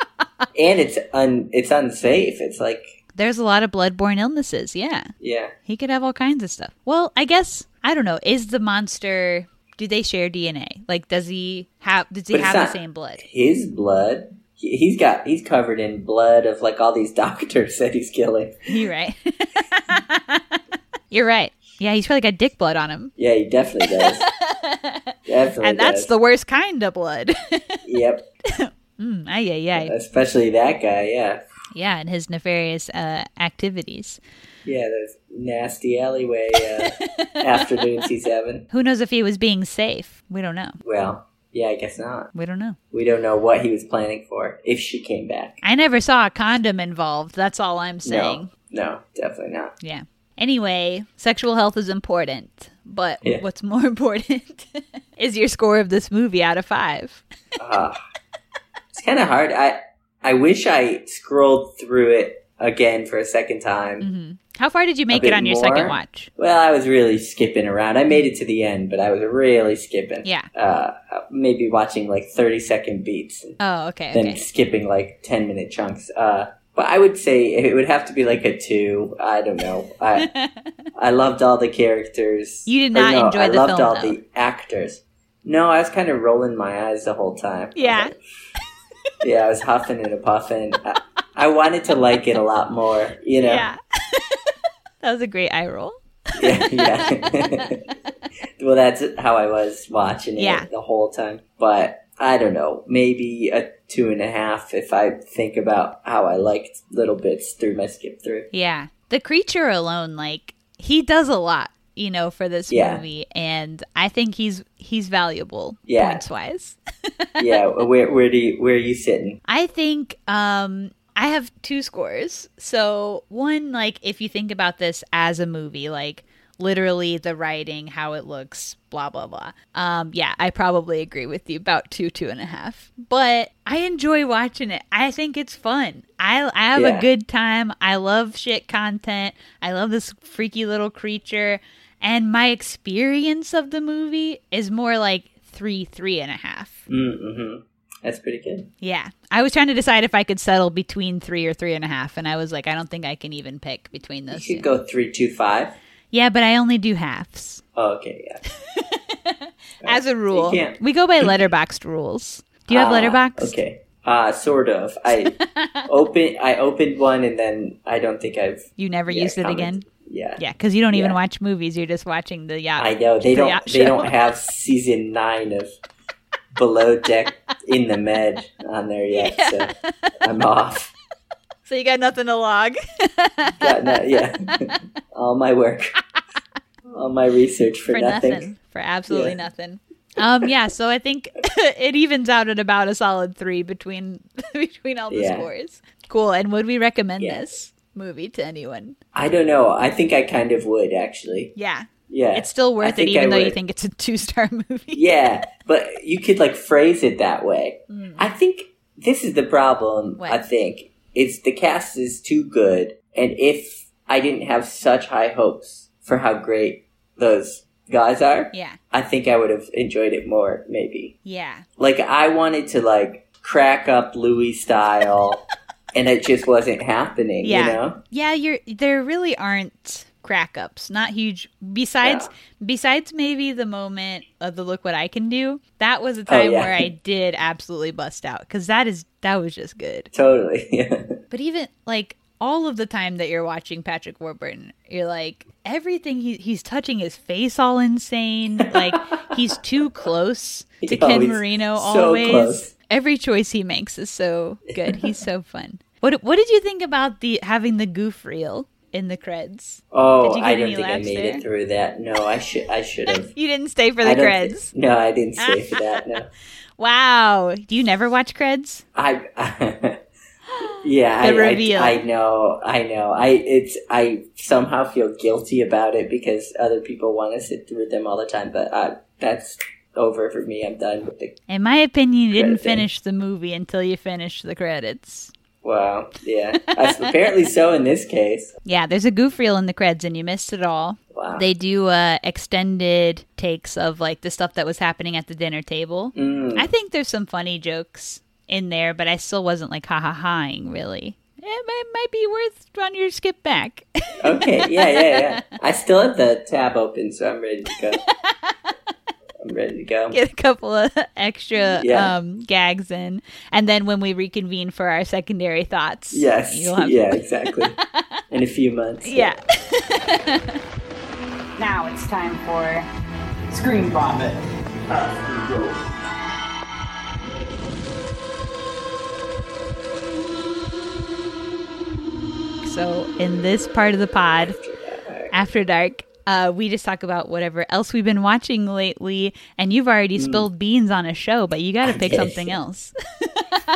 and it's un- it's unsafe. It's like, There's a lot of bloodborne illnesses, yeah. yeah. He could have all kinds of stuff. Well, I guess I don't know. Is the monster? Do they share DNA? Like, does he have? Does he But it's have the not- same blood? [laughs] his blood. He- He's got he's covered in blood of like all these [laughs] doctors that he's killing. You're right. [laughs] You're right. Yeah, he's probably got dick blood on him, Yeah, he definitely [laughs] does. definitely, and that's the does. worst kind of blood. [laughs] yep, mm, ay, ay, ay. especially that guy. Yeah, Yeah, and his nefarious uh, activities. yeah, those nasty alleyway uh, [laughs] afternoons he's having. Who knows if he was being safe? We don't know. Well, yeah, I guess not. We don't know. We don't know what he was planning for if she came back. I never saw a condom involved. That's all I'm saying. No, no, definitely not. Yeah. Anyway, sexual health is important, but Yeah. what's more [laughs] important is your score of this movie out of five. Ah. it's kind of hard. I I wish I scrolled through it again for a second time. Mm-hmm. How far did you make it bit on your second more? watch? Well, I was really skipping around. I made it to the end, but I was really skipping. Yeah. Uh, maybe watching like 30 second beats and Oh, okay, then okay. skipping like 10 minute chunks. Uh, but I would say it would have to be like a two. I don't know. [laughs] I, I loved all the characters. You did Or not no, enjoy I the loved film, all though. the actors. No, I was kind of rolling my eyes the whole time. Yeah. yeah, I was huffing and puffing. I, I wanted to like it a lot more, you know? [laughs] Yeah. that was a great eye roll. [laughs] yeah, [laughs] yeah. well, that's how I was watching it Yeah. the whole time. But I don't know, maybe a two and a half if I think about how I liked little bits through my [laughs] skip through. Yeah. The creature alone, like, he does a lot, you know, for this Yeah. movie. And I think he's he's valuable Yeah. points wise. yeah, where where do you, where are you sitting? I think um I have two scores. So one like if you think about this as a movie, like literally the writing, how it looks, blah blah blah. Um yeah, I probably agree with you about two, two and a half. But I enjoy watching it. I think it's fun. I I have a Yeah. good time. I love shit content. I love this freaky little creature. And my experience of the movie is more like three, three and a half. Mm-hmm. That's pretty good. Yeah. I was trying to decide if I could settle between three or three and a half, and I was like, I don't think I can even pick between You those. should two. go three two five. Yeah, but I only do halves Oh, okay, yeah. as a rule. can't- We go by letterboxed rules. Do you have Ah, letterbox? Okay. Uh, sort of. I [laughs] open. I opened one, and then I don't think I've You never yeah, used it commented. again. Yeah. Yeah, because you don't even Yeah. watch movies. You're just watching the yacht. I know they the don't. yacht They show. don't have season nine of Below Deck in the Med on [laughs] there yet. So I'm off. [laughs] So you got nothing to log. Yeah, no, [laughs] yeah. all my work, all my research for, for nothing. nothing. for absolutely Yeah. nothing um yeah so i think [laughs] it evens out at about a solid three between [laughs] between all the Yeah. scores cool and would we recommend Yeah. this movie to anyone I don't know. I think I kind of would actually. yeah Yeah, it's still worth it think even I though you would. think it's a [laughs] two-star movie yeah, but you could like phrase it that way. I think this is the problem. Hmm. What? I think is the cast is too good, and if I didn't have such high hopes for how great those guys are, yeah I think I would have enjoyed it more. Maybe yeah like I wanted to like crack up Louis [laughs] style, and it just wasn't happening. Yeah. You know? yeah you're there really aren't crack ups not huge besides besides maybe the moment of the look what i can do that was a time Oh, yeah. where i did absolutely bust out because that is that was just good Totally. [laughs] Yeah. But even like all of the time that you're watching Patrick Warburton, you're like everything he, he's touching his face all insane. [laughs] Like he's too close to He Ken always- Marino so always. close. Every choice he makes is so good. He's [laughs] so fun. What what did you think about the having the goof reel in the creds? Oh, Did you get I don't any think I laughs made there? it through that. No, I should. I should have. [laughs] You didn't stay for the I don't thi- creds. no, I didn't stay for [laughs] that. No, wow. Do you never watch creds? I. [laughs] yeah, I, The reveal. I, I know. I know. I it's. I somehow feel guilty about it because other people want to sit through them all the time, but I, that's over for me. I'm done with the. In my opinion, you didn't Credit thing. finish the movie until you finished the credits. Wow. [laughs] Yeah. That's apparently so in this case. Yeah, there's a goof reel in the creds and you missed it all. Wow. They do uh, extended takes of like the stuff that was happening at the dinner table. Mm. I think there's some funny jokes in there, but I still wasn't like ha ha haing really. It might, might be worth on your skip back. [laughs] [laughs] Okay. Yeah. Yeah. Yeah. I still have the tab open, so I'm [laughs] ready to go. I'm ready to go. Get a couple of extra Yeah. um, gags in, and then when we reconvene for our secondary thoughts, Yes. you'll have Yeah. [laughs] Exactly. In a few months. yeah. [laughs] Now it's time for Screen Vomit. So, in this part of the pod, After Dark, uh, we just talk about whatever else we've been watching lately. And you've already spilled beans on a show, but you got to pick Mm. did. something else.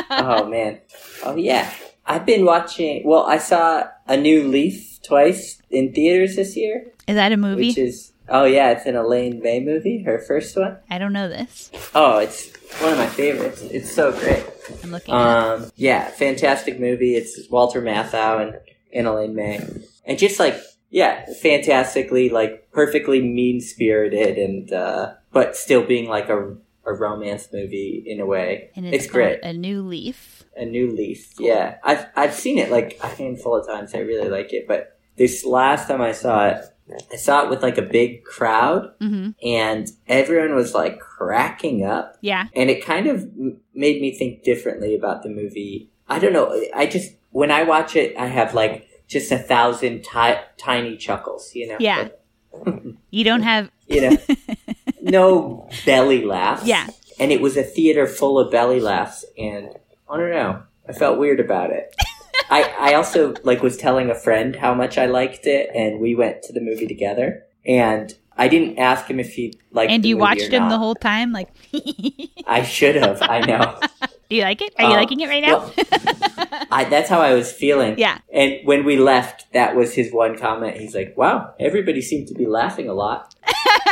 oh man. Oh yeah. I've been watching. Well, I saw a new Leaf twice in theaters this year, Is that a movie? which is oh yeah, it's an Elaine May movie, her first one. I don't know this. Oh, it's one of my favorites. It's so great. I'm looking. it up. Um, yeah, fantastic movie. It's Walter Matthau and, and Elaine May, and just like yeah, fantastically like perfectly mean spirited and uh, but still being like a a romance movie in a way. and it's, it's great. called A New Leaf. a new leaf. Yeah, I've I've seen it like a handful of times. I really like it, but this last time I saw it, I saw it with like a big crowd, hmm and everyone was like cracking up, Yeah. and it kind of m- made me think differently about the movie. I don't know. I just when I watch it, I have like just a thousand ti- tiny chuckles. You know. Yeah. You don't have. you know. No belly laughs. Yeah. and it was a theater full of belly laughs, and I don't know. I felt weird about it. I, I also like was telling a friend how much I liked it, and we went to the movie together. And I didn't ask him if he liked. and the you movie or watched him the not. whole time? Like, [laughs] do I should have. I [laughs] know. you like it? Are you Uh, liking it right now? I, that's how I was feeling. yeah. And when we left, that was his one comment. He's like, "Wow, everybody seemed to be laughing a lot." [laughs]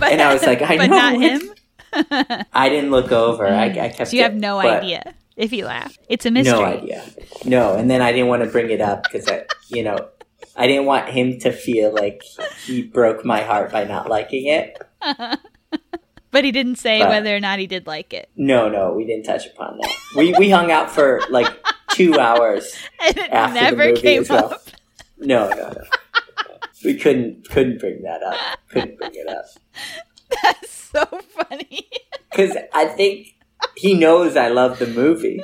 But, And I was like, I but know not it. him. I didn't look over. I, I kept. So you have it, no but idea if you laugh. It's a mystery. No idea. No, and then I didn't want to bring it up because I, you know, I didn't want him to feel like he broke my heart by not liking it. But he didn't say But- whether or not he did like it. [laughs] No, no, we didn't touch upon that. We we hung out for like two hours And it after the never movie came as well. up. No, no, no. We couldn't couldn't bring that up. Couldn't bring it up. [laughs] That's so funny. [laughs] Because I think he knows I love [laughs] the movie.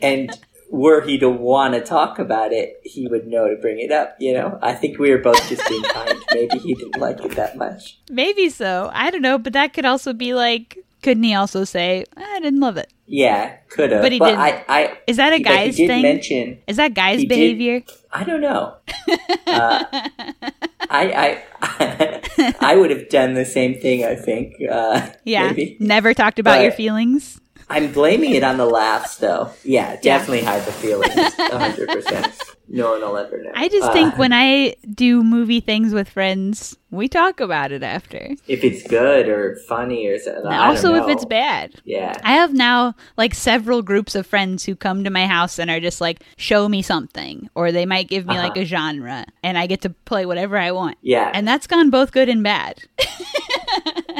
and were he to want to talk about it, he would know to bring it up, you know? I think we were both just [laughs] being kind. Maybe he didn't like it that much. Maybe so. I don't know, but that could also be like couldn't he also say, I didn't love it? Yeah, could have. But he didn't. I, I, Is that a he- but guy's he did thing? mention, Is that guy's He did- behavior? I don't know. [laughs] Uh, I, I, [laughs] I would have done the same thing, I think. Uh, yeah. Maybe. Never talked about your But- feelings. I'm blaming it on the laughs, though. Yeah, definitely hide [laughs] the feelings. 100%. No one will ever know. I just Uh, think when I do movie things with friends, we talk about it after. if it's good or funny or something. I don't also, if know. it's bad. Yeah. I have now like several groups of friends who come to my house and are just like, show me something. Or they might give me Uh-huh. like a genre and I get to play whatever I want. Yeah. And that's gone both good and bad.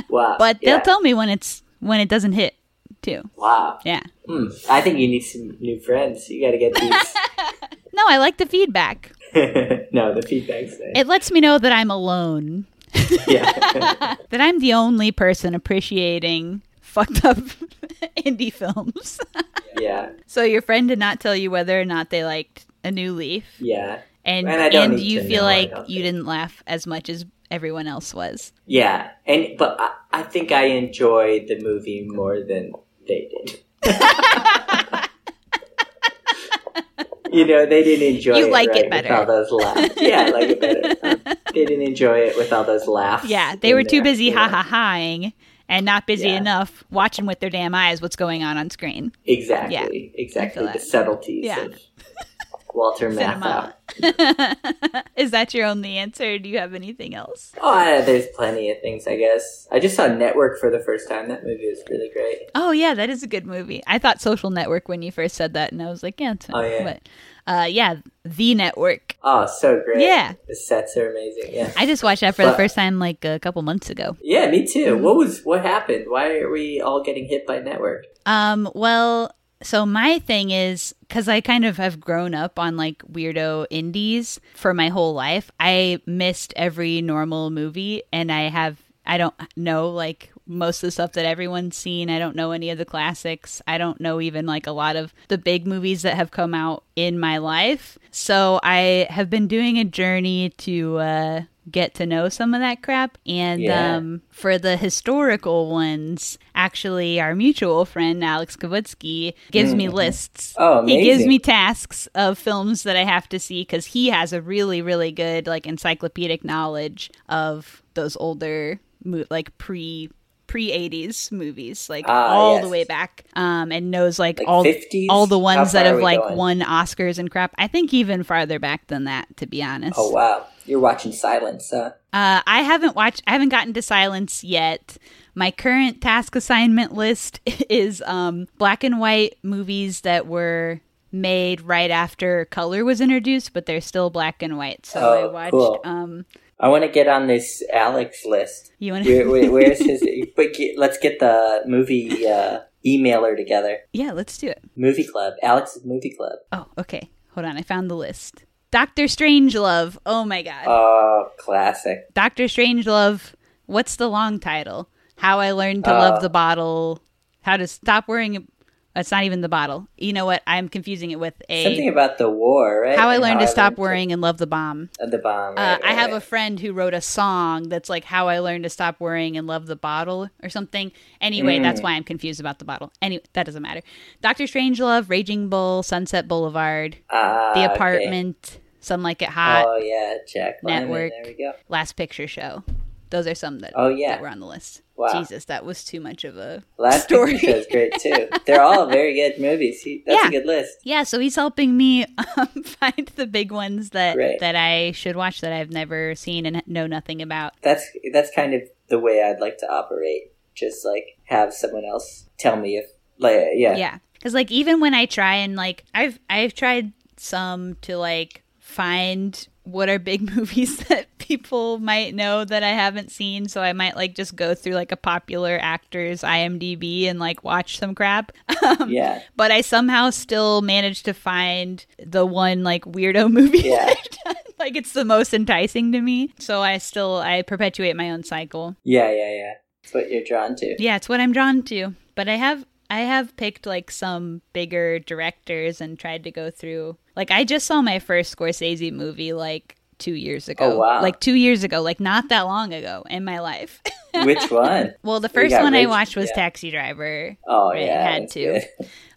wow. But yeah. they'll tell me when it's when it doesn't hit too. Wow. Yeah. Hmm. I think you need some new friends. You got to [laughs] get these. [laughs] No, I like the feedback. no, the feedback's there. It lets me know that I'm alone, [laughs] yeah. that I'm the only person appreciating fucked up [laughs] indie films. yeah. so your friend did not tell you whether or not they liked A New Leaf Yeah. and And I don't and need you to feel know, I like don't you think. didn't laugh as much as everyone else was. Yeah. And but I, I think I enjoyed the movie more than they [laughs] did. you know, they didn't enjoy You it, like it right, better. with all those laughs. Yeah, I like it [laughs] better. Um, they didn't enjoy it with all those laughs. Yeah, they in were too there, busy you know? ha ha haing and not busy Yeah. enough watching with their damn eyes what's going on on screen. Exactly. Yeah, Exactly. that. The subtleties Yeah. of [laughs] Walter Matthau. Cinema. Is that your only answer? Or do you have anything else? Oh, I, there's plenty of things, I guess. I just saw Network for the first time. That movie was really great. Oh yeah, that is a good movie. I thought Social Network when you first said that, and I was like, yeah, it's fine. Oh, yeah. But uh, yeah, The Network. Oh, so great. Yeah. The sets are amazing. Yeah. I just watched that for the But- first time like a couple months ago. Yeah, me too. What was what happened? Why are we all getting hit by Network? Um, well, so my thing is because I kind of have grown up on like weirdo indies for my whole life. I missed every normal movie, and I have I don't know like most of the stuff that everyone's seen. I don't know any of the classics. I don't know even like a lot of the big movies that have come out in my life. So I have been doing a journey to uh, get to know some of that crap, and Yeah. um, for the historical ones, actually, our mutual friend Alex Kavutsky gives me lists. Oh, He gives amazing. me tasks of films that I have to see because he has a really, really good like encyclopedic knowledge of those older, mo- like pre pre eighties movies, like Ah, all the yes. way back, um, and knows like, Like all 50s? all the How ones far that are have we like going? won Oscars and crap. I think even farther back than that, to be honest. Oh wow, you're watching Silence, huh? Uh, I haven't watched. I haven't gotten to Silence yet. My current task assignment list [laughs] is um, black and white movies that were made right after color was introduced, but they're still black and white. So Oh, I watched. cool. Um, I want to get on this Alex list. you want Where, to? where, [laughs] where's his? But get, let's get the movie uh, emailer together. Yeah, let's do it. Movie club, Alex's movie club. Oh, okay. Hold on. I found the list. Doctor Strangelove. Oh my god. Oh, classic. Doctor Strangelove. Uh, What's the long title? How I learned to love the bottle. How to stop worrying. It's not even the bottle. You know what? I'm confusing it with a Something about the war, right? how I And learned to stop learned worrying and love the bomb. uh, the bomb. Uh, right, I right, have a right. friend who wrote a song that's like how I learned to stop worrying and love the bottle or something. Anyway, Mm. that's why I'm confused about the bottle. Anyway, that doesn't matter. Doctor Strangelove, Raging Bull, Sunset Boulevard, Ah, The okay. Apartment, Some Like It Hot, Oh yeah, Jack Lemmon. Network. There we go. Last Picture Show. Those are some that, Oh, yeah. that were on the list. Wow. Jesus, that was too much of a Last [laughs] story. Picture Show is great too. They're all very good movies. He- That's a Yeah. good list. [laughs] Yeah, so he's helping me [laughs] um, find the big ones that Right. that I should watch that I've never seen and know nothing about. That's that's kind of the way I'd like to operate. Just like have someone else tell me if, like, yeah, yeah because like even when i try and like i've i've tried some to like find what are big [laughs] movies that people might know that i haven't seen so i might like just go through like a popular actor's imdb and like watch some crap [laughs] um, yeah, but i somehow still managed to find the one like weirdo [laughs] movie Yeah. they've done. like it's the most enticing to me so i still i perpetuate my own cycle yeah, yeah, yeah. It's what you're drawn to. yeah, it's what I'm drawn to. But I have I have picked like some bigger directors and tried to go through. Like I just saw my first Scorsese movie like 2 years ago. Oh, wow. Like 2 years ago, like not that long ago in my life. Which one? well, [laughs] the first got one I Rage- watched was yeah. Taxi Driver. Oh Right, yeah, had that's to. good.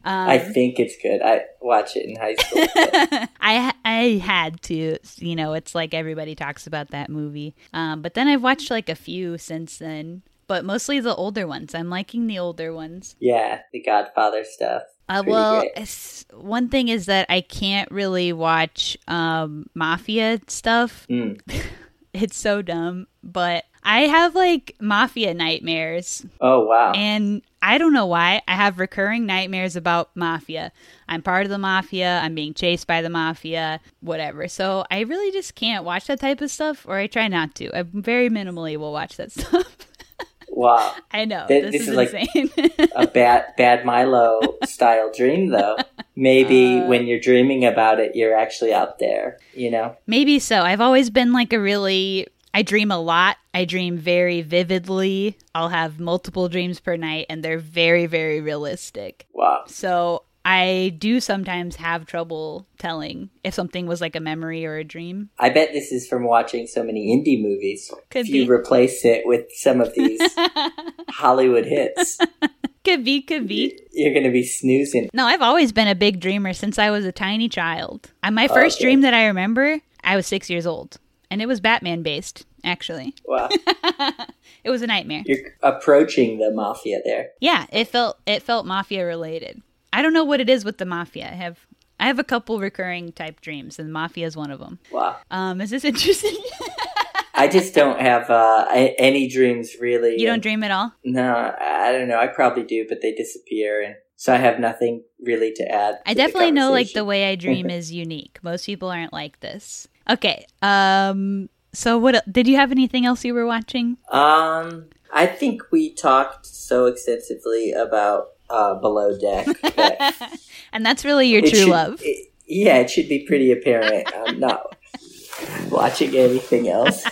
Um, I think it's good. I watch it in [laughs] high school. I I had to, you know, it's like everybody talks about that movie. Um, but then I've watched like a few since then, but mostly the older ones. I'm liking the older ones. yeah, the Godfather stuff. Uh, Pretty well, great. it's, one thing is that I can't really watch um, mafia stuff. Mm. [laughs] It's so dumb, but I have like mafia nightmares, Oh wow. and I don't know why. I have recurring nightmares about mafia. I'm part of the mafia. I'm being chased by the mafia. Whatever. So I really just can't watch that type of stuff, or I try not to. I very minimally will watch that [laughs] stuff. wow. I know Th- this, this is, is, like, insane. [laughs] a bad bad Milo style dream [laughs] though. Maybe Uh, when you're dreaming about it, you're actually out there. You know? Maybe so. I've always been like a really I dream a lot. I dream very vividly. I'll have multiple dreams per night and they're very very realistic. Wow. So, I do sometimes have trouble telling if something was like a memory or a dream. I bet this is from watching so many indie movies. Could if you be. replace it with some of [laughs] these Hollywood hits, Could be, could be. you're gonna be snoozing. No, I've always been a big dreamer since I was a tiny child. And my first Okay. dream that I remember, I was 6 years old and it was Batman based, actually. Wow. It was a nightmare. You're approaching the mafia there. Yeah, it felt it felt mafia related. I don't know what it is with the mafia. I have I have a couple recurring type dreams, and mafia is one of them. Wow. Um, is this [laughs] interesting? I just don't have uh, a- any dreams really. you don't dream at all. No, I I don't know. I probably do, but they disappear, and so I have nothing really to add. I to the definitely know like the conversation. way I dream is unique. Most people aren't like this. Okay. Um. So what el- did you have anything else you were watching? Um, I think we talked so extensively about uh, Below Deck that and that's really your it true should- love. it- yeah, it should be pretty apparent. [laughs] I'm not watching anything else.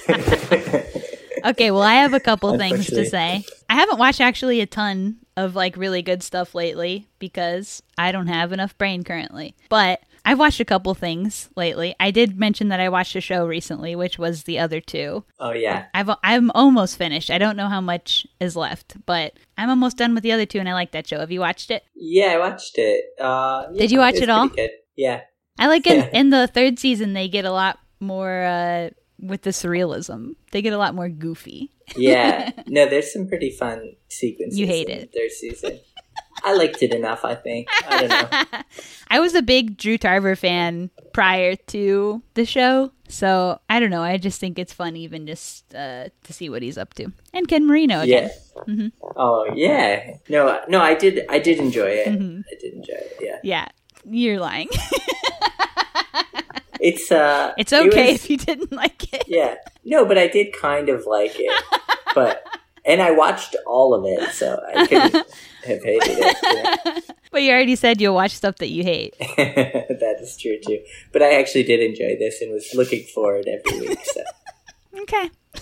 Okay, well, I have a couple things to Unfortunately. say. I haven't watched actually a ton of like really good stuff lately because I don't have enough brain currently. But I've watched a couple things lately. I did mention that I watched a show recently, which was the other two. oh yeah, I've I'm almost finished. I don't know how much is left, but I'm almost done with the other two, and I like that show. Have you watched it? yeah, I watched it. Uh, Did yeah, you watch was it all? pretty good. Yeah, I like in, in the third season they get a lot more uh, with the surrealism. They get a lot more goofy. [laughs] yeah. No, there's some pretty fun sequences. You hate in it. Their season. I liked it enough. I think. I don't [laughs] know. I was a big Drew Tarver fan prior to the show, so I don't know. I just think it's fun, even just uh, to see what he's up to. And Ken Marino again. Yeah. Mm-hmm. Oh yeah. No, no, I did. I did enjoy it. Mm-hmm. I did enjoy it. Yeah. Yeah, you're lying. [laughs] It's uh. It's it okay was- if you didn't [laughs] like it. yeah. No, but I did kind of like [laughs] it. But and I watched all of it, so [laughs] I couldn't have hated it. yeah. But you already said you'll watch stuff that you hate. [laughs] that is true too. But I actually [laughs] did enjoy this and was looking forward every week. So Okay, [laughs]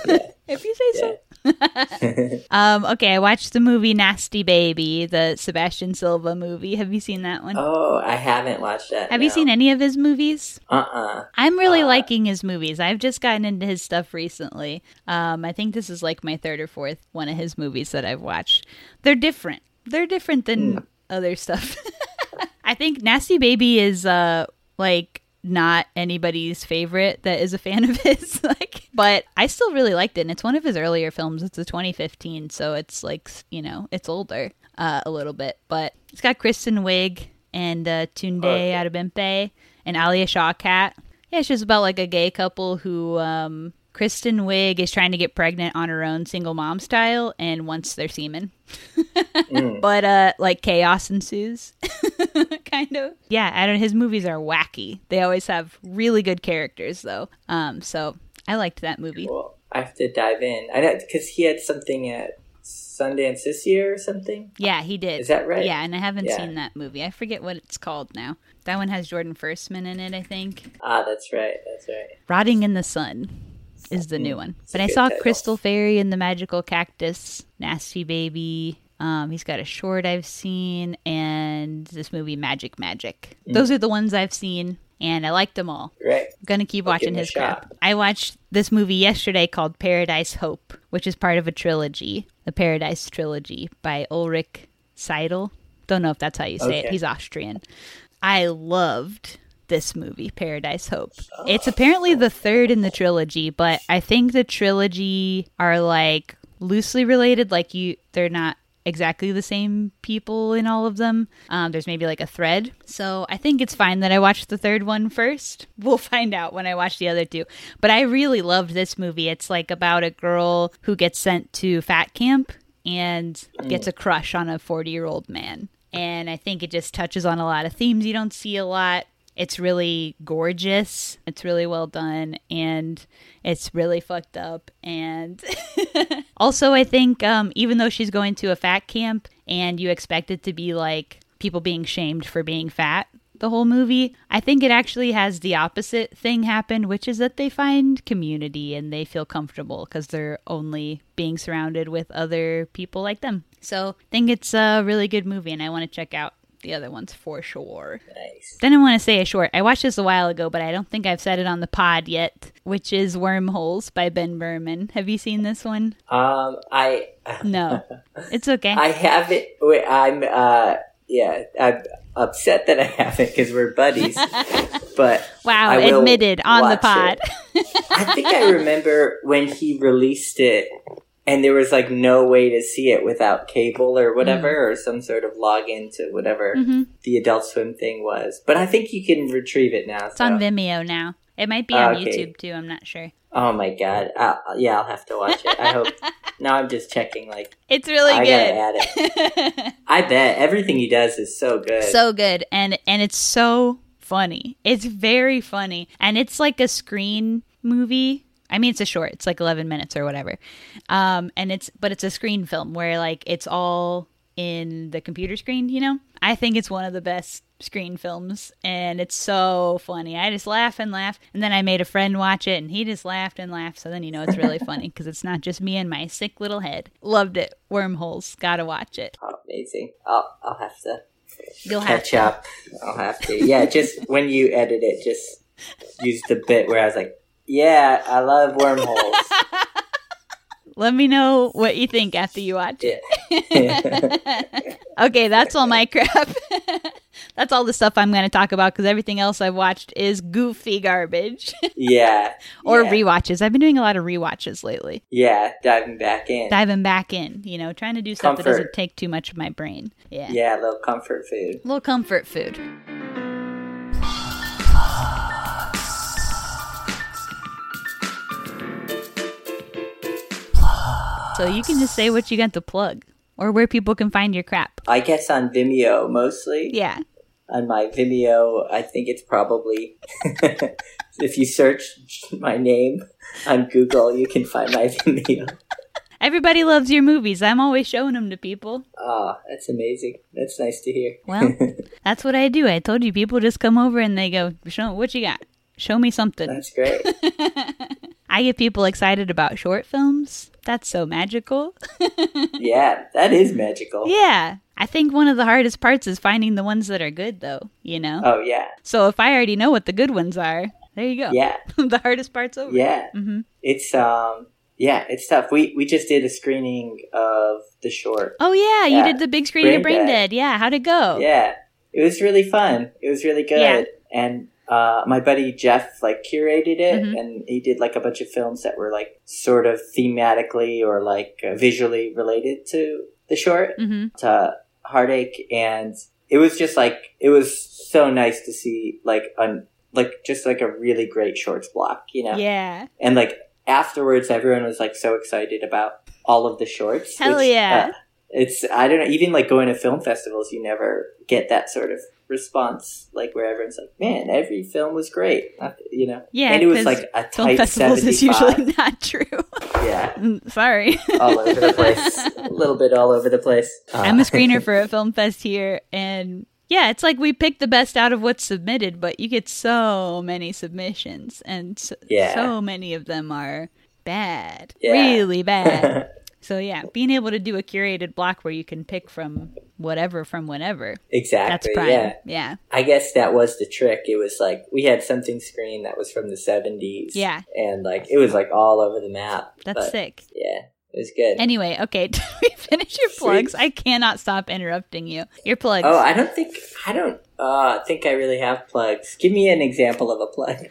if you say yeah. so. [laughs] um, okay, I watched the movie Nasty Baby, the Sebastian Silva movie. Have you seen that one? Oh, I haven't watched that. Have you seen any of his movies? Uh uh I'm really Uh, liking his movies. I've just gotten into his stuff recently. Um, I think this is like my third or fourth one of his movies that I've watched. They're different. They're different than other stuff. [laughs] I think Nasty Baby is uh like not anybody's favorite that is a fan of [laughs] his like but I still really liked it and it's one of his earlier films it's a 2015 so it's like you know it's older uh, a little bit but it's got Kristen Wiig and uh, Tunde Adebempe and Alia Shawkat yeah it's just about like a gay couple who um Kristen Wiig is trying to get pregnant on her own single mom style and wants their semen but uh like chaos ensues [laughs] kind of yeah i don't his movies are wacky they always have really good characters though um so i liked that movie Well, I have to dive in. I know because he had something at Sundance this year or something. yeah he did Is that right? yeah and i haven't Yeah. seen that movie i forget what it's called now that one has jordan firstman in it i think Ah, that's right. That's right. rotting in the sun is the new one Hmm. it's a but i good saw title. crystal fairy and the magical cactus nasty baby um, he's got a short I've seen and this movie Magic Magic. Hmm. Those are the ones I've seen and I liked them all. Right. Gonna keep I'll watching give it a his shot. crap. I watched this movie yesterday called Paradise Hope, which is part of a trilogy, the Paradise Trilogy by Ulrich Seidel. Don't know if that's how you say it. Okay. He's Austrian. I loved this movie, Paradise Hope. It's apparently the third in the trilogy, but I think the trilogy are like loosely related. Like you, they're not exactly the same people in all of them. Um, there's maybe like a thread. So I think it's fine that I watched the third one first. [laughs] We'll find out when I watch the other two. But I really loved this movie. It's like about a girl who gets sent to fat camp and gets a crush on a 40 year old man. And I think it just touches on a lot of themes you don't see a lot. It's really gorgeous. It's really well done and it's really fucked up. And also, I think um, even though she's going to a fat camp and you expect it to be like people being shamed for being fat the whole movie, I think it actually has the opposite thing happen, which is that they find community and they feel comfortable because they're only being surrounded with other people like them. So I think it's a really good movie and I want to check out the other ones for sure. Nice. Then I want to say a short. I watched this a while ago, but I don't think I've said it on the pod yet, which is Wormholes by Ben Berman. Have you seen this one? Um, I [laughs] No. It's okay. I haven't. Wait, I'm. Uh, yeah, I'm upset that I haven't because [laughs] we're buddies. but wow, I will admitted on the watch pod. it. I think I remember when he released it, and there was like no way to see it without cable or whatever, Mm. or some sort of login to whatever Mm-hmm. the Adult Swim thing was. But I think you can retrieve it now. It's on Vimeo now. It might be Ah, on okay. YouTube too, I'm not sure. Oh my god! Uh, yeah, I'll have to watch it. I hope. [laughs] now I'm just checking. Like It's really I good. gotta add it. [laughs] I bet everything he does is so good. so good and and it's so funny it's very funny and it's like a screen movie i mean it's a short it's like 11 minutes or whatever um and it's but it's a screen film where like it's all in the computer screen you know i think it's one of the best screen films and it's so funny i just laugh and laugh and then i made a friend watch it and he just laughed and laughed so then you know it's really funny because it's not just me and my sick little head loved it wormholes gotta watch it Oh, amazing. I'll I'll have to you'll have catch up. I'll have to. [laughs] Yeah, just when you edit it, just use the bit where I was like, "Yeah, I [laughs] love wormholes." Let me know what you think after you watch it. [laughs] okay, that's all my [laughs] crap. that's all the stuff I'm going to talk about because everything else I've watched is goofy garbage [laughs] yeah. or yeah, rewatches. I've been doing a lot of rewatches lately, Yeah, diving back in. diving back in, you know, trying to do stuff that doesn't Comfort. take too much of my brain. Yeah. yeah, a little comfort food. Little comfort food. So you can just say what you got to plug or where people can find your crap. I guess on Vimeo mostly. Yeah. On my Vimeo, I think it's probably [laughs] if you search my name on Google, you can find my [laughs] Vimeo. Everybody loves your movies. I'm always showing them to people. Ah, that's amazing. That's nice to hear. [laughs] Well, that's what I do. I told [laughs] you people just come over and they go, "Show what you got. Show me something." That's great. I get people excited about short films. That's so magical. yeah, that is magical. yeah. I think one of the hardest parts is finding the ones that are good, though, you know? Oh yeah, So if I already know what the good ones are, there you go. yeah, [laughs] the hardest part's over. yeah. hmm It's um, yeah, it's tough. We we just did a screening of the short. Oh, yeah, Yeah. You did the big screen of Brain Brain Dead. Dead. Yeah. How'd it go? Yeah, it was really fun. It was really good. Oh. Yeah. And uh, my buddy Jeff like curated it, Mhm. and he did like a bunch of films that were like sort of thematically or like uh, visually related to the short hmm to heartache, and it was just like it was so nice to see like an like just like a really great shorts block, you know. Yeah. And like afterwards, everyone was like so excited about all of the shorts. Hell yeah. uh, it's I don't know. Even like going to film festivals, you never get that sort of response. Like where everyone's like, "Man, every film was great," Uh, you know. Yeah, and it 'cause was like a Film tight festivals is usually [laughs] 75. not true. Mm, yeah, Sorry. all over the [laughs] place, a little bit all over the place. Uh, I'm a screener for a film fest here, and yeah, it's like we pick the best out of what's submitted, but you get so many submissions, and [laughs] so, Yeah. so many of them are bad, Yeah. really [laughs] bad. so yeah, being able to do a curated block where you can pick from whatever from whenever, that's exactly. prime. Yeah, Yeah. I guess that was the trick. It was like we had something screened that was from the seventies. Yeah. and like it was like all over the map. that's but, sick. Yeah, it was good. Anyway, okay, [laughs] did we finish your plugs? Sweet. I cannot stop interrupting you. Your plugs. Oh, I don't think I don't uh, think I really have plugs. Give me an example of a plug. [laughs]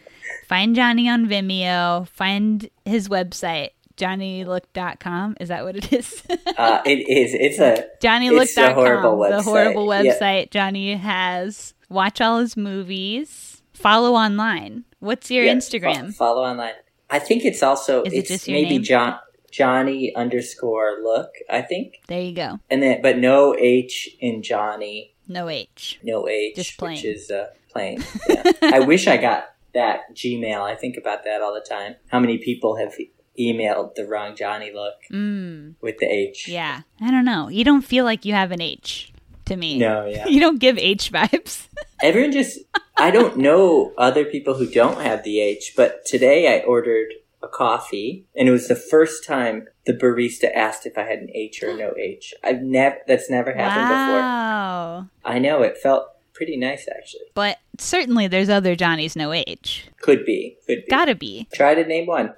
Find Johnny on Vimeo. Find his website, johnnylook.com. Is that what it is? [laughs] Uh, it is. It's a It's the johnnylook.com. horrible The horrible website. Yeah. website Johnny has. Watch all his movies. Follow online. What's your yeah, fo- Instagram? follow online. I think it's also Is it it's just your maybe name? John Johnny underscore look. I think, There you go. and then but no H in Johnny, No H. no H, Just plain. which is uh, plain. [laughs] Yeah. I wish I got that Gmail. I think about that all the time. How many people have e-, emailed the wrong Johnny look Mm, with the H? yeah. I don't know. You don't feel like you have an H to me. No, [laughs] yeah. You don't give H [laughs] vibes. everyone just i don't know other people who don't have the h but today i ordered a coffee and it was the first time the barista asked if i had an h or [gasps] no h i've never that's never happened wow. before i know it felt pretty nice actually But certainly there's other Johnny's no H. could be could be Gotta be. try to [laughs] name one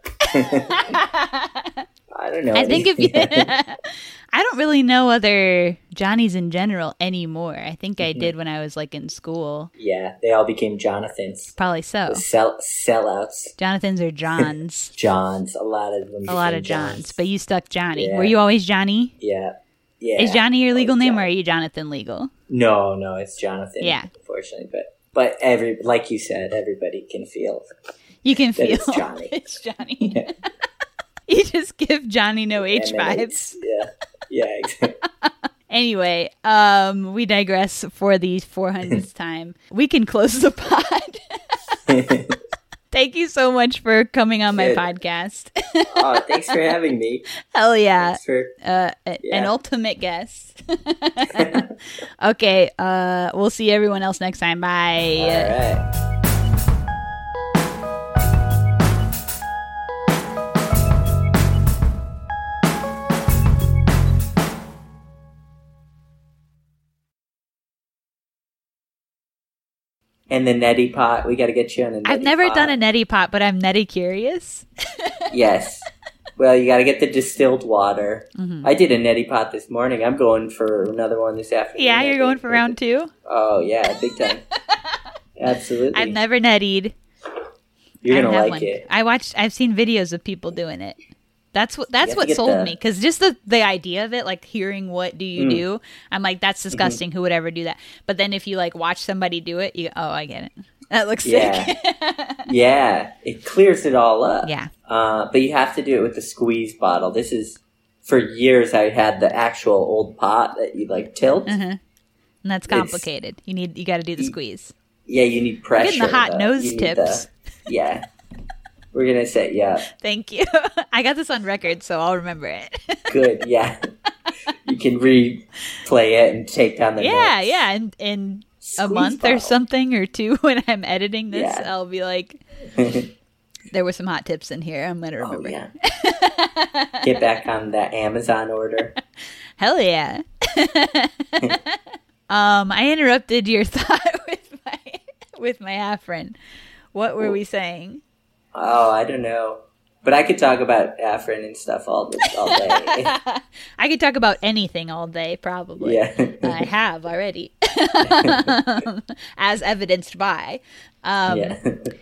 i don't know I think if you, [laughs] I don't really know other Johnnies in general anymore. I think I Mhm. did when I was like in school. [laughs] yeah they all became jonathans Probably so. sell sellouts Jonathan's or [laughs] Johns. johns a lot of them a lot became of Johns, but you stuck Johnny. Yeah. Were you always Johnny? yeah yeah Is Johnny your legal Always name or Johnny. are you Jonathan legal? No, no, it's Jonathan. Yeah. unfortunately, but but every like you said, everybody can feel. You can That feel [laughs] is Johnny. it's Johnny. [laughs] [laughs] you just give Johnny no H and then vibes. it's- Yeah, yeah, exactly. Anyway, um, we digress for the [laughs] 400th time. We can close the pod. [laughs] Thank you so much for coming on my Good. podcast. [laughs] [laughs] oh, thanks for having me. Hell yeah. [laughs] Thanks for Uh, a- An Yeah. ultimate guest. [laughs] okay. Uh, we'll see everyone else next time. Bye. all right. And the neti pot, we got to get you on a. Neti I've never pot. done a neti pot, but I'm neti curious. Yes. Well, you got to get the distilled water. Mhm. I did a neti pot this morning. I'm going for another one this afternoon. Yeah, I you're think. going for round two? Oh yeah, [laughs] big time. Absolutely. I've never netied. you're I gonna don't have like one. it. I watched. I've seen videos of people doing it. That's what. That's have what to get sold the- me because just the the idea of it, like hearing what do you Mm. Mm-hmm. do, I'm like that's disgusting. Who would ever do that? But then if you like watch somebody do it, you oh I get it. [laughs] That looks sick. [laughs] Yeah, it clears it all up. yeah. Uh, but you have to do it with the squeeze bottle. This is for years. I had the actual old pot that you like tilt. Uh-huh. And that's It's- complicated. you need you got to do the Y- squeeze. Yeah, you need pressure. Getting the hot though. nose You need tips. the- yeah, we're gonna set you up. Thank you. [laughs] I got this on record, so I'll remember it. [laughs] Good. Yeah, you can replay it and take down the yeah, notes. yeah. In in a Squeeze month or [laughs] bottle. [laughs] something or two, when I'm editing this, Yeah. I'll be like, There were some hot tips in here. I'm going to Oh remember. [laughs] yeah. Get back on that Amazon order. Hell [laughs] yeah. [laughs] um, I interrupted your [laughs] thought with my with my afrin. What were we saying? Oh, I don't know. But I could talk about Afrin and stuff all the, all [laughs] day. I could talk about anything all day, probably. yeah. I [laughs] [laughs] have already, as evidenced by. Um, yeah.